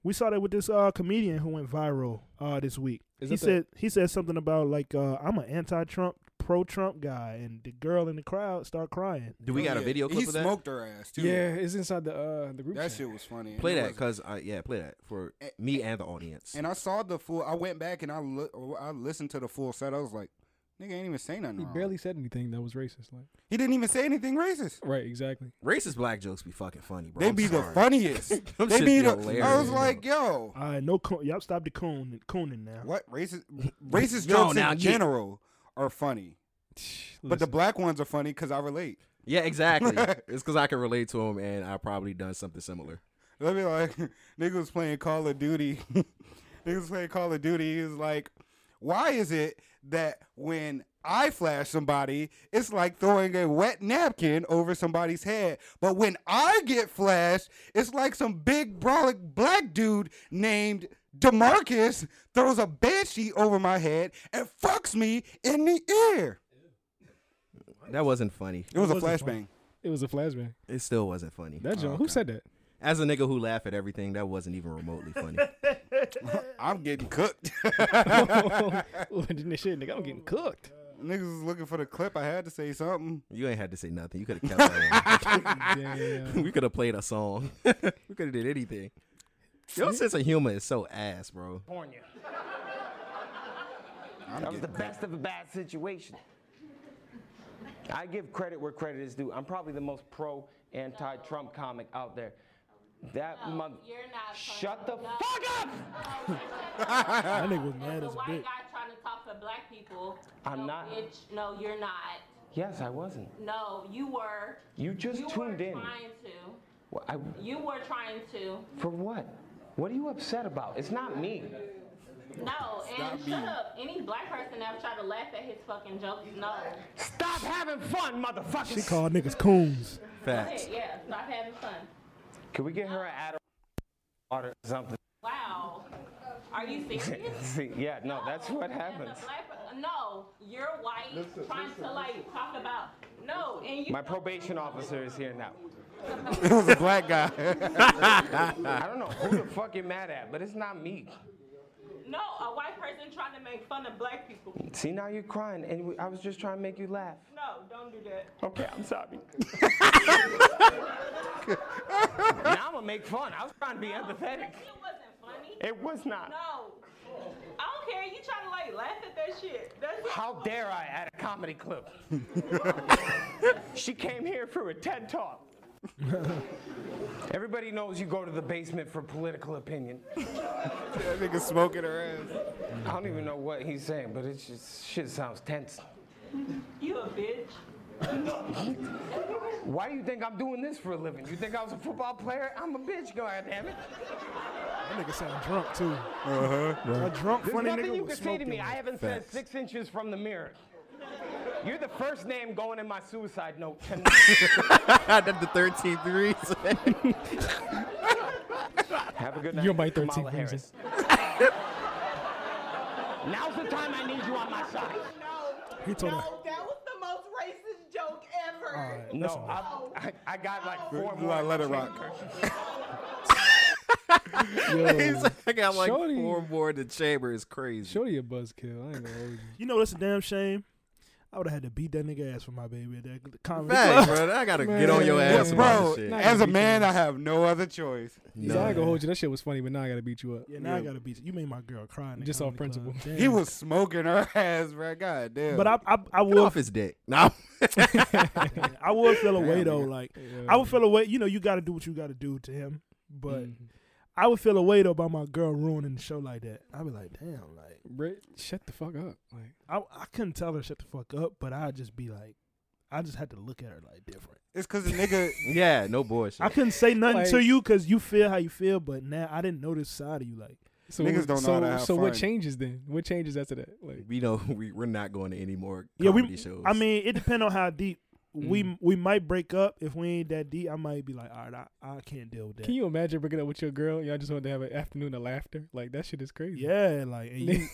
Speaker 1: We saw that with this uh, comedian who went viral uh, this week.
Speaker 4: Is
Speaker 1: he
Speaker 4: that the-
Speaker 1: said he said something about like uh, I'm an anti-Trump, pro-Trump guy, and the girl in the crowd start crying.
Speaker 3: Do
Speaker 4: Oh,
Speaker 3: we got a video clip
Speaker 2: Oh, He
Speaker 3: of that?
Speaker 2: smoked her ass too.
Speaker 4: Yeah, it's inside the uh the group
Speaker 2: That
Speaker 4: chat.
Speaker 2: shit was funny. and
Speaker 3: Play
Speaker 2: it
Speaker 3: that,
Speaker 2: was-
Speaker 3: cause I, yeah, play that for me and the audience.
Speaker 2: And I saw the full. I went back and I look. I listened to the full set. I was like, nigga ain't even say nothing.
Speaker 4: He
Speaker 2: wrong.
Speaker 4: barely said anything that was racist. Like
Speaker 2: He didn't even say anything racist.
Speaker 4: right, exactly.
Speaker 3: Racist black jokes be fucking funny, bro.
Speaker 2: They
Speaker 3: I'm
Speaker 2: be the
Speaker 3: sorry.
Speaker 2: funniest.
Speaker 3: Them
Speaker 2: they
Speaker 3: shits
Speaker 2: be the.
Speaker 3: hilarious.
Speaker 2: I was like, yo,
Speaker 1: All right, no, coon, y'all stop the coon, cooning now.
Speaker 2: what racist? Racist
Speaker 3: Yo,
Speaker 2: jokes
Speaker 3: now
Speaker 2: in
Speaker 3: get-
Speaker 2: general are funny, but the
Speaker 4: Listen.
Speaker 2: black ones are funny because I relate.
Speaker 3: yeah, exactly. it's because I can relate to him, and I probably done something similar.
Speaker 2: Let me like, nigga was playing Call of Duty. nigga was playing Call of Duty. He was like, why is it that when I flash somebody, it's like throwing a wet napkin over somebody's head, but when I get flashed, it's like some big brolic black dude named Demarcus throws a bed sheet over my head and fucks me in the ear.
Speaker 3: That wasn't funny.
Speaker 2: It was a
Speaker 4: wasn't
Speaker 2: flashbang.
Speaker 4: funny. It was a flashback.
Speaker 3: It still wasn't funny.
Speaker 4: That joke. Who said that?
Speaker 3: As a nigga who laugh at everything, that wasn't even remotely funny.
Speaker 2: I'm getting cooked.
Speaker 4: shit, nigga, I'm getting cooked.
Speaker 2: Niggas was looking for the clip. I had to say something.
Speaker 3: you ain't had to say nothing. You could have kept that.
Speaker 4: Damn.
Speaker 3: one. we could have played a song. we could have did anything. Your sense of humor is so ass, bro.
Speaker 2: I'm
Speaker 12: That was the
Speaker 2: getting
Speaker 12: best of a bad situation. I give credit where credit is due. I'm probably the most pro anti Trump comic out there. That
Speaker 8: No,
Speaker 12: mother.
Speaker 8: you're not
Speaker 12: Shut the
Speaker 8: pro- no. Oh,
Speaker 12: fuck up!
Speaker 1: That nigga was mad
Speaker 8: The
Speaker 1: as a
Speaker 8: white
Speaker 1: bitch.
Speaker 8: guy trying to talk to black people.
Speaker 12: I'm
Speaker 8: No,
Speaker 12: not.
Speaker 8: Bitch, no, you're not.
Speaker 12: Yes, I wasn't.
Speaker 8: No, you were.
Speaker 12: You just
Speaker 8: you
Speaker 12: tuned
Speaker 8: were
Speaker 12: in.
Speaker 8: Trying to.
Speaker 12: Well, I,
Speaker 8: You were trying to.
Speaker 12: for what? What are you upset about? It's not me.
Speaker 8: No, and
Speaker 2: me.
Speaker 8: shut up. Any black person that tried to laugh at his fucking jokes, no.
Speaker 12: Stop having fun, motherfucker!
Speaker 1: She called niggas coons.
Speaker 3: Facts.
Speaker 8: Yeah, stop having fun.
Speaker 12: Can we get her an Adderall or something?
Speaker 8: Wow. Are you serious?
Speaker 12: See, yeah, no, that's what
Speaker 8: The
Speaker 12: happens.
Speaker 8: black per- no, you're white trying to like talk about no, and you
Speaker 12: My probation officer is here now.
Speaker 2: It was a black guy.
Speaker 12: I don't know who the fuck you're mad at, but it's not me.
Speaker 8: no, a white person trying to make fun of black people.
Speaker 12: See, now you're crying, and we- I was just trying to make you laugh.
Speaker 8: No, don't do that.
Speaker 12: Okay, I'm sorry. now I'm gonna make fun. I was trying to be empathetic.
Speaker 8: It wasn't funny.
Speaker 12: It was not.
Speaker 8: No. I don't care. You trying to like laugh at that shit. That's
Speaker 12: How dare I at a comedy clip? she came here for a TED talk. Everybody knows you go to the basement for political opinion.
Speaker 2: that nigga smoking her ass.
Speaker 12: I don't even know what he's saying, but it's just shit sounds tense.
Speaker 8: you a bitch.
Speaker 12: Why do you think I'm doing this for a living? You think I was a football player? I'm a bitch, god damn it.
Speaker 1: That nigga sound drunk too. Uh
Speaker 2: Uh-huh.
Speaker 1: huh. A drunk
Speaker 12: There's
Speaker 1: funny
Speaker 12: nothing
Speaker 1: nigga
Speaker 12: you
Speaker 1: was
Speaker 12: can say to
Speaker 1: smoking.
Speaker 12: me. I haven't said
Speaker 3: Facts.
Speaker 12: six inches from the mirror. You're the first name going in my suicide note tonight.
Speaker 3: That's the 13th reason.
Speaker 12: Have a good night.
Speaker 4: You're my
Speaker 12: Kamala
Speaker 4: 13th reason.
Speaker 12: Harris. Now's the time I need you on my side.
Speaker 1: He told her.
Speaker 8: that was the most racist joke ever.
Speaker 1: All right.
Speaker 12: No, I, I, I got like four
Speaker 2: Let-
Speaker 12: more.
Speaker 2: let it rock.
Speaker 1: Yo,
Speaker 3: I got like
Speaker 4: Shorty.
Speaker 3: four more in the chamber. It's crazy.
Speaker 4: Shorty a buzzkill. I ain't gonna hold you.
Speaker 1: you know that's a damn shame. I would have had to beat that nigga ass for my baby at that comedy.
Speaker 3: Facts,
Speaker 1: club.
Speaker 3: bro. I gotta get on your
Speaker 4: Man.
Speaker 3: ass,
Speaker 4: Yes,
Speaker 3: about
Speaker 2: Bro,
Speaker 3: this shit.
Speaker 4: Nah,
Speaker 2: as a
Speaker 4: you
Speaker 2: man, I
Speaker 4: can't.
Speaker 2: have no other choice.
Speaker 4: So I ain't
Speaker 3: No.
Speaker 4: gonna hold you. That shit was funny, but now I gotta beat you up.
Speaker 1: Yeah, now I gotta beat you. You made my girl cry. in the
Speaker 4: Just off
Speaker 1: comedy club.
Speaker 4: principle.
Speaker 1: Damn.
Speaker 2: He was smoking her ass, bro. God damn.
Speaker 1: But I, I, I
Speaker 3: Get
Speaker 1: will,
Speaker 3: off his dick. No.
Speaker 1: I would feel away
Speaker 2: Damn,
Speaker 1: though.
Speaker 2: nigga.
Speaker 1: Like
Speaker 4: Yeah.
Speaker 1: I would feel away. You know, you got to do what you got to do to him. But
Speaker 4: Mhm.
Speaker 1: I would feel away though by my girl ruining the show like that. I'd be like, damn, like
Speaker 4: Brett, shut the fuck up. Like,
Speaker 1: I, I couldn't tell her shut the fuck up, but I'd just be like, I just had to look at her like different.
Speaker 2: it's because the nigga.
Speaker 3: yeah, no bullshit.
Speaker 1: I couldn't say nothing to
Speaker 4: Like-
Speaker 1: you because you feel how you feel, but now I didn't know this side of you. Like,
Speaker 4: so
Speaker 2: Niggas
Speaker 4: what-
Speaker 2: don't know
Speaker 4: so,
Speaker 2: how to have
Speaker 4: So what
Speaker 2: fun.
Speaker 4: changes then? What changes after that? Like,
Speaker 3: we know we, we're not going to any more
Speaker 1: yeah,
Speaker 3: comedy
Speaker 1: we.
Speaker 3: shows.
Speaker 1: I mean, it depends on how deep we
Speaker 4: Mm.
Speaker 1: we might break up. If we ain't that deep, I might be like, all right, I, I can't deal with that.
Speaker 4: can you imagine breaking up with your girl? Y'all just wanted to have an afternoon of laughter. Like that shit is crazy.
Speaker 1: Yeah, like and you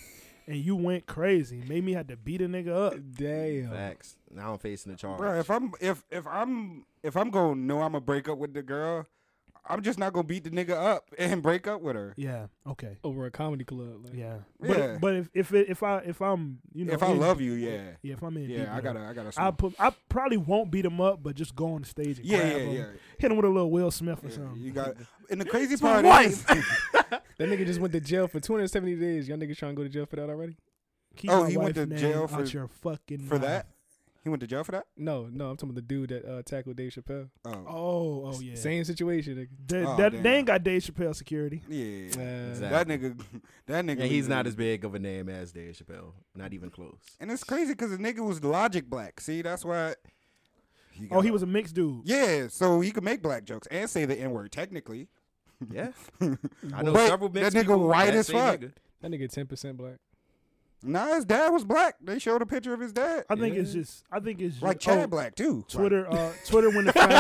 Speaker 1: and you went crazy, made me have to beat a nigga up.
Speaker 4: Damn.
Speaker 3: facts. Now I'm facing the charge.
Speaker 2: Bro, if I'm if if I'm if I'm gonna know I'm gonna break up with the girl, I'm just not gonna beat the nigga up and break up with her.
Speaker 1: Yeah. Okay.
Speaker 4: Over a comedy club. Like.
Speaker 1: Yeah. But,
Speaker 2: Yeah.
Speaker 1: but if if it, if I if I'm you know
Speaker 2: If I
Speaker 1: in-
Speaker 2: love you, yeah.
Speaker 1: yeah if I'm in
Speaker 2: Yeah,
Speaker 1: deep
Speaker 2: I
Speaker 1: with
Speaker 2: gotta-
Speaker 1: him,
Speaker 2: I gotta
Speaker 1: I
Speaker 2: smoke.
Speaker 1: put I probably won't beat him up but just go on the stage and
Speaker 2: Yeah,
Speaker 1: grab
Speaker 2: yeah,
Speaker 1: him,
Speaker 2: yeah.
Speaker 1: hit him with a little Will Smith or something
Speaker 2: You got and the crazy
Speaker 1: It's my
Speaker 2: part
Speaker 1: wife.
Speaker 2: is
Speaker 4: That nigga just went to jail for 270 days. Y'all niggas trying to go to jail for that already?
Speaker 1: Keep Oh, my he went wife's to name jail out for- your fucking
Speaker 2: for
Speaker 1: mouth.
Speaker 2: that. He went to jail for that.
Speaker 4: No, no, I'm talking about the dude that uh, tackled Dave Chappelle.
Speaker 2: Oh,
Speaker 1: oh, oh yeah
Speaker 4: Same situation. Nigga.
Speaker 1: They,
Speaker 2: Oh,
Speaker 1: that,
Speaker 2: damn.
Speaker 1: they ain't got Dave Chappelle security
Speaker 2: Yeah,
Speaker 3: Exactly.
Speaker 2: that nigga, that nigga.
Speaker 3: Yeah,
Speaker 2: was-
Speaker 3: he's not as big of a name as Dave Chappelle. Not even close.
Speaker 2: And it's crazy because the nigga was Logic Black. See, that's why.
Speaker 1: oh he was a mixed dude
Speaker 2: Yeah, so he could make black jokes and say the n word technically.
Speaker 3: Yeah,
Speaker 2: I know But several mixed that nigga people white that as say fuck. nigga.
Speaker 4: That nigga 10% black.
Speaker 2: Nah, his dad was black. They showed a picture of his dad.
Speaker 1: I think it's just I think it's
Speaker 2: Like
Speaker 1: just, oh,
Speaker 2: Chad Black, too.
Speaker 1: Twitter uh, Twitter when the found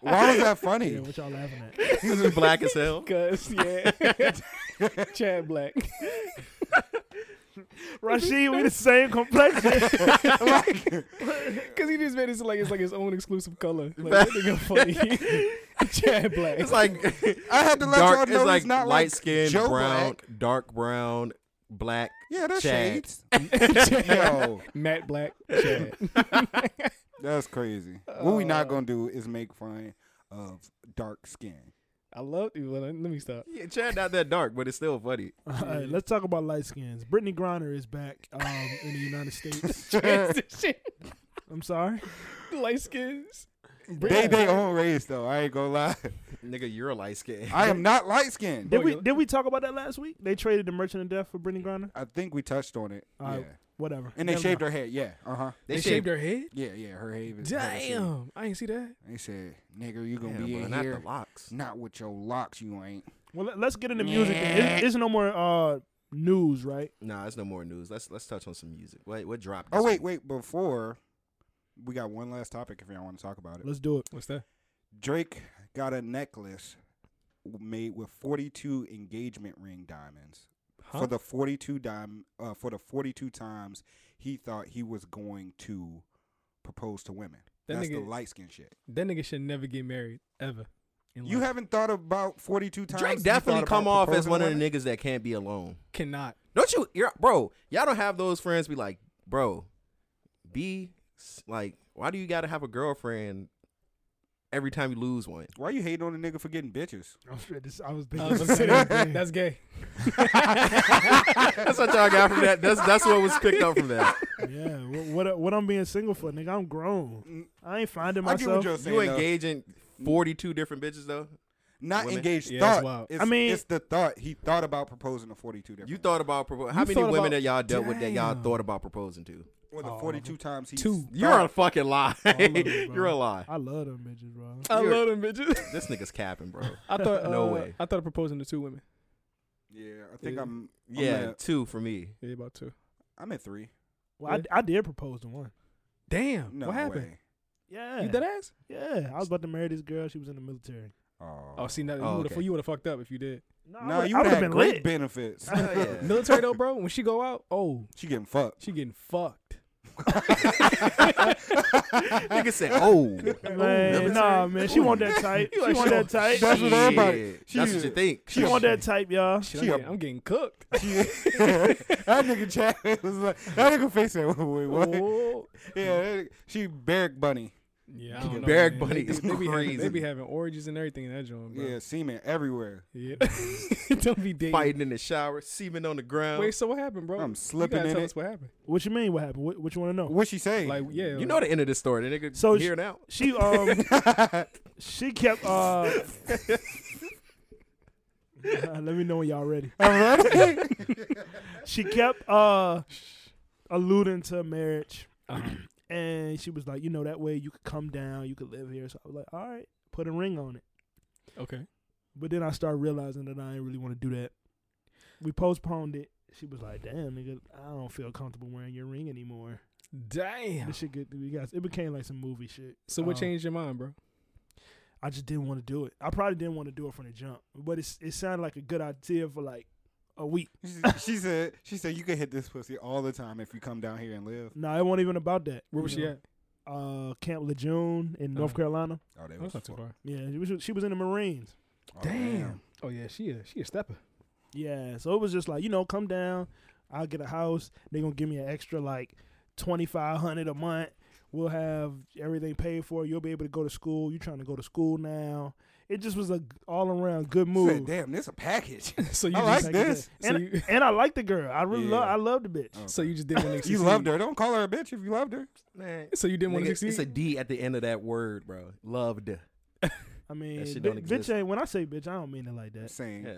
Speaker 2: Why was that funny?
Speaker 1: yeah, what y'all laughing at
Speaker 3: He's black as hell.
Speaker 4: Cuz, yeah. Chad Black.
Speaker 1: Rashid we the same complexion
Speaker 4: Because he just made it seem like it's like his own exclusive color. Like, that nigga funny. Chad Black.
Speaker 3: It's like
Speaker 2: I had to let
Speaker 3: dark,
Speaker 2: y'all
Speaker 3: it's
Speaker 2: know he's
Speaker 3: like
Speaker 2: not
Speaker 3: light
Speaker 2: like
Speaker 3: skin,
Speaker 2: Joe
Speaker 3: brown, dark brown, black.
Speaker 2: Yeah, that's
Speaker 3: Chad.
Speaker 2: shades.
Speaker 4: Chad.
Speaker 2: Yo.
Speaker 4: Matt Black. Chad.
Speaker 2: That's crazy.
Speaker 3: Uh,
Speaker 2: what we
Speaker 1: Uh,
Speaker 2: not gonna do is make fun of dark skin.
Speaker 4: I love you. Let let me stop.
Speaker 3: Yeah, Chad not that dark, but it's still funny.
Speaker 1: All
Speaker 2: Uh,
Speaker 1: right, let's talk about light skins. Brittany Griner is back um, in the United States.
Speaker 4: Transition.
Speaker 1: I'm sorry.
Speaker 4: Light skins.
Speaker 2: They they own race though. I ain't gonna lie.
Speaker 3: Nigga, you're Oh, light skinned.
Speaker 2: I am not light skinned.
Speaker 1: Did we did we talk about that last week? They traded the Merchant of Death for Brittany Griner.
Speaker 2: I think we touched on it.
Speaker 1: All right,
Speaker 2: yeah.
Speaker 1: whatever.
Speaker 2: And they
Speaker 1: Never
Speaker 2: shaved
Speaker 1: mind.
Speaker 2: her head. Yeah. Uh huh.
Speaker 4: They They shaved shaved- her head?
Speaker 2: Yeah, yeah. Her head. was- head was shaved.
Speaker 4: Damn. I ain't see that.
Speaker 2: They said, "Nigga, you gonna
Speaker 3: Yeah,
Speaker 2: be
Speaker 3: but
Speaker 2: in
Speaker 3: not the
Speaker 2: here?
Speaker 3: locks.
Speaker 2: Not with your locks. You ain't."
Speaker 1: Well, let- let's get into music. It's, it's no more uh, news, right?
Speaker 3: Nah, it's no more news. Let's let's touch on some music. What what dropped?
Speaker 2: Oh
Speaker 3: this
Speaker 2: wait,
Speaker 3: week?
Speaker 2: wait. Before we got one last topic, if y'all want to talk about it,
Speaker 1: Let's do it.
Speaker 4: What's that?
Speaker 2: Drake got a necklace made with 42 engagement ring diamonds
Speaker 4: Huh?
Speaker 2: for the 42 dime uh, for the 42 times he thought he was going to propose to women.
Speaker 4: That
Speaker 2: That's
Speaker 4: nigga-
Speaker 2: the light skin shit.
Speaker 4: That nigga should never get married ever. in
Speaker 2: You
Speaker 4: life.
Speaker 2: haven't thought about 42 times.
Speaker 3: Drake
Speaker 2: you
Speaker 3: definitely
Speaker 2: thought
Speaker 3: come
Speaker 2: about
Speaker 3: off as
Speaker 2: proposing
Speaker 3: one
Speaker 2: to
Speaker 3: of the
Speaker 2: women?
Speaker 3: niggas that can't be alone.
Speaker 4: cannot.
Speaker 3: Don't you, you're, bro? Y'all don't have those friends. Be like, bro, be s- like, why do you gotta have a girlfriend every time you lose one?
Speaker 2: Why you hating on a nigga for getting bitches?
Speaker 1: I'm sure Oh, this, I was
Speaker 4: I
Speaker 1: thinking.
Speaker 4: was gonna say that. That's gay.
Speaker 3: That's what y'all got from that. That's that's what was picked up from that.
Speaker 1: yeah. What, what what I'm being single for, nigga? I'm grown. I ain't finding
Speaker 2: Mm. I get what
Speaker 1: myself.
Speaker 2: you're
Speaker 3: You
Speaker 2: saying, though.
Speaker 3: engaging forty two different bitches though.
Speaker 2: Not
Speaker 3: Women?
Speaker 2: engaged
Speaker 4: Yeah, that's
Speaker 2: thought.
Speaker 4: wild.
Speaker 2: It's,
Speaker 1: I mean-
Speaker 2: it's the thought he thought about proposing to 42 different.
Speaker 3: You thought about proposing? How
Speaker 4: You
Speaker 3: many
Speaker 4: thought
Speaker 3: women
Speaker 4: about-
Speaker 3: that y'all dealt with that y'all
Speaker 4: Damn.
Speaker 3: thought about proposing to?
Speaker 2: Or the 42 times he
Speaker 4: Two.
Speaker 3: You're a fucking lie. You're a lie.
Speaker 1: I love them bitches, bro.
Speaker 4: I
Speaker 3: You're-
Speaker 4: love them bitches.
Speaker 3: This nigga's capping, bro.
Speaker 4: I thought
Speaker 3: no
Speaker 4: uh,
Speaker 3: way.
Speaker 4: I thought of proposing to two women.
Speaker 2: Yeah, I think
Speaker 4: Yeah.
Speaker 2: I'm. I'm
Speaker 3: Yeah,
Speaker 2: at,
Speaker 3: two for me.
Speaker 4: Yeah, about two.
Speaker 2: I'm at three.
Speaker 1: Well, I, I did propose to one.
Speaker 4: Damn.
Speaker 2: No
Speaker 4: what happened?
Speaker 2: way.
Speaker 1: Yeah.
Speaker 4: You dead ass?
Speaker 1: Yeah. I was about to marry this girl. She was in the military.
Speaker 4: Oh, see, now
Speaker 3: Oh,
Speaker 4: you would have
Speaker 3: okay.
Speaker 4: you would have fucked up if you did.
Speaker 1: No,
Speaker 2: No, you
Speaker 1: I would
Speaker 2: would have
Speaker 1: have been
Speaker 2: great
Speaker 1: lit.
Speaker 2: benefits.
Speaker 3: Yeah.
Speaker 4: Military though, bro. When she go out, oh,
Speaker 2: she getting fucked.
Speaker 4: she getting fucked.
Speaker 3: Nigga said, "Oh,
Speaker 1: Man, nah, man. She want that type. She want that type.
Speaker 2: That's what everybody-
Speaker 3: Shit.
Speaker 2: she-
Speaker 3: That's what you think.
Speaker 1: She want that type, y'all.
Speaker 4: Shit,
Speaker 2: She
Speaker 4: I'm,
Speaker 2: a-
Speaker 4: getting, I'm getting cooked.
Speaker 2: that nigga Chad was like, that nigga face said, wait, what?
Speaker 4: Whoa.
Speaker 2: Yeah, that nigga- she Barrack Bunny.
Speaker 4: Oh. Yeah, I don't know,
Speaker 3: Barrack
Speaker 4: man.
Speaker 3: Bunny
Speaker 4: They be-
Speaker 3: is
Speaker 4: they be having- They
Speaker 3: crazy.
Speaker 4: be having orgies and everything in that joint, bro.
Speaker 2: Yeah, semen everywhere.
Speaker 4: Yeah. don't be dating.
Speaker 3: fighting in the shower, semen on the ground.
Speaker 4: Wait, so what happened, bro?
Speaker 2: I'm
Speaker 4: You
Speaker 2: slipping
Speaker 4: gotta
Speaker 2: in
Speaker 4: tell
Speaker 2: it.
Speaker 4: us what happened.
Speaker 1: What you mean? What happened? What, what you want to know?
Speaker 2: What she say?
Speaker 4: Like, yeah, uh,
Speaker 3: you know the end of the story. The nigga
Speaker 1: So
Speaker 3: here
Speaker 1: sh-
Speaker 3: now.
Speaker 1: She um she kept uh let me know when y'all ready. she kept uh alluding to marriage. and she was like, you know, that way you could come down, you could live here. So I was like, all right, put a ring on it.
Speaker 4: Okay.
Speaker 1: But then I started realizing that I didn't really want to do that. We postponed it. She was like, damn, nigga, I don't feel comfortable wearing your ring anymore.
Speaker 4: Damn.
Speaker 1: This shit get we got it became like some movie shit.
Speaker 4: So
Speaker 2: Oh.
Speaker 4: what
Speaker 1: Um,
Speaker 4: changed your mind, bro?
Speaker 1: I just didn't want to do it. I probably didn't want to do it from the jump, but it's, it sounded like a good idea for like a week.
Speaker 2: She- she said, she said, you can hit this pussy all the time if you come down here and live.
Speaker 1: No, it wasn't even about that.
Speaker 4: Where was
Speaker 1: you
Speaker 4: she
Speaker 1: know.
Speaker 4: at?
Speaker 1: uh, Camp Lejeune in North
Speaker 4: Uh-huh.
Speaker 1: Carolina.
Speaker 4: Oh, that was That's not too far. far.
Speaker 1: Yeah, she was, she was in the Marines.
Speaker 4: Damn. Oh yeah, she a she a stepper.
Speaker 1: Yeah, so it was just like you know, come down, I'll get a house. They gonna give me an extra like twenty five hundred a month. We'll have everything paid for. You'll be able to go to school. You're trying to go to school now. It just was a all around good move.
Speaker 2: Damn, this a package.
Speaker 4: so
Speaker 1: you
Speaker 2: I
Speaker 1: just-
Speaker 2: like this.
Speaker 1: and, and I like the girl. I really
Speaker 2: Yeah.
Speaker 1: love. I love the bitch.
Speaker 4: So you just didn't want
Speaker 2: you loved her. Don't call her a bitch if you loved her.
Speaker 3: Man.
Speaker 4: So you didn't want to
Speaker 3: Nigga, It's a
Speaker 4: succeed.
Speaker 3: D at the end of that word, bro. Loved.
Speaker 1: I mean,
Speaker 3: That shit
Speaker 1: bi-
Speaker 3: don't
Speaker 1: bitch
Speaker 3: exist.
Speaker 1: ain't. When I say bitch, I don't mean it like that.
Speaker 2: Same.
Speaker 3: Yeah.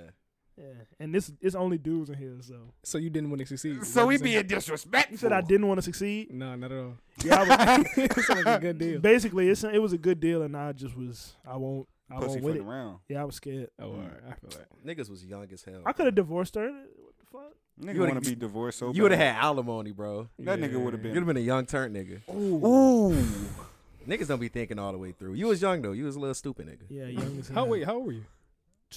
Speaker 1: Yeah. And this it's only dudes in here, so.
Speaker 4: So you didn't want to succeed.
Speaker 1: So we being
Speaker 2: disrespectful.
Speaker 1: You said I didn't want to succeed.
Speaker 4: No, not at all.
Speaker 1: Yeah, I was,
Speaker 4: It's like a good deal.
Speaker 1: Basically, it's it was a good deal, and I just was I won't I
Speaker 3: Pussy
Speaker 1: won't with it.
Speaker 3: footing around. Oh,
Speaker 1: Yeah, I was scared.
Speaker 4: Oh, all right. I feel that.
Speaker 3: Niggas was young as hell.
Speaker 1: I could have divorced her. What the fuck?
Speaker 2: Nigga
Speaker 3: You would've-
Speaker 2: wanna be divorced so
Speaker 3: You would have
Speaker 2: bad.
Speaker 3: had alimony, bro.
Speaker 2: That nigga would've been-
Speaker 3: You'd have been a young turnt nigga.
Speaker 2: Ooh.
Speaker 3: Niggas don't be thinking all the way through. You was young though. You was a little stupid nigga.
Speaker 1: Yeah, young as
Speaker 4: How
Speaker 1: hell.
Speaker 4: wait? How old were you?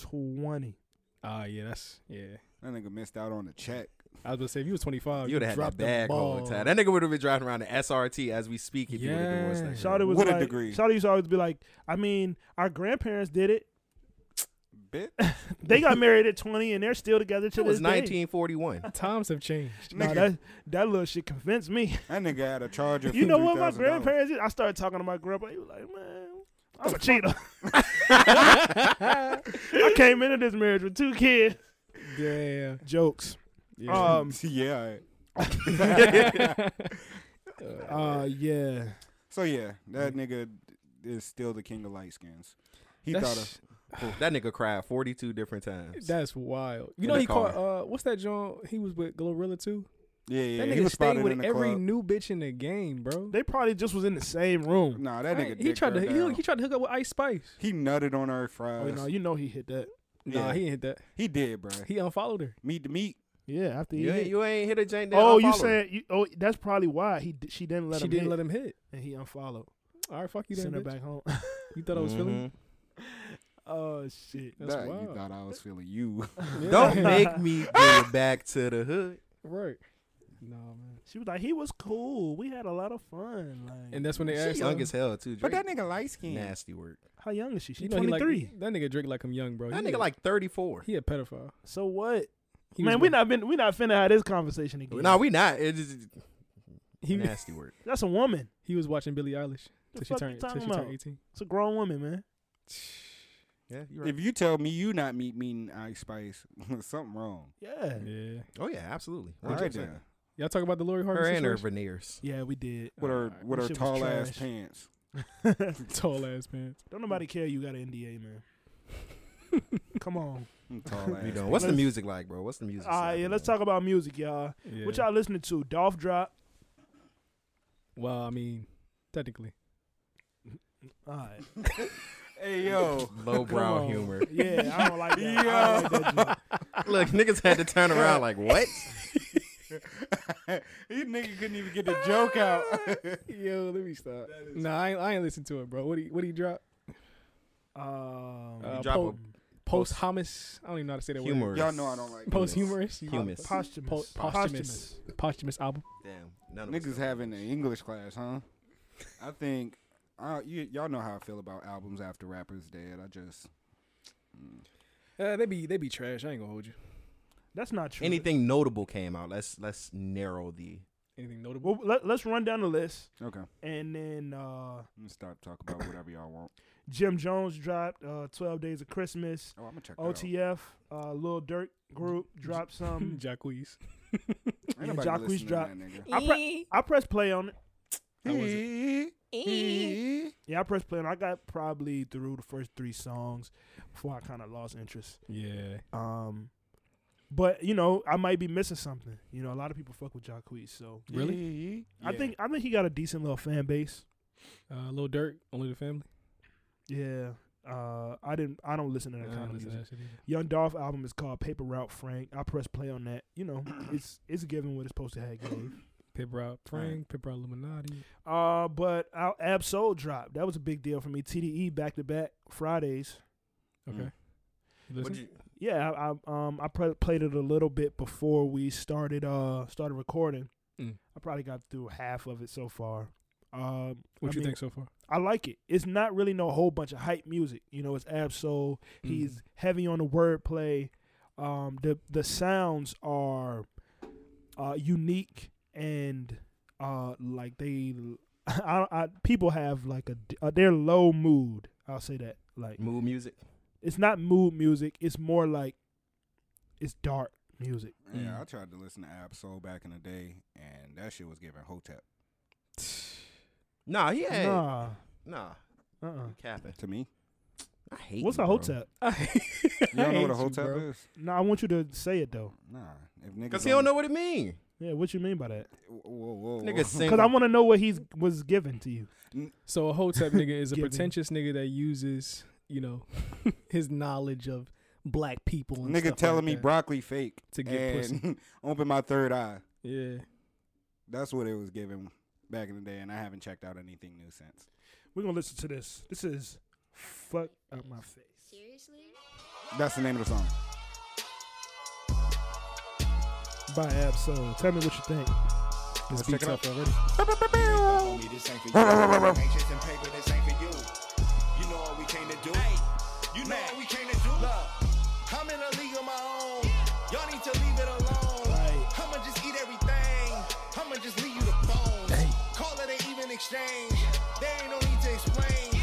Speaker 1: Twenty.
Speaker 4: Ah, yeah, that's yeah.
Speaker 2: That nigga missed out on the check.
Speaker 4: I was gonna say if you was twenty five,
Speaker 3: You would have had that bag all the time. That nigga would have been driving around the SRT as we speak if you would have divorced that.
Speaker 1: Shawty
Speaker 3: girl.
Speaker 1: was like, Shawty used to always be like, I mean, our grandparents did it.
Speaker 2: Bit.
Speaker 1: they got married at twenty, and they're still together to
Speaker 3: That was
Speaker 1: this day.
Speaker 3: 1941.
Speaker 4: Times have changed.
Speaker 1: Nah, that that little shit convinced me.
Speaker 2: That nigga had a charger.
Speaker 1: You know what my grandparents did? I started talking to my grandpa. He was like, man, I'm a cheater. I came into this marriage with two kids.
Speaker 4: Yeah.
Speaker 1: Jokes.
Speaker 4: Yeah.
Speaker 1: Um,
Speaker 2: yeah.
Speaker 1: uh, yeah.
Speaker 2: So yeah, that
Speaker 4: Mm.
Speaker 2: nigga is still the king of light skins. He
Speaker 4: That's-
Speaker 2: thought of
Speaker 3: that nigga cried 42 different times.
Speaker 4: That's wild. You
Speaker 3: In
Speaker 4: know
Speaker 3: the
Speaker 4: he
Speaker 3: car.
Speaker 4: caught uh what's that John he was with Glorilla too?
Speaker 2: Yeah, yeah.
Speaker 4: That
Speaker 2: he
Speaker 4: nigga
Speaker 2: was
Speaker 4: stayed
Speaker 2: spotted
Speaker 4: with
Speaker 2: in the
Speaker 4: every
Speaker 2: club.
Speaker 4: new bitch in the game, bro.
Speaker 1: They probably just was in the same room.
Speaker 2: Nah, that nigga.
Speaker 4: he
Speaker 2: dicked
Speaker 4: tried to
Speaker 2: her
Speaker 4: he,
Speaker 2: down.
Speaker 4: he tried to hook up with Ice Spice.
Speaker 2: He nutted on her fries.
Speaker 1: Oh, no, you know he hit that.
Speaker 4: Nah,
Speaker 2: Yeah.
Speaker 4: he ain't hit that.
Speaker 2: He did, bro.
Speaker 4: He unfollowed her.
Speaker 2: Meet the meat.
Speaker 1: Yeah, after he
Speaker 3: You ain't,
Speaker 1: hit.
Speaker 3: you ain't hit a jank that
Speaker 1: oh, you
Speaker 3: unfollowed.
Speaker 1: said you, oh that's probably why he d- she didn't let
Speaker 4: she
Speaker 1: him.
Speaker 4: didn't
Speaker 1: hit,
Speaker 4: let him hit.
Speaker 1: and he unfollowed.
Speaker 4: All right, fuck you then.
Speaker 1: Send her
Speaker 4: bitch.
Speaker 1: back home.
Speaker 4: You thought I was feeling?
Speaker 1: oh shit.
Speaker 4: That's
Speaker 2: Mm-hmm. Nah, you
Speaker 4: wild.
Speaker 2: thought I was feeling you.
Speaker 3: Don't make me go back to the hood.
Speaker 4: Right. No man.
Speaker 1: She was like, he was cool. We had a lot of fun. Like,
Speaker 4: And that's when they
Speaker 3: She
Speaker 4: asked
Speaker 3: young
Speaker 4: him-
Speaker 3: as hell too.
Speaker 2: But
Speaker 3: Drake,
Speaker 2: that nigga light skinned.
Speaker 3: nasty work.
Speaker 1: how young is she? She's
Speaker 4: You know he
Speaker 1: twenty
Speaker 4: like
Speaker 1: three.
Speaker 4: that nigga Drake like him young, bro.
Speaker 3: That
Speaker 4: He
Speaker 3: nigga
Speaker 4: a-
Speaker 3: like 34.
Speaker 4: he a pedophile.
Speaker 1: so what?
Speaker 4: He
Speaker 1: Man,
Speaker 4: was
Speaker 1: we
Speaker 4: with-
Speaker 1: not been we not finna have this conversation again.
Speaker 3: Nah, we not. It's just
Speaker 4: he,
Speaker 3: nasty work.
Speaker 1: that's a woman.
Speaker 4: he was watching Billie Eilish
Speaker 1: The
Speaker 4: till she
Speaker 1: fuck you
Speaker 4: turned till
Speaker 1: talking
Speaker 4: she turned
Speaker 1: about?
Speaker 4: eighteen.
Speaker 1: It's a grown woman, man.
Speaker 3: Yeah, you right.
Speaker 2: If you tell me you not meet meeting Ice Spice, something wrong.
Speaker 1: Yeah.
Speaker 4: Yeah.
Speaker 3: Oh yeah, absolutely.
Speaker 2: All right, then.
Speaker 4: Y'all talk about the Lori Harvey
Speaker 3: Her and her
Speaker 4: situation.
Speaker 3: veneers.
Speaker 1: Yeah, we did.
Speaker 2: With her,
Speaker 4: Alright,
Speaker 2: with
Speaker 1: that
Speaker 2: her
Speaker 1: shit was
Speaker 2: tall ass
Speaker 1: trash.
Speaker 2: pants.
Speaker 4: Tall ass pants.
Speaker 1: Don't nobody care you got an NDA, man. Come on.
Speaker 2: Mm, Tall ass.
Speaker 3: You know,
Speaker 2: pants.
Speaker 3: what's the
Speaker 1: Let's-
Speaker 3: music like, bro? What's the music?
Speaker 1: All right, yeah, let's talk about music, y'all.
Speaker 4: Yeah.
Speaker 1: What y'all listening to? Dolph Drop.
Speaker 4: Well, I mean, technically.
Speaker 1: All right.
Speaker 2: Hey yo.
Speaker 3: Low
Speaker 1: Come
Speaker 3: brow
Speaker 1: on.
Speaker 3: humor.
Speaker 1: Yeah, I don't like that. I don't like that joke.
Speaker 3: Look, niggas had to turn around like what?
Speaker 2: you nigga couldn't even get the joke out.
Speaker 4: Yo, let me stop. Nah, I ain't, I ain't listen to it, bro. What he what he drop?
Speaker 1: Um,
Speaker 4: Uh,
Speaker 3: drop
Speaker 4: po-
Speaker 3: a
Speaker 4: posthumous. I don't even know how to say that word.
Speaker 3: humor.
Speaker 2: Y'all know I don't like
Speaker 4: Post humorous.
Speaker 3: Humus.
Speaker 1: posthumous.
Speaker 4: Po- posthumous.
Speaker 1: Posthumous.
Speaker 4: Posthumous album.
Speaker 3: Damn, none of us.
Speaker 2: niggas having an English class, huh? I think uh, you, y'all know how I feel about albums after rappers dead. I just mm.
Speaker 4: Uh, they be they be trash. I ain't gonna hold you.
Speaker 1: That's not true.
Speaker 3: Anything notable came out. Let's let's narrow the.
Speaker 4: Anything notable?
Speaker 1: Well, let, let's run down the list,
Speaker 2: okay.
Speaker 1: and then uh,
Speaker 2: I'm gonna stop talking about whatever y'all want.
Speaker 1: Jim Jones dropped uh, "12 Days of Christmas."
Speaker 2: Oh, I'm gonna check. that out.
Speaker 1: OTF, uh, Lil Durk group dropped some.
Speaker 4: Jacquees.
Speaker 2: Ain't
Speaker 1: Yeah,
Speaker 2: nobody
Speaker 1: Jacquees
Speaker 2: listening to
Speaker 1: drop-
Speaker 2: that nigga.
Speaker 1: I, pre- I pressed play on it.
Speaker 2: Eh.
Speaker 1: Yeah, I pressed play on. it. I got probably through the first three songs before I kind of lost interest.
Speaker 4: Yeah.
Speaker 1: Um, but you know, I might be missing something. You know, a lot of people fuck with Jacquees, so
Speaker 4: Really?
Speaker 1: I
Speaker 2: Yeah.
Speaker 1: think I think he got a decent little fan base.
Speaker 4: Uh, Lil Durk, only the family.
Speaker 1: Yeah. Uh, I didn't. I don't listen to that
Speaker 4: I
Speaker 1: kind
Speaker 4: don't
Speaker 1: of
Speaker 4: listen to
Speaker 1: music.
Speaker 4: that shit either.
Speaker 1: Young Dolph album is called Paper Route Frank. I press play on that. You know, it's it's giving what it's supposed to have gave.
Speaker 4: Pip Rock Frank, Pip Rock Illuminati.
Speaker 1: Uh, but our Ab Soul drop that was a big deal for me. TDE back to back Fridays.
Speaker 4: Okay.
Speaker 2: Mm.
Speaker 4: You listen?
Speaker 3: What'd you-
Speaker 1: Yeah, I, I um I pre- played it a little bit before we started uh started recording.
Speaker 4: Mm.
Speaker 1: I probably got through half of it so far. Um,
Speaker 4: What you think so far?
Speaker 1: I like it. It's not really no whole bunch of hype music. You know, it's Absol.
Speaker 4: Mm.
Speaker 1: He's heavy on the wordplay. Um, the the sounds are uh, unique and uh, like they, I, I, people have like a d- uh, they're low mood. I'll say that like
Speaker 3: mood music.
Speaker 1: It's not mood music. It's more like it's dark music.
Speaker 3: Mm.
Speaker 2: Yeah, I tried to listen to Absol back in the day, and that shit was giving hotep.
Speaker 3: Nah, he had
Speaker 1: Nah.
Speaker 3: nah.
Speaker 1: Uh-uh.
Speaker 3: You Capping.
Speaker 2: To me,
Speaker 3: I hate.
Speaker 1: What's
Speaker 3: you,
Speaker 1: a
Speaker 3: bro.
Speaker 1: hotep?
Speaker 2: You don't know what a
Speaker 1: hate you,
Speaker 2: hotep
Speaker 1: bro.
Speaker 2: is?
Speaker 1: No, I want you to say it though.
Speaker 2: Nah, if niggas
Speaker 3: Cause he don't know what it mean.
Speaker 1: Yeah, what you mean by that?
Speaker 2: Whoa, whoa, whoa.
Speaker 3: Nigga
Speaker 1: Because I want to know what he's was given to you.
Speaker 4: So a whole type nigga is a
Speaker 1: Giving.
Speaker 4: pretentious nigga that uses, you know, his knowledge of black people and stuff
Speaker 2: nigga
Speaker 4: like
Speaker 2: telling me
Speaker 4: that.
Speaker 2: broccoli fake
Speaker 4: To get
Speaker 2: and
Speaker 4: pussy.
Speaker 2: open my third eye.
Speaker 4: Yeah.
Speaker 2: That's what it was giving back in the day, and I haven't checked out anything new since.
Speaker 1: We're gonna listen to this. This is fuck up my face.
Speaker 2: That's the name of the song.
Speaker 1: by Absol. Tell me what you think.
Speaker 4: This
Speaker 1: beat's
Speaker 4: beat's
Speaker 1: up
Speaker 4: up already.
Speaker 9: Homie, this ain't for you. Anxious and paper, this ain't for you. You know what we came to do. you know what we came to do. Look, I'm in a league of my own. Y'all need to leave it alone. I'ma just eat everything. I'ma just leave you the bones. Call it an even exchange. There ain't no need to explain.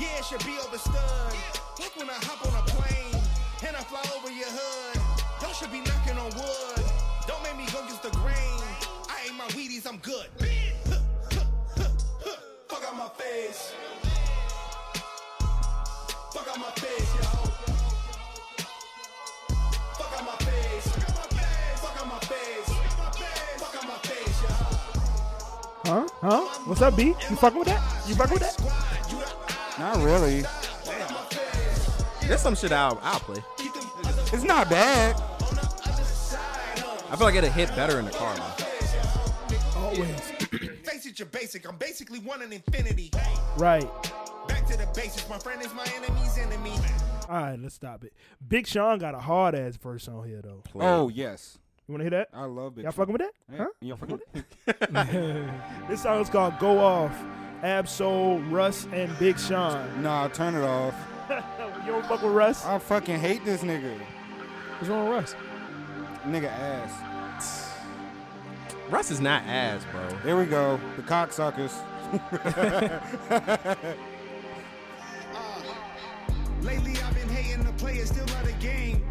Speaker 9: Yeah, it should be overstood. Like when I hop on a plane and I fly over your hood. Y'all should be knocking on wood. Don't make me go against the grain. I ate my Wheaties, I'm good. Fuck out my face. Fuck out my face, yo. Fuck out my face. Fuck out my face. Fuck out my face, yo.
Speaker 1: Huh? Huh? What's up, B? You fucking with that? You fucking with that?
Speaker 2: Not really.
Speaker 3: That's some shit I'll, I'll play.
Speaker 2: It's not bad.
Speaker 3: I feel like it'll hit better in the car. though.
Speaker 1: Always.
Speaker 9: Face it, you're basic. I'm basically one in infinity.
Speaker 1: Right.
Speaker 9: Back to the basics. My friend is my enemy's enemy.
Speaker 1: All right, let's stop it. Big Sean got a hard ass verse on here though.
Speaker 2: Oh yes,
Speaker 1: You wanna hear that?
Speaker 2: I love it.
Speaker 1: Y'all fucking with that? Huh?
Speaker 2: Y'all fucking with that?
Speaker 1: This song is called Go Off. Absol, Russ, and Big Sean.
Speaker 2: Nah, turn it off.
Speaker 1: you don't fuck with Russ?
Speaker 2: I fucking hate this nigga.
Speaker 4: What's wrong with Russ?
Speaker 2: Nigga ass.
Speaker 3: Russ is not ass, bro.
Speaker 2: There we go. The cocksuckers.
Speaker 9: Uh. Lately, I've been hating the players, still out of game.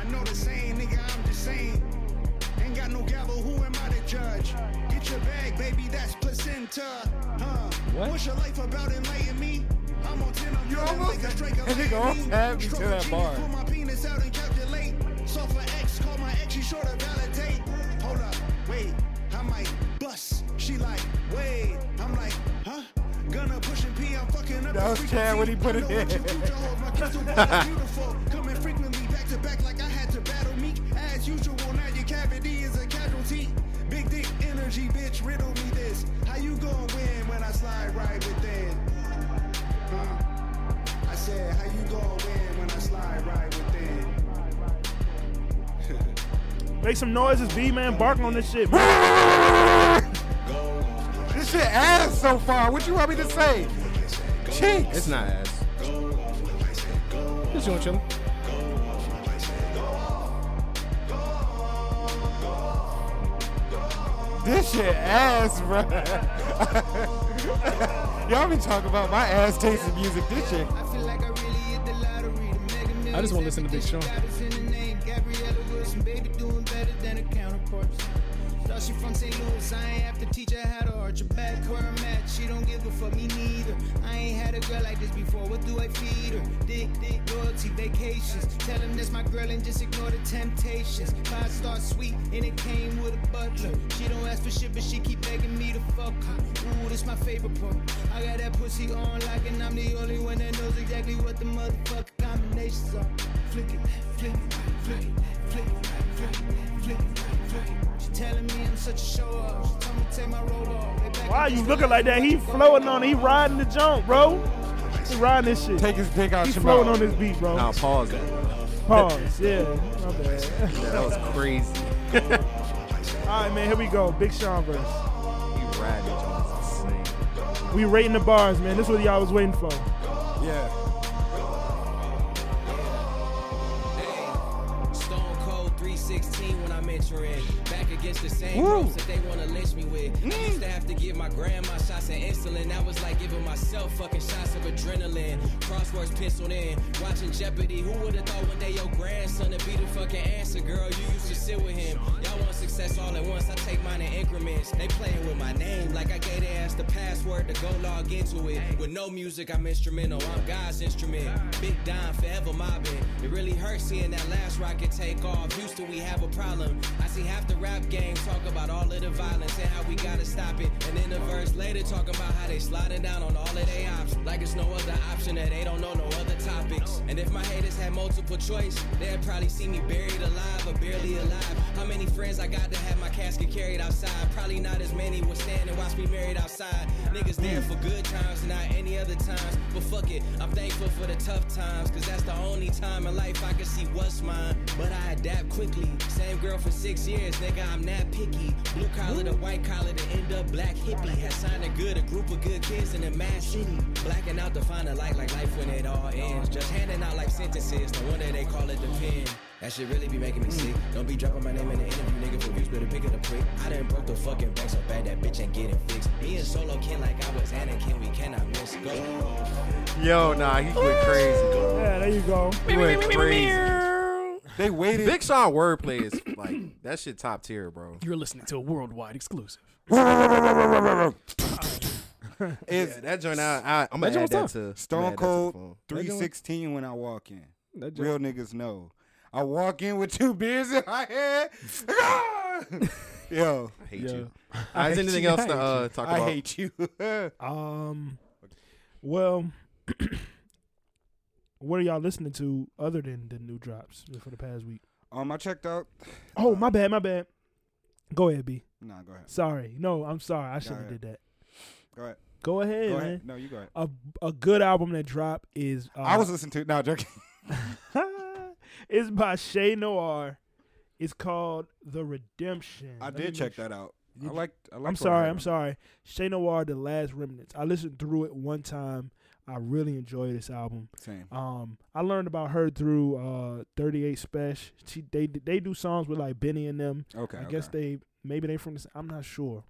Speaker 9: I know the saying, nigga, I'm just saying. Ain't got no gavel, who am I to judge? Get your bag, baby, that's placenta. Huh? What's your life about? Enlighten me. I'm on 10, I'm feeling like a Drake, I'm
Speaker 2: nigga almost had me to
Speaker 9: Stroke a
Speaker 2: that
Speaker 9: genie,
Speaker 2: bar.
Speaker 9: Pull my penis out and calculate. So for X, call my ex, she sure to validate. Hold up, wait, I might bust. She like, wait, I'm like, huh? Gonna push and pee, I'm fucking up.
Speaker 2: That
Speaker 9: the
Speaker 2: was Chad when he put
Speaker 9: frequency.
Speaker 2: it
Speaker 9: I know what you
Speaker 2: in.
Speaker 9: do, Jehovah. My kids are wild and beautiful. Coming frequently back to back like I had to battle me. As usual, now your cavity is a casualty. Big dick energy, bitch, riddle me this. How you gonna win when I slide right within? Huh? I said, how you gonna win when I slide right within?
Speaker 1: Make some noises, B man. Bark on this shit.
Speaker 2: This shit ass so far. What you want me to say? Cheeks.
Speaker 3: It's not ass.
Speaker 4: Just doing chilling.
Speaker 2: This shit ass, bro. Y'all been talking about my ass tasting music. This shit.
Speaker 4: I just want to listen to Big Sean.
Speaker 13: Thought she from St. Louis, I ain't have to teach her how to arch her back where I'm at. She don't give a fuck, me neither. I ain't had a girl like this before, what do I feed her? Dick, dick, loyalty, vacations. Tell him that's my girl and just ignore the temptations. Five star sweet, and it came with a butler. She don't ask for shit, but she keep begging me to fuck her. Ooh, this my favorite part. I got that pussy on like, and I'm the only one that knows exactly what the motherfucker combinations are. Flick it, flick it, flick it, flick it, flick it, flick it, flick it. She telling me I'm such a show off. She told me to take my robe off. They back
Speaker 1: Why
Speaker 13: in
Speaker 1: you
Speaker 13: this
Speaker 1: looking like that? He floating on. it. He riding the jump, bro. He riding this shit.
Speaker 2: Take his dick out
Speaker 1: He
Speaker 2: your
Speaker 1: floating
Speaker 2: mouth.
Speaker 1: on this beat, bro.
Speaker 3: Nah, pause that.
Speaker 1: Pause. Yeah. My bad.
Speaker 3: That was crazy.
Speaker 1: All right, man. Here we go. Big Sean verse.
Speaker 3: He riding it, Jones. Insane.
Speaker 1: We rating the bars, man. This is what y'all was waiting for.
Speaker 2: Yeah.
Speaker 14: Stone Cold 316 when I'm entering. Back against the same
Speaker 15: Woo.
Speaker 14: ropes that they wanna lynch me with. I used to have to give my grandma shots of insulin. That was like giving myself fucking shots of adrenaline. Crosswords penciled in. Watching Jeopardy. Who would've thought one day your grandson would be the fucking answer, girl? You used to sit with him. Y'all want success all at once. I take mine in increments. They playing with my name like I gave their ass the password to go log into it. With no music, I'm instrumental. I'm God's instrument. Big Don forever mobbing. It really hurts seeing that last rocket take off. Houston, we have a problem. I see half the rap game talk about all of the violence and how we gotta stop it. And then a verse later talking about how they sliding down on all of their ops. Like it's no other option that they don't know no other topics. And if my haters had multiple choice, they'd probably see me buried alive or barely alive. How many friends I got to have my casket carried outside? Probably not as many would stand and watch me married outside. Niggas there for good times and not any other times. But fuck it, I'm thankful for the tough times. Cause that's the only time in life I can see what's mine. But I adapt quickly. Same girl for six years, nigga, I'm not picky. Blue collar to white collar to end up black hippie. Had signed a good, a group of good kids in the mad city. Blacking out to find a light like life when it all ends. Just handing out like sentences, no wonder they call it the pen. That shit really be making me sick. Don't be dropping my name in the interview, nigga, for views, better pick it up quick. I done broke the fucking bank so bad that bitch ain't getting fixed. Me and Solo kin like I was Anakin, we cannot miss. Go.
Speaker 3: Yo, nah, he went crazy.
Speaker 1: Yeah, there you go.
Speaker 3: He went crazy.
Speaker 2: They waited.
Speaker 3: Big Sean wordplay is like that shit top tier, bro.
Speaker 4: You're listening to a worldwide exclusive.
Speaker 2: It's-
Speaker 3: Yeah, that joint, I- I- I'ma add that to- I'ma add
Speaker 2: Stone
Speaker 3: that to the phone.
Speaker 2: Cold
Speaker 3: That joint-
Speaker 2: 316 when I walk in.
Speaker 4: That
Speaker 2: Real niggas know. I walk in with two beers in my head. Yo.
Speaker 3: I hate you. All right, is anything else to uh, talk about?
Speaker 2: I hate you.
Speaker 1: um, well, what are y'all listening to other than the new drops for the past week?
Speaker 2: Um, I checked out.
Speaker 1: Oh, my bad, my bad. Go ahead, B.
Speaker 2: Nah, go ahead.
Speaker 1: Sorry, no, I'm sorry. I
Speaker 2: Go
Speaker 1: shouldn't have
Speaker 2: ahead.
Speaker 1: did that.
Speaker 2: Go ahead.
Speaker 1: Go ahead,
Speaker 2: Go
Speaker 1: man.
Speaker 2: ahead. No, you go ahead.
Speaker 1: A a good album that dropped is uh,
Speaker 2: I was listening to. Nah, joking.
Speaker 1: It's by Shay Noir. It's called The Redemption.
Speaker 2: I
Speaker 1: Let
Speaker 2: did
Speaker 1: me
Speaker 2: check
Speaker 1: make sure-
Speaker 2: that out.
Speaker 1: Did
Speaker 2: I
Speaker 1: you-
Speaker 2: liked- I liked
Speaker 1: I'm
Speaker 2: what I
Speaker 1: sorry.
Speaker 2: heard.
Speaker 1: I'm sorry. Shay Noir, The Last Remnants. I listened through it one time. I really enjoyed this album.
Speaker 2: Same.
Speaker 1: Um, I learned about her through uh 38 Special. She they they do songs with like Benny and them.
Speaker 2: Okay, Mm.
Speaker 1: I guess they maybe they from this. I'm not sure,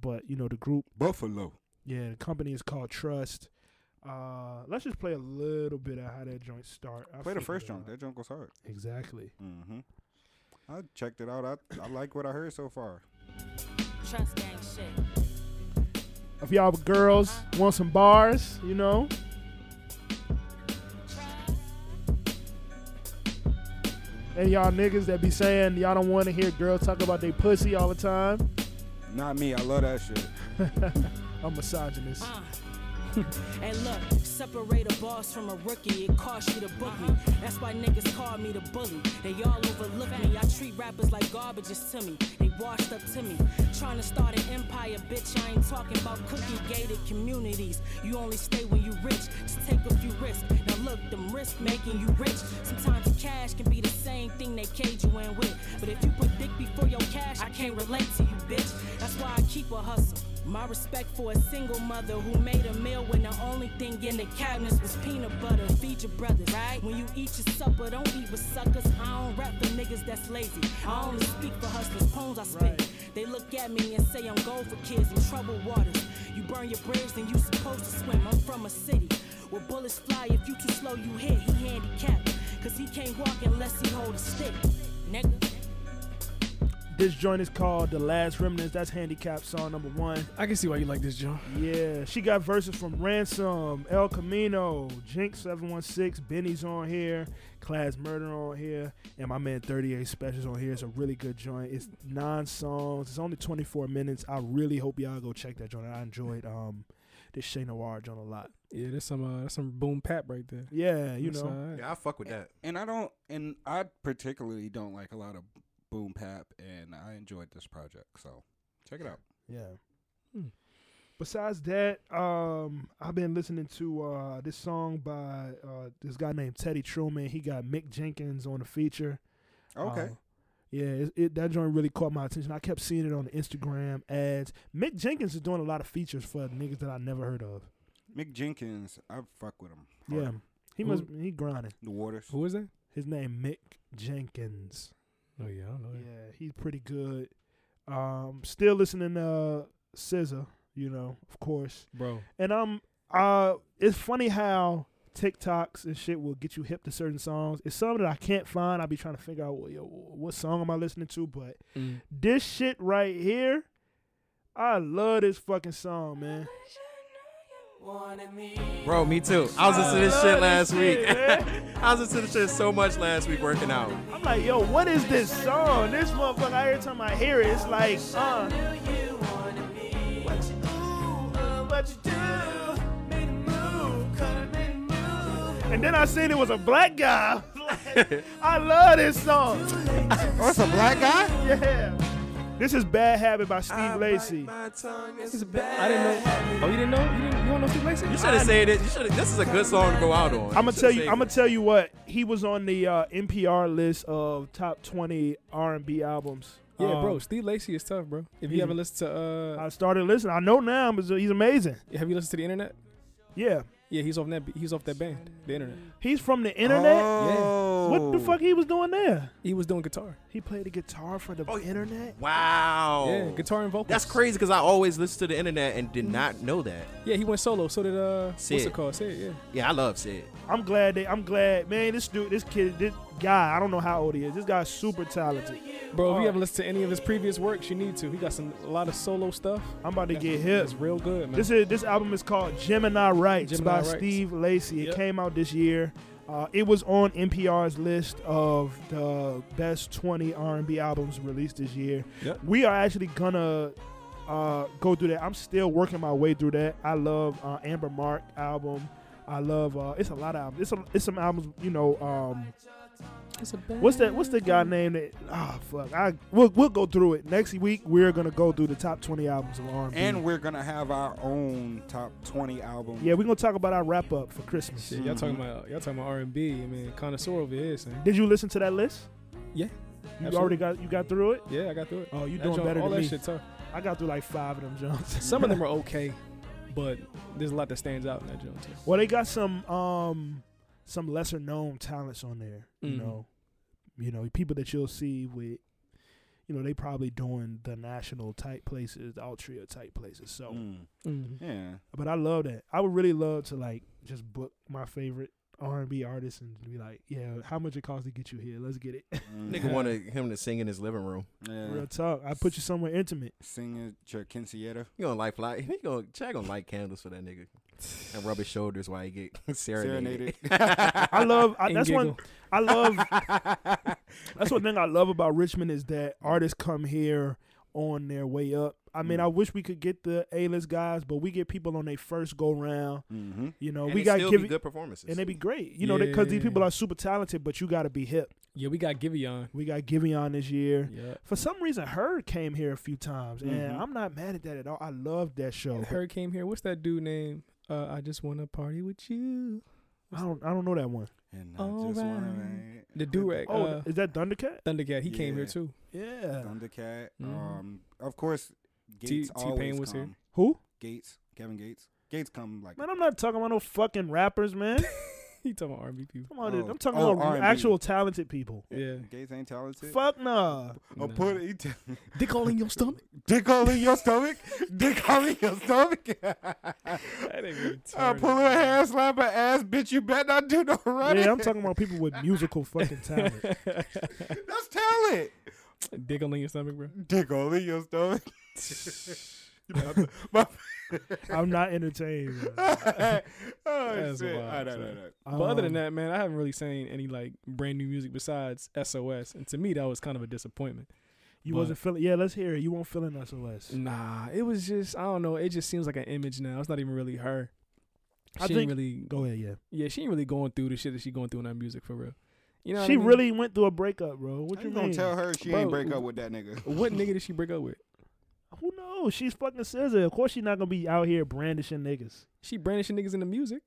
Speaker 1: but you know the group
Speaker 2: Buffalo.
Speaker 1: Yeah, the company is called Trust. Uh, let's just play a little bit of how that joint start. I'll
Speaker 2: Play the
Speaker 1: figure
Speaker 2: first
Speaker 1: it
Speaker 2: joint.
Speaker 1: out.
Speaker 2: That joint goes hard.
Speaker 1: Exactly.
Speaker 2: Mm-hmm. I checked it out. I, I like what I heard so far.
Speaker 16: Trust gang shit.
Speaker 1: If y'all girls want some bars, you know, and y'all niggas that be saying y'all don't want to hear girls talk about they pussy all the time,
Speaker 2: Not me. I love that shit.
Speaker 1: I'm misogynist.
Speaker 16: Ah. And look, separate a boss from a rookie, it costs you to book me. That's why niggas call me the bully. They all overlook me. I treat rappers like garbages to me. They washed up to me. Trying to start an empire, bitch. I ain't talking about cookie gated communities. You only stay when you rich. Just take a few risks. Now look, them risks making you rich. Sometimes the cash can be the same thing they cage you in with. But if you put dick before your cash, I can't relate to you, bitch. That's why I keep a hustle. My respect for a single mother who made a meal when the only thing in the cabinets was peanut butter. Feed your brothers, right? When you eat your supper, don't eat with suckers. I don't rap for niggas that's lazy. I only speak for hustlers, poems I spit. They look at me and say I'm gold for kids in troubled waters. You burn your bridge, then you supposed to swim. I'm from a city where bullets fly. If you too slow, you hit. He handicapped, cause he can't walk unless he hold a stick. Nigga.
Speaker 1: This joint is called The Last Remnants. That's handicap song number one.
Speaker 4: I can see why you like this joint.
Speaker 1: Yeah, she got verses from Ransom, El Camino, Jinx 716, Benny's on here, Class Murder on here, and my man 38 Specials on here. It's a really good joint. It's nine songs. It's only 24 minutes. I really hope y'all go check that joint. I enjoyed um this Shay Noir joint a lot.
Speaker 4: Yeah, that's some uh, that's some boom pap right there.
Speaker 1: Yeah,
Speaker 2: you
Speaker 4: That's
Speaker 2: know.
Speaker 4: all right.
Speaker 3: Yeah, I fuck with that.
Speaker 2: And I don't. And I particularly don't like a lot of boom pap. And I enjoyed this project. So check it out.
Speaker 1: Yeah. Besides that, um, I've been listening to uh, this song by uh, this guy named Teddy Truman. He got Mick Jenkins on the feature.
Speaker 2: Okay.
Speaker 1: Uh, Yeah, it, it, that joint really caught my attention. I kept seeing it on the Instagram ads. Mick Jenkins is doing a lot of features for niggas that I never heard of.
Speaker 2: Mick Jenkins, I fuck with him.
Speaker 1: Yeah,
Speaker 2: hard.
Speaker 1: he must he grinding.
Speaker 2: The Waters.
Speaker 4: Who is that?
Speaker 1: His name Mick Jenkins.
Speaker 4: Oh yeah, I don't know. that.
Speaker 1: Yeah, he's pretty good. Um, still listening to Scissor, you know, of course,
Speaker 4: Bro.
Speaker 1: And um, uh, it's funny how TikToks and shit will get you hip to certain songs. It's something that I can't find. I'll be trying to figure out well, yo, what song am I listening to, but
Speaker 4: Mm.
Speaker 1: this shit right here, I love this fucking song, man.
Speaker 3: Bro, me too. I was listening to this
Speaker 1: I
Speaker 3: shit
Speaker 1: love
Speaker 3: last
Speaker 1: this
Speaker 3: week.
Speaker 1: shit,
Speaker 3: I was listening to this shit so much last week working out.
Speaker 1: I'm like, yo, what is this song? This motherfucker, every time I hear it, it's like, uh.
Speaker 13: uh,
Speaker 1: And then I seen it was a black guy. I love this song. Oh, it's a black guy? Yeah. This is Bad Habit by Steve Lacy.
Speaker 4: I didn't know. Oh, you didn't know? You, didn't, you don't know Steve Lacy?
Speaker 3: You should have said it. You should. This is a good song to go out on.
Speaker 1: I'm gonna tell you. I'm gonna tell you what he was on the uh, NPR list of top 20 R&B albums.
Speaker 4: Yeah,
Speaker 1: Um,
Speaker 4: bro. Steve Lacy is tough, bro. If you
Speaker 1: yeah.
Speaker 4: haven't listened to, uh,
Speaker 1: I started listening. I know now, but he's amazing.
Speaker 4: have you listened to the internet?
Speaker 1: Yeah,
Speaker 4: Yeah, he's off that. He's off that band, the internet.
Speaker 1: he's from the internet.
Speaker 4: Oh.
Speaker 1: What the fuck he was doing there?
Speaker 4: He was doing guitar.
Speaker 1: He played the guitar for
Speaker 3: Oh,
Speaker 1: the internet.
Speaker 3: Wow.
Speaker 4: Yeah, guitar and vocals.
Speaker 3: That's crazy because I always listen to the internet and did not know that.
Speaker 4: Yeah, he went solo. So did uh, what's
Speaker 3: Sid.
Speaker 4: it called? Sid, yeah.
Speaker 3: Yeah, I love Sid.
Speaker 1: I'm glad they. I'm glad, man. This dude, this kid, this guy. I don't know how old he is. This guy's super talented.
Speaker 4: Bro, if you haven't listened to any of his previous works, you need to. He got some a lot of solo stuff.
Speaker 1: I'm about to get hip.
Speaker 4: It's real good, man.
Speaker 1: This is this album is called Gemini Rights
Speaker 4: Gemini
Speaker 1: by
Speaker 4: Rights.
Speaker 1: Steve Lacy. It came out this year. Uh, it was on NPR's list of the best 20 R&B albums released this year.
Speaker 4: Yep.
Speaker 1: We are actually gonna uh, go through that. I'm still working my way through that. I love uh, Amber Mark album. I love uh, it's a lot of albums. It's, a, it's some albums, you know. Um, What's that? What's the guy named? That ah fuck. I we'll, we'll go through it next week. We're gonna go through the top twenty albums of R&B.
Speaker 2: And we're gonna have our own top twenty album.
Speaker 1: Yeah, we're gonna talk about our wrap up for Christmas.
Speaker 4: Shit, y'all talking about y'all talking about R and B. I mean, connoisseur over here, son.
Speaker 1: Did you listen to that list?
Speaker 4: Yeah,
Speaker 1: You
Speaker 4: absolutely.
Speaker 1: already got you got through it.
Speaker 4: Yeah, I got through it.
Speaker 1: Oh, you
Speaker 4: That
Speaker 1: doing
Speaker 4: joint-
Speaker 1: better
Speaker 4: all
Speaker 1: than
Speaker 4: that
Speaker 1: me.
Speaker 4: shit tough.
Speaker 1: I got through like five of them Jones.
Speaker 4: Some of them are okay, but there's a lot that stands out in that joint too.
Speaker 1: well, they got some um some lesser known talents on there. You
Speaker 4: Mhm.
Speaker 1: know, you know people that you'll see with. You know they probably doing the national type places, the Altria type places. So,
Speaker 2: Mm. Yeah.
Speaker 1: but I love that. I would really love to like just book my favorite R and B artists and be like, yeah, how much it costs to get you here? Let's get it.
Speaker 3: Nigga wanted him to sing in his living room.
Speaker 2: Mm. Yeah.
Speaker 1: Real talk. I put you somewhere intimate.
Speaker 2: Singing your Quinceañera.
Speaker 3: You gonna light fly? He gonna check on light candles for that nigga and rub his shoulders while he get serenaded.
Speaker 1: I love. I, that's one. I love. that's one thing I love about Richmond is that artists come here on their way up. I mean, I wish we could get the A list guys, but we get people on their first go round.
Speaker 2: Mhm.
Speaker 1: You know,
Speaker 3: And
Speaker 1: we
Speaker 3: they
Speaker 1: got
Speaker 3: still
Speaker 1: to
Speaker 3: be
Speaker 1: give
Speaker 3: good performances.
Speaker 1: and they be great. You know, because these
Speaker 4: Yeah.
Speaker 1: people are super talented, but you got to be hip.
Speaker 4: Yeah, we got Giveon.
Speaker 1: We got Giveon this year.
Speaker 4: Yeah.
Speaker 1: For some reason, Herd came here a few times, and
Speaker 4: Mhm.
Speaker 1: I'm not mad at that at all. I love that show. but
Speaker 4: Her came here. What's that dude name? Uh, I just wanna party with you.
Speaker 1: I don't. I don't know that one.
Speaker 2: And
Speaker 4: All
Speaker 2: just wanna
Speaker 4: right.
Speaker 2: make-
Speaker 4: The Durag.
Speaker 1: Oh,
Speaker 4: uh,
Speaker 1: is that Thundercat?
Speaker 4: Thundercat. He came here
Speaker 2: Yeah.
Speaker 4: too.
Speaker 1: Yeah.
Speaker 2: Thundercat.
Speaker 4: Mhm.
Speaker 2: Um, of course,
Speaker 4: T-
Speaker 2: Gates
Speaker 4: T-Pain
Speaker 2: always
Speaker 4: was here.
Speaker 2: come.
Speaker 1: Who?
Speaker 2: Gates. Kevin Gates. Gates come like.
Speaker 1: Man, I'm not talking about no fucking rappers, man.
Speaker 4: He talking about R&B people.
Speaker 1: I'm, on it.
Speaker 2: Oh.
Speaker 1: I'm talking
Speaker 2: Oh,
Speaker 1: about
Speaker 2: R&B.
Speaker 1: actual talented people.
Speaker 4: Yeah.
Speaker 2: Gates ain't talented.
Speaker 1: Fuck nah.
Speaker 2: Oh, put it.
Speaker 4: Dick all in your stomach.
Speaker 2: Dick all in your stomach. Dick all in your stomach. I pull her hair, slap her ass, bitch. You bet not do no running.
Speaker 1: Yeah, I'm talking about people with musical fucking talent.
Speaker 2: That's talent.
Speaker 4: Dick all in your stomach, bro.
Speaker 2: Dick all in your stomach.
Speaker 1: I'm not entertained. man.
Speaker 2: oh
Speaker 4: That's
Speaker 2: shit!
Speaker 4: wild,
Speaker 2: Ah, no, no,
Speaker 4: son.
Speaker 2: no.
Speaker 1: no.
Speaker 4: but other
Speaker 1: Um,
Speaker 4: than that, man, I haven't really seen any like brand new music besides SOS, and to me, that was kind of a disappointment.
Speaker 1: You
Speaker 4: But-
Speaker 1: wasn't feeling. Yeah, let's hear it. You weren't feeling SOS.
Speaker 4: Nah, it was just I don't know. It just seems like an image now. It's not even really her. She
Speaker 1: I
Speaker 4: ain't
Speaker 1: think-
Speaker 4: really
Speaker 1: Go ahead. Yeah.
Speaker 4: Yeah, she ain't really going through the shit that she going through in that music for real. You know, what
Speaker 1: she
Speaker 4: I mean?
Speaker 1: really went through a breakup, bro. What
Speaker 2: How
Speaker 1: you
Speaker 2: you gonna
Speaker 1: mean?
Speaker 2: tell her she ain't
Speaker 4: Bro,
Speaker 2: break up with that nigga?
Speaker 4: What nigga did she break up with?
Speaker 1: Who knows? She's fucking scissor. Of course, she's not gonna be out here brandishing niggas.
Speaker 4: She brandishing niggas in the music.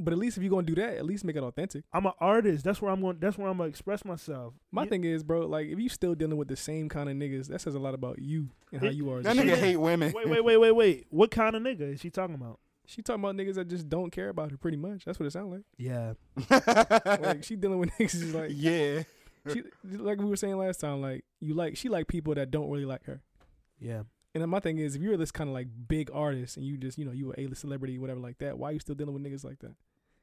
Speaker 4: But at least if you're gonna do that, at least make it authentic.
Speaker 1: I'm an artist. That's where I'm going. That's where I'm gonna express myself.
Speaker 4: My thing is, bro, like if you still dealing with the same kind of niggas, that says a lot about you and how
Speaker 1: It-
Speaker 4: you are. as
Speaker 1: That
Speaker 4: a
Speaker 1: nigga
Speaker 4: person.
Speaker 1: hate women. Wait, wait, wait, wait, wait. What kind of nigga is she talking about?
Speaker 4: She talking about niggas that just don't care about her. Pretty much, that's what it sounds like.
Speaker 1: Yeah.
Speaker 4: like she dealing with niggas is like
Speaker 2: yeah.
Speaker 4: She, like we were saying last time, like you like she like people that don't really like her.
Speaker 1: Yeah.
Speaker 4: And then my thing is, if you're this kind of like big artist and you just you know you a a celebrity whatever like that, why you still dealing with niggas like that?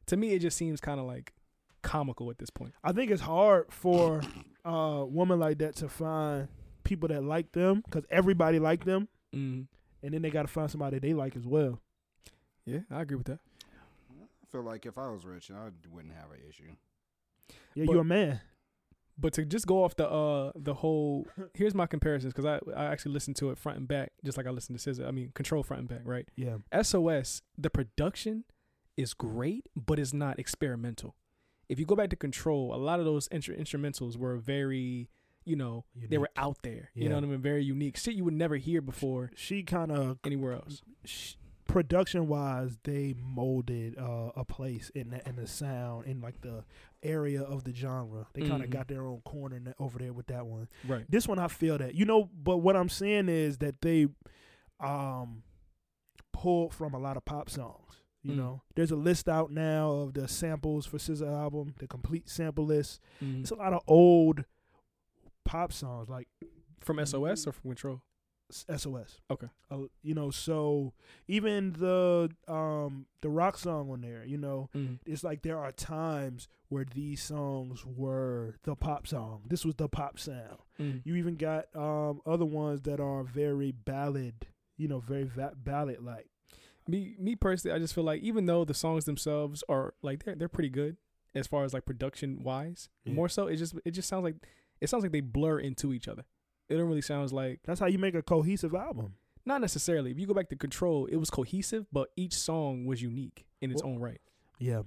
Speaker 4: To me, it just seems kind of like comical at this point.
Speaker 1: I think it's hard for uh, a woman like that to find people that like them because everybody like them,
Speaker 4: mm.
Speaker 1: and then they got to find somebody they like as well.
Speaker 4: Yeah, I agree with that.
Speaker 2: I feel like if I was rich, I wouldn't have an issue.
Speaker 1: Yeah, you're a man.
Speaker 4: But to just go off the uh the whole here's my comparisons because I I actually listened to it front and back just like I listened to Scissor. I mean Control front and back, right?
Speaker 1: Yeah.
Speaker 4: SOS the production is great, but it's not experimental. If you go back to Control, a lot of those intru- instrumentals were very you know they were out there. You know
Speaker 1: Yeah.
Speaker 4: what I mean? Very unique shit you would never hear before.
Speaker 1: She kind of
Speaker 4: anywhere else.
Speaker 1: Production wise, they molded uh, a place in the, in the sound in like the area of the genre. They kind of
Speaker 4: Mhm.
Speaker 3: Mm-hmm.
Speaker 1: got their own corner in the- over there with that one.
Speaker 4: Right.
Speaker 1: This one I feel that you know, but what I'm saying is that they um pulled from a lot of pop songs. You
Speaker 4: Mm.
Speaker 1: know, there's a list out now of the samples for SZA album, the complete sample list.
Speaker 4: Mm.
Speaker 1: It's a lot of old pop songs like
Speaker 4: from SOS or from Control.
Speaker 1: SOS.
Speaker 4: Okay.
Speaker 1: Uh, you know, so even the um the rock song on there, you know,
Speaker 4: Mhm.
Speaker 1: it's like there are times where these songs were the pop song. This was the pop sound.
Speaker 4: Mhm.
Speaker 1: You even got um other ones that are very ballad, you know, very va- ballad like.
Speaker 4: me me personally, I just feel like even though the songs themselves are like they're they're pretty good as far as like production wise,
Speaker 1: Yeah.
Speaker 4: more so it just it just sounds like it sounds like they blur into each other. It don't really sounds like
Speaker 1: that's how you make a cohesive album.
Speaker 4: Not necessarily. If you go back to Control, it was cohesive, but each song was unique in its
Speaker 1: Well-
Speaker 4: own right.
Speaker 1: Yeah.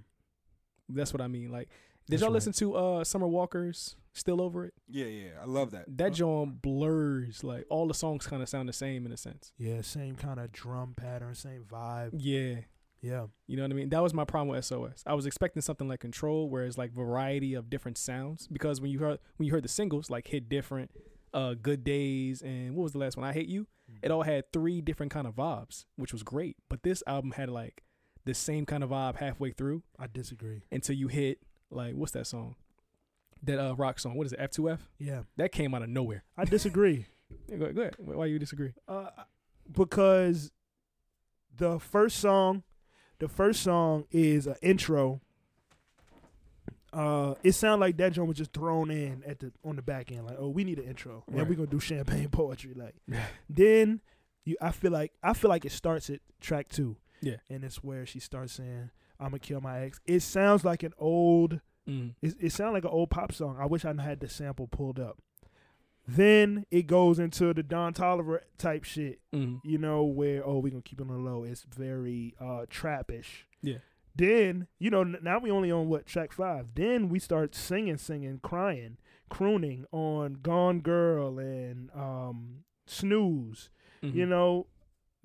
Speaker 4: That's what I mean. Like, did
Speaker 2: That's
Speaker 4: y'all
Speaker 2: right.
Speaker 4: listen to uh Summer Walker's "Still Over It"?
Speaker 2: Yeah, yeah, I love that.
Speaker 4: That joint blurs. Like all the songs kind of sound the same in a sense.
Speaker 1: Yeah, same kind of drum pattern, same vibe.
Speaker 4: Yeah.
Speaker 1: Yeah.
Speaker 4: You know what I mean? That was my problem with SOS. I was expecting something like Control, where it's like variety of different sounds. Because when you heard when you heard the singles like Hit Different, uh, Good Days, and what was the last one? I Hate You.
Speaker 1: Mm-hmm.
Speaker 4: It all had three different kind of vibes, which was great. But this album had like the same kind of vibe halfway through
Speaker 1: I disagree.
Speaker 4: until you hit like what's that song? That uh rock song. What is it? F two F.
Speaker 1: Yeah.
Speaker 4: That came out of nowhere.
Speaker 1: I disagree.
Speaker 4: Yeah, go, go ahead. Why why you disagree?
Speaker 1: Uh, because the first song, the first song is an intro. Uh, it sounded like that joint was just thrown in at the on the back end, like, oh, we need an intro, and
Speaker 4: Right.
Speaker 1: we're gonna do champagne poetry. Like, then you, I feel like I feel like it starts at track two.
Speaker 4: Yeah.
Speaker 1: and it's where she starts saying, "I'm gonna kill my ex." It sounds like an old,
Speaker 4: Mm.
Speaker 1: it, it sounds like an old pop song. I wish I had the sample pulled up. Then it goes into the Don Tolliver type shit,
Speaker 4: Mhm.
Speaker 1: you know, where oh we gonna keep it on the low. It's very uh trappish.
Speaker 4: Yeah.
Speaker 1: Then you know n- now we only on what track five. Then we start singing, singing, crying, crooning on Gone Girl and um Snooze. You
Speaker 4: Mhm.
Speaker 1: know,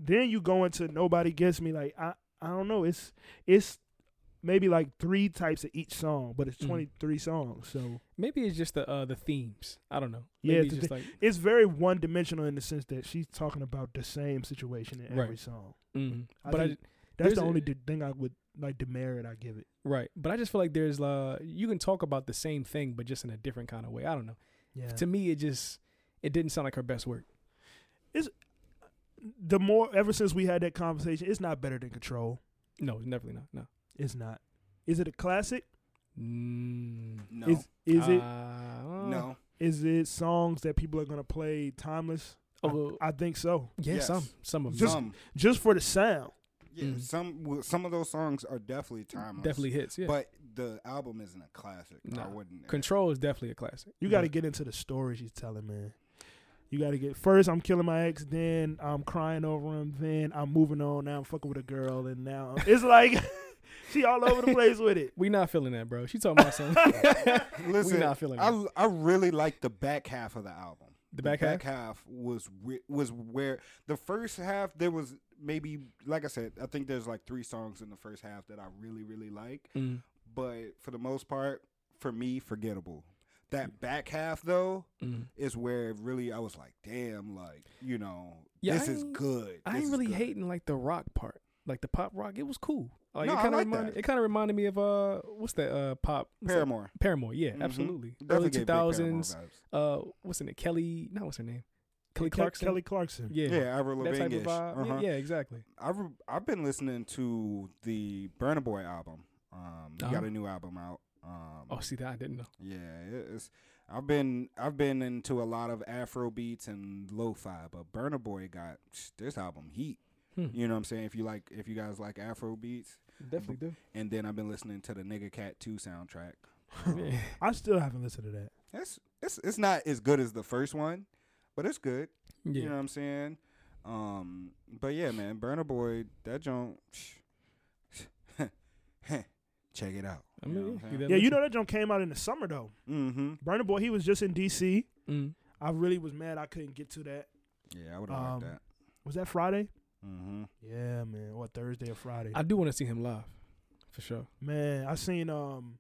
Speaker 1: then you go into Nobody Gets Me. Like I I don't know. It's it's maybe like three types of each song, but it's
Speaker 4: Mhm.
Speaker 1: twenty three songs. So
Speaker 4: Maybe it's just the uh the themes. I don't know. Maybe
Speaker 1: yeah,
Speaker 4: it's
Speaker 1: it's,
Speaker 4: just
Speaker 1: the-
Speaker 4: like
Speaker 1: it's very one dimensional in the sense that she's talking about the same situation in
Speaker 4: Right.
Speaker 1: every song.
Speaker 4: Mhm.
Speaker 1: I
Speaker 4: But I
Speaker 1: think
Speaker 4: ju-
Speaker 1: that's
Speaker 4: there's
Speaker 1: the
Speaker 4: a-
Speaker 1: only d thing I would like demerit I give it.
Speaker 4: Right. But I just feel like there's uh you can talk about the same thing but just in a different kind of way. I don't know.
Speaker 1: Yeah.
Speaker 4: To me it just it didn't sound like her best work.
Speaker 1: The more ever since we had that conversation, it's not better than Control.
Speaker 4: No, definitely not. No.
Speaker 1: It's not. Is it a classic?
Speaker 4: No.
Speaker 1: Is is it?
Speaker 4: Mm. Uh,
Speaker 2: No.
Speaker 1: Is it songs that people are gonna play timeless?
Speaker 4: Oh,
Speaker 1: I, I think so.
Speaker 4: Yeah,
Speaker 2: Yes. some- some of them.
Speaker 1: just,
Speaker 2: Some.
Speaker 1: just for the sound.
Speaker 2: Yeah, some well, some of those songs are definitely timeless.
Speaker 4: Mm. Definitely hits, yeah.
Speaker 2: But the album isn't a classic. I
Speaker 4: No.
Speaker 2: wouldn't.
Speaker 4: Control is definitely a classic.
Speaker 1: You got to get into the story she's telling, man. You got to get first. I'm killing my ex, then I'm crying over him, then I'm moving on. Now I'm fucking with a girl, and now it's like she all over the place with it.
Speaker 4: We not feeling that, bro. She talking about something.
Speaker 2: Listen,
Speaker 4: not feeling
Speaker 2: I I really like the back half of the album.
Speaker 4: The back half?
Speaker 2: half was whe- was where the first half there was maybe like I said I think there's like three songs in the first half that I really really like,
Speaker 4: Mm.
Speaker 2: but for the most part for me forgettable. That back half though
Speaker 4: Mm.
Speaker 2: is where really I was like, damn, like you know,
Speaker 4: Yeah,
Speaker 2: this
Speaker 4: I
Speaker 2: is
Speaker 4: ain't-
Speaker 2: good.
Speaker 4: I
Speaker 2: This
Speaker 4: ain't
Speaker 2: is
Speaker 4: really
Speaker 2: good.
Speaker 4: hating like the rock part, like the pop rock. It was cool. Like,
Speaker 2: No,
Speaker 4: it
Speaker 2: I
Speaker 4: kind of
Speaker 2: like
Speaker 4: reminded
Speaker 2: that.
Speaker 4: it kind of reminded me of uh what's that uh pop what's that?
Speaker 2: Paramore.
Speaker 4: Paramore, yeah,
Speaker 2: Mhm.
Speaker 4: absolutely.
Speaker 2: Definitely
Speaker 4: Early
Speaker 2: gave
Speaker 4: two
Speaker 2: big Paramore
Speaker 4: thousands. Uh, what's in it? Kelly? No, what's her name? Kelly
Speaker 1: Ke-
Speaker 4: Clarkson.
Speaker 1: Kelly Clarkson.
Speaker 4: Yeah,
Speaker 2: Yeah, Avril
Speaker 4: That type of
Speaker 2: Lavigne-ish.
Speaker 4: vibe. Yeah,
Speaker 2: Uh-huh.
Speaker 4: Yeah, exactly.
Speaker 2: I've I've been listening to the Burner Boy album. Um, he
Speaker 4: Uh-huh.
Speaker 2: got a new album out. Um,
Speaker 4: Oh, see that I didn't know.
Speaker 2: yeah, it's. I've been I've been into a lot of Afro beats and lo-fi, but Burner Boy got this album heat.
Speaker 4: Hmm.
Speaker 2: You know what I'm saying? If you like, if you guys like Afro beats,
Speaker 4: Definitely do.
Speaker 2: And then I've been listening to the Nigga Cat Two soundtrack. Um,
Speaker 1: I still haven't listened to that.
Speaker 2: It's it's it's not as good as the first one, but it's good.
Speaker 4: Yeah.
Speaker 2: You know what I'm saying? Um, but yeah, man, Burner Boy, that joint. Check it out.
Speaker 4: I mean, yeah, give that
Speaker 1: Yeah,
Speaker 4: a
Speaker 1: you
Speaker 4: listen.
Speaker 1: know that jump came out in the summer though.
Speaker 2: Mm-hmm.
Speaker 1: Burner Boy, he was just in DC.
Speaker 4: Mm.
Speaker 1: I really was mad I couldn't get to that.
Speaker 2: Yeah, I would
Speaker 4: Uh,
Speaker 2: have
Speaker 1: Um,
Speaker 2: liked that.
Speaker 1: Was that Friday?
Speaker 2: Mm-hmm.
Speaker 1: Yeah, man. What Thursday or Friday?
Speaker 4: I do want to see him live, for sure.
Speaker 1: Man, I seen um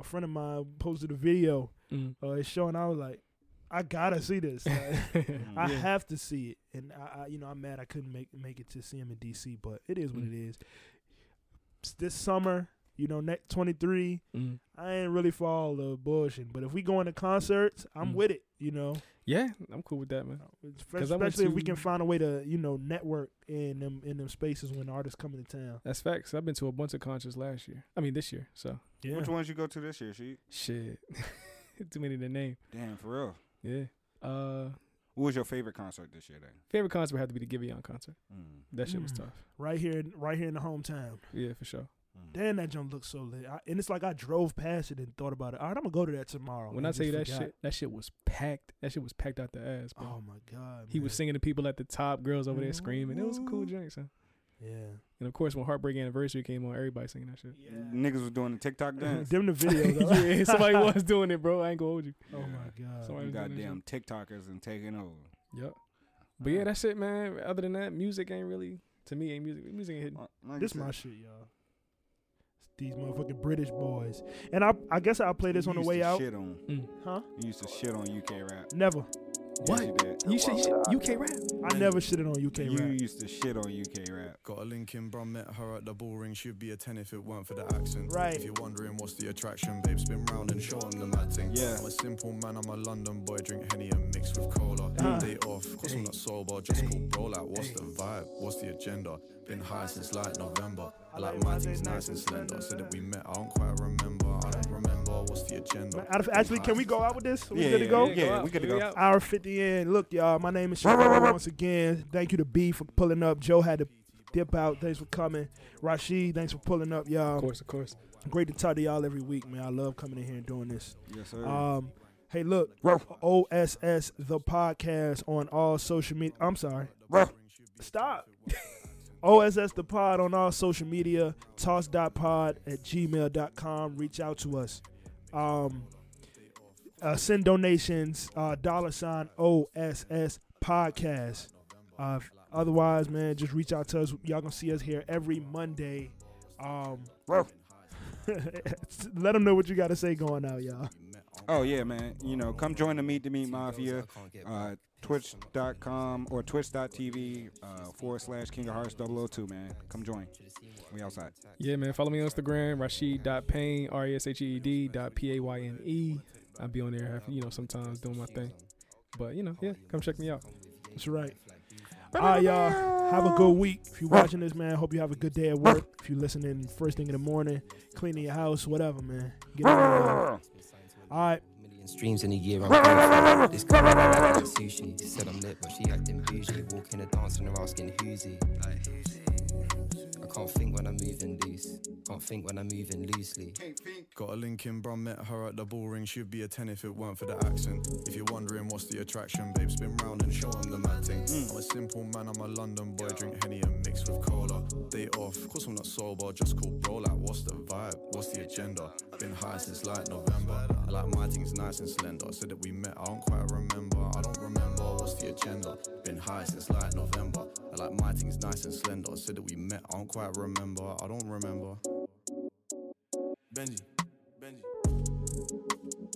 Speaker 1: a friend of mine posted a video.
Speaker 4: Mm.
Speaker 1: Uh, it's showing. I was like, I gotta see this. Like, I
Speaker 4: Yeah.
Speaker 1: have to see it. And I, I, you know, I'm mad I couldn't make make it to see him in DC, but it is what
Speaker 4: Mm.
Speaker 1: it is. S- This summer, you know, next 23,
Speaker 4: Mm.
Speaker 1: I ain't really for all the bullshit. But if we going to concerts, I'm
Speaker 4: Mm.
Speaker 1: with it. You know,
Speaker 4: Yeah, I'm cool with that, man. 'Cause I went
Speaker 1: Uh, especially if we
Speaker 4: to-
Speaker 1: can find a way to, you know, network in them in them spaces when artists come into town.
Speaker 4: That's facts. I've been to a bunch of concerts last year. I mean, this year. So
Speaker 1: Yeah.
Speaker 2: Which ones you go to this year, she?
Speaker 4: shit, too many to name.
Speaker 2: Damn, for real.
Speaker 4: Yeah. Uh,
Speaker 2: What was your favorite concert this year then?
Speaker 4: favorite concert would have to be the Giveon concert.
Speaker 2: Mm.
Speaker 4: That shit was
Speaker 1: Mm.
Speaker 4: tough.
Speaker 1: Right here, in- right here in the hometown.
Speaker 4: Yeah, for sure.
Speaker 2: Mm.
Speaker 1: Damn, that jump looks so lit. I, and it's like I drove past it and thought about it. All right, I'm gonna go to that tomorrow.
Speaker 4: when
Speaker 1: and
Speaker 4: I tell you
Speaker 1: just
Speaker 4: that
Speaker 1: Oh, forgot.
Speaker 4: shit, that shit was packed. That shit was packed out the ass, bro.
Speaker 1: oh my god,
Speaker 4: he was
Speaker 1: man. Mm-hmm.
Speaker 4: singing to people at the top, girls over there screaming. It was a cool joint, son.
Speaker 1: Yeah,
Speaker 4: And of course, when Heartbreak Anniversary came on, everybody singing that shit.
Speaker 2: Niggas was doing the TikTok dance.
Speaker 1: them the video though.
Speaker 4: yeah, somebody was doing it, bro. I ain't gonna hold you.
Speaker 1: Oh my god.
Speaker 4: Somebody
Speaker 2: You
Speaker 4: was doing that
Speaker 2: goddamn TikTokers and taking over.
Speaker 4: shit. Yep. But yeah, that's it, man. Other than that, music ain't really to me. Ain't music? Music ain't hitting.
Speaker 2: Like I
Speaker 1: This
Speaker 2: said,
Speaker 1: my shit, y'all. It's these motherfucking British boys. And I, I guess I'll play this
Speaker 2: you
Speaker 1: on the
Speaker 2: used
Speaker 1: way
Speaker 2: to
Speaker 1: out.
Speaker 2: Shit on,
Speaker 1: Huh?
Speaker 2: you used to shit on UK rap.
Speaker 1: Never.
Speaker 4: Mm. What?
Speaker 2: Yes, you did. Oh,
Speaker 4: You should, you should UK rap.
Speaker 1: I never shitted on UK
Speaker 2: You
Speaker 1: rap.
Speaker 2: used to shit on UK rap.
Speaker 15: Got a link in, bro. Met her at the ballroom. She'd be a 10 if it weren't for the accent.
Speaker 1: Right.
Speaker 15: If you're wondering what's the attraction, babe, spin round and show 'em the mad thing.
Speaker 2: Yeah.
Speaker 15: I'm a simple man. I'm a London boy. Drink Henny and mix with cola.
Speaker 2: Ah.
Speaker 15: Day off. Cause I'm not sober. Just call bro. Like, what's the vibe? What's the agenda? Been high since like November. I like my things nice and slender. Said that we met. I don't quite remember. I don't remember. What's the agenda?
Speaker 1: Out of, actually, can we go out with this? We
Speaker 2: Yeah,
Speaker 1: good to
Speaker 2: yeah,
Speaker 1: go?
Speaker 2: yeah, Yeah, go out. we good to We go. out.
Speaker 1: Hour 50 in. Look, y'all, my name is Sharon once again. Thank you to B for pulling up. Joe had to dip out. Thanks for coming. Rashid, thanks for pulling up, y'all.
Speaker 4: Of course, of course.
Speaker 1: Great to talk to y'all every week, man. I love coming in here and doing this.
Speaker 2: Yes, sir.
Speaker 1: Um, hey, look, OSS the podcast on all social media. I'm sorry, Stop. OSS the pod on all social media. Toss.pod at gmail.com. Reach out to us. Um, uh, send donations. Uh, dollar sign OSS podcast. Uh, if- otherwise, man, just reach out to us. Y'all gonna see us here every Monday. Um, let them know what you got to say going out, y'all.
Speaker 2: Oh yeah, man. You know, come join the Meet the Meat Mafia, uh, twitch.com or twitch.tv uh, forward slash King of Hearts 002, man. Come join. We outside.
Speaker 4: Yeah, man. Follow me on Instagram, Rashid.Payne, R E S H E E D dot P A Y N E. I'll be on there, half- you know, sometimes doing my thing. But, you know, yeah, come check me out.
Speaker 1: That's right. All right, y'all. Have a good week. If you're watching this, man, hope you have a good day at work. If you're listening first thing in the morning, cleaning your house, whatever, man. Get it done. All right.
Speaker 17: Streams in a year, I'm going for it. This girl acting sushi. Said I'm lit, but she acting bougie. Walking and dancing around asking who's he. Like, I can't think when I'm moving loose. Can't think when I'm moving loosely.
Speaker 15: Got a link in, bro. Met her at the ballroom. She'd be a 10 if it weren't for the accent. If you're wondering what's the attraction, babe, spin round and show 'em the mad thing. I'm a simple man, I'm a London boy. Drink Henny and mix with cola. Day off, cause I'm not sober. Just call bro, like, what's the vibe? What's the agenda? Been high since like November. I like my things nice and slender. Said that we met, I don't quite remember. I don't remember. what's the agenda? Been high since like November. I like my things nice and slender. Said that we met, I don't quite remember. I don't remember. Benji, Benji.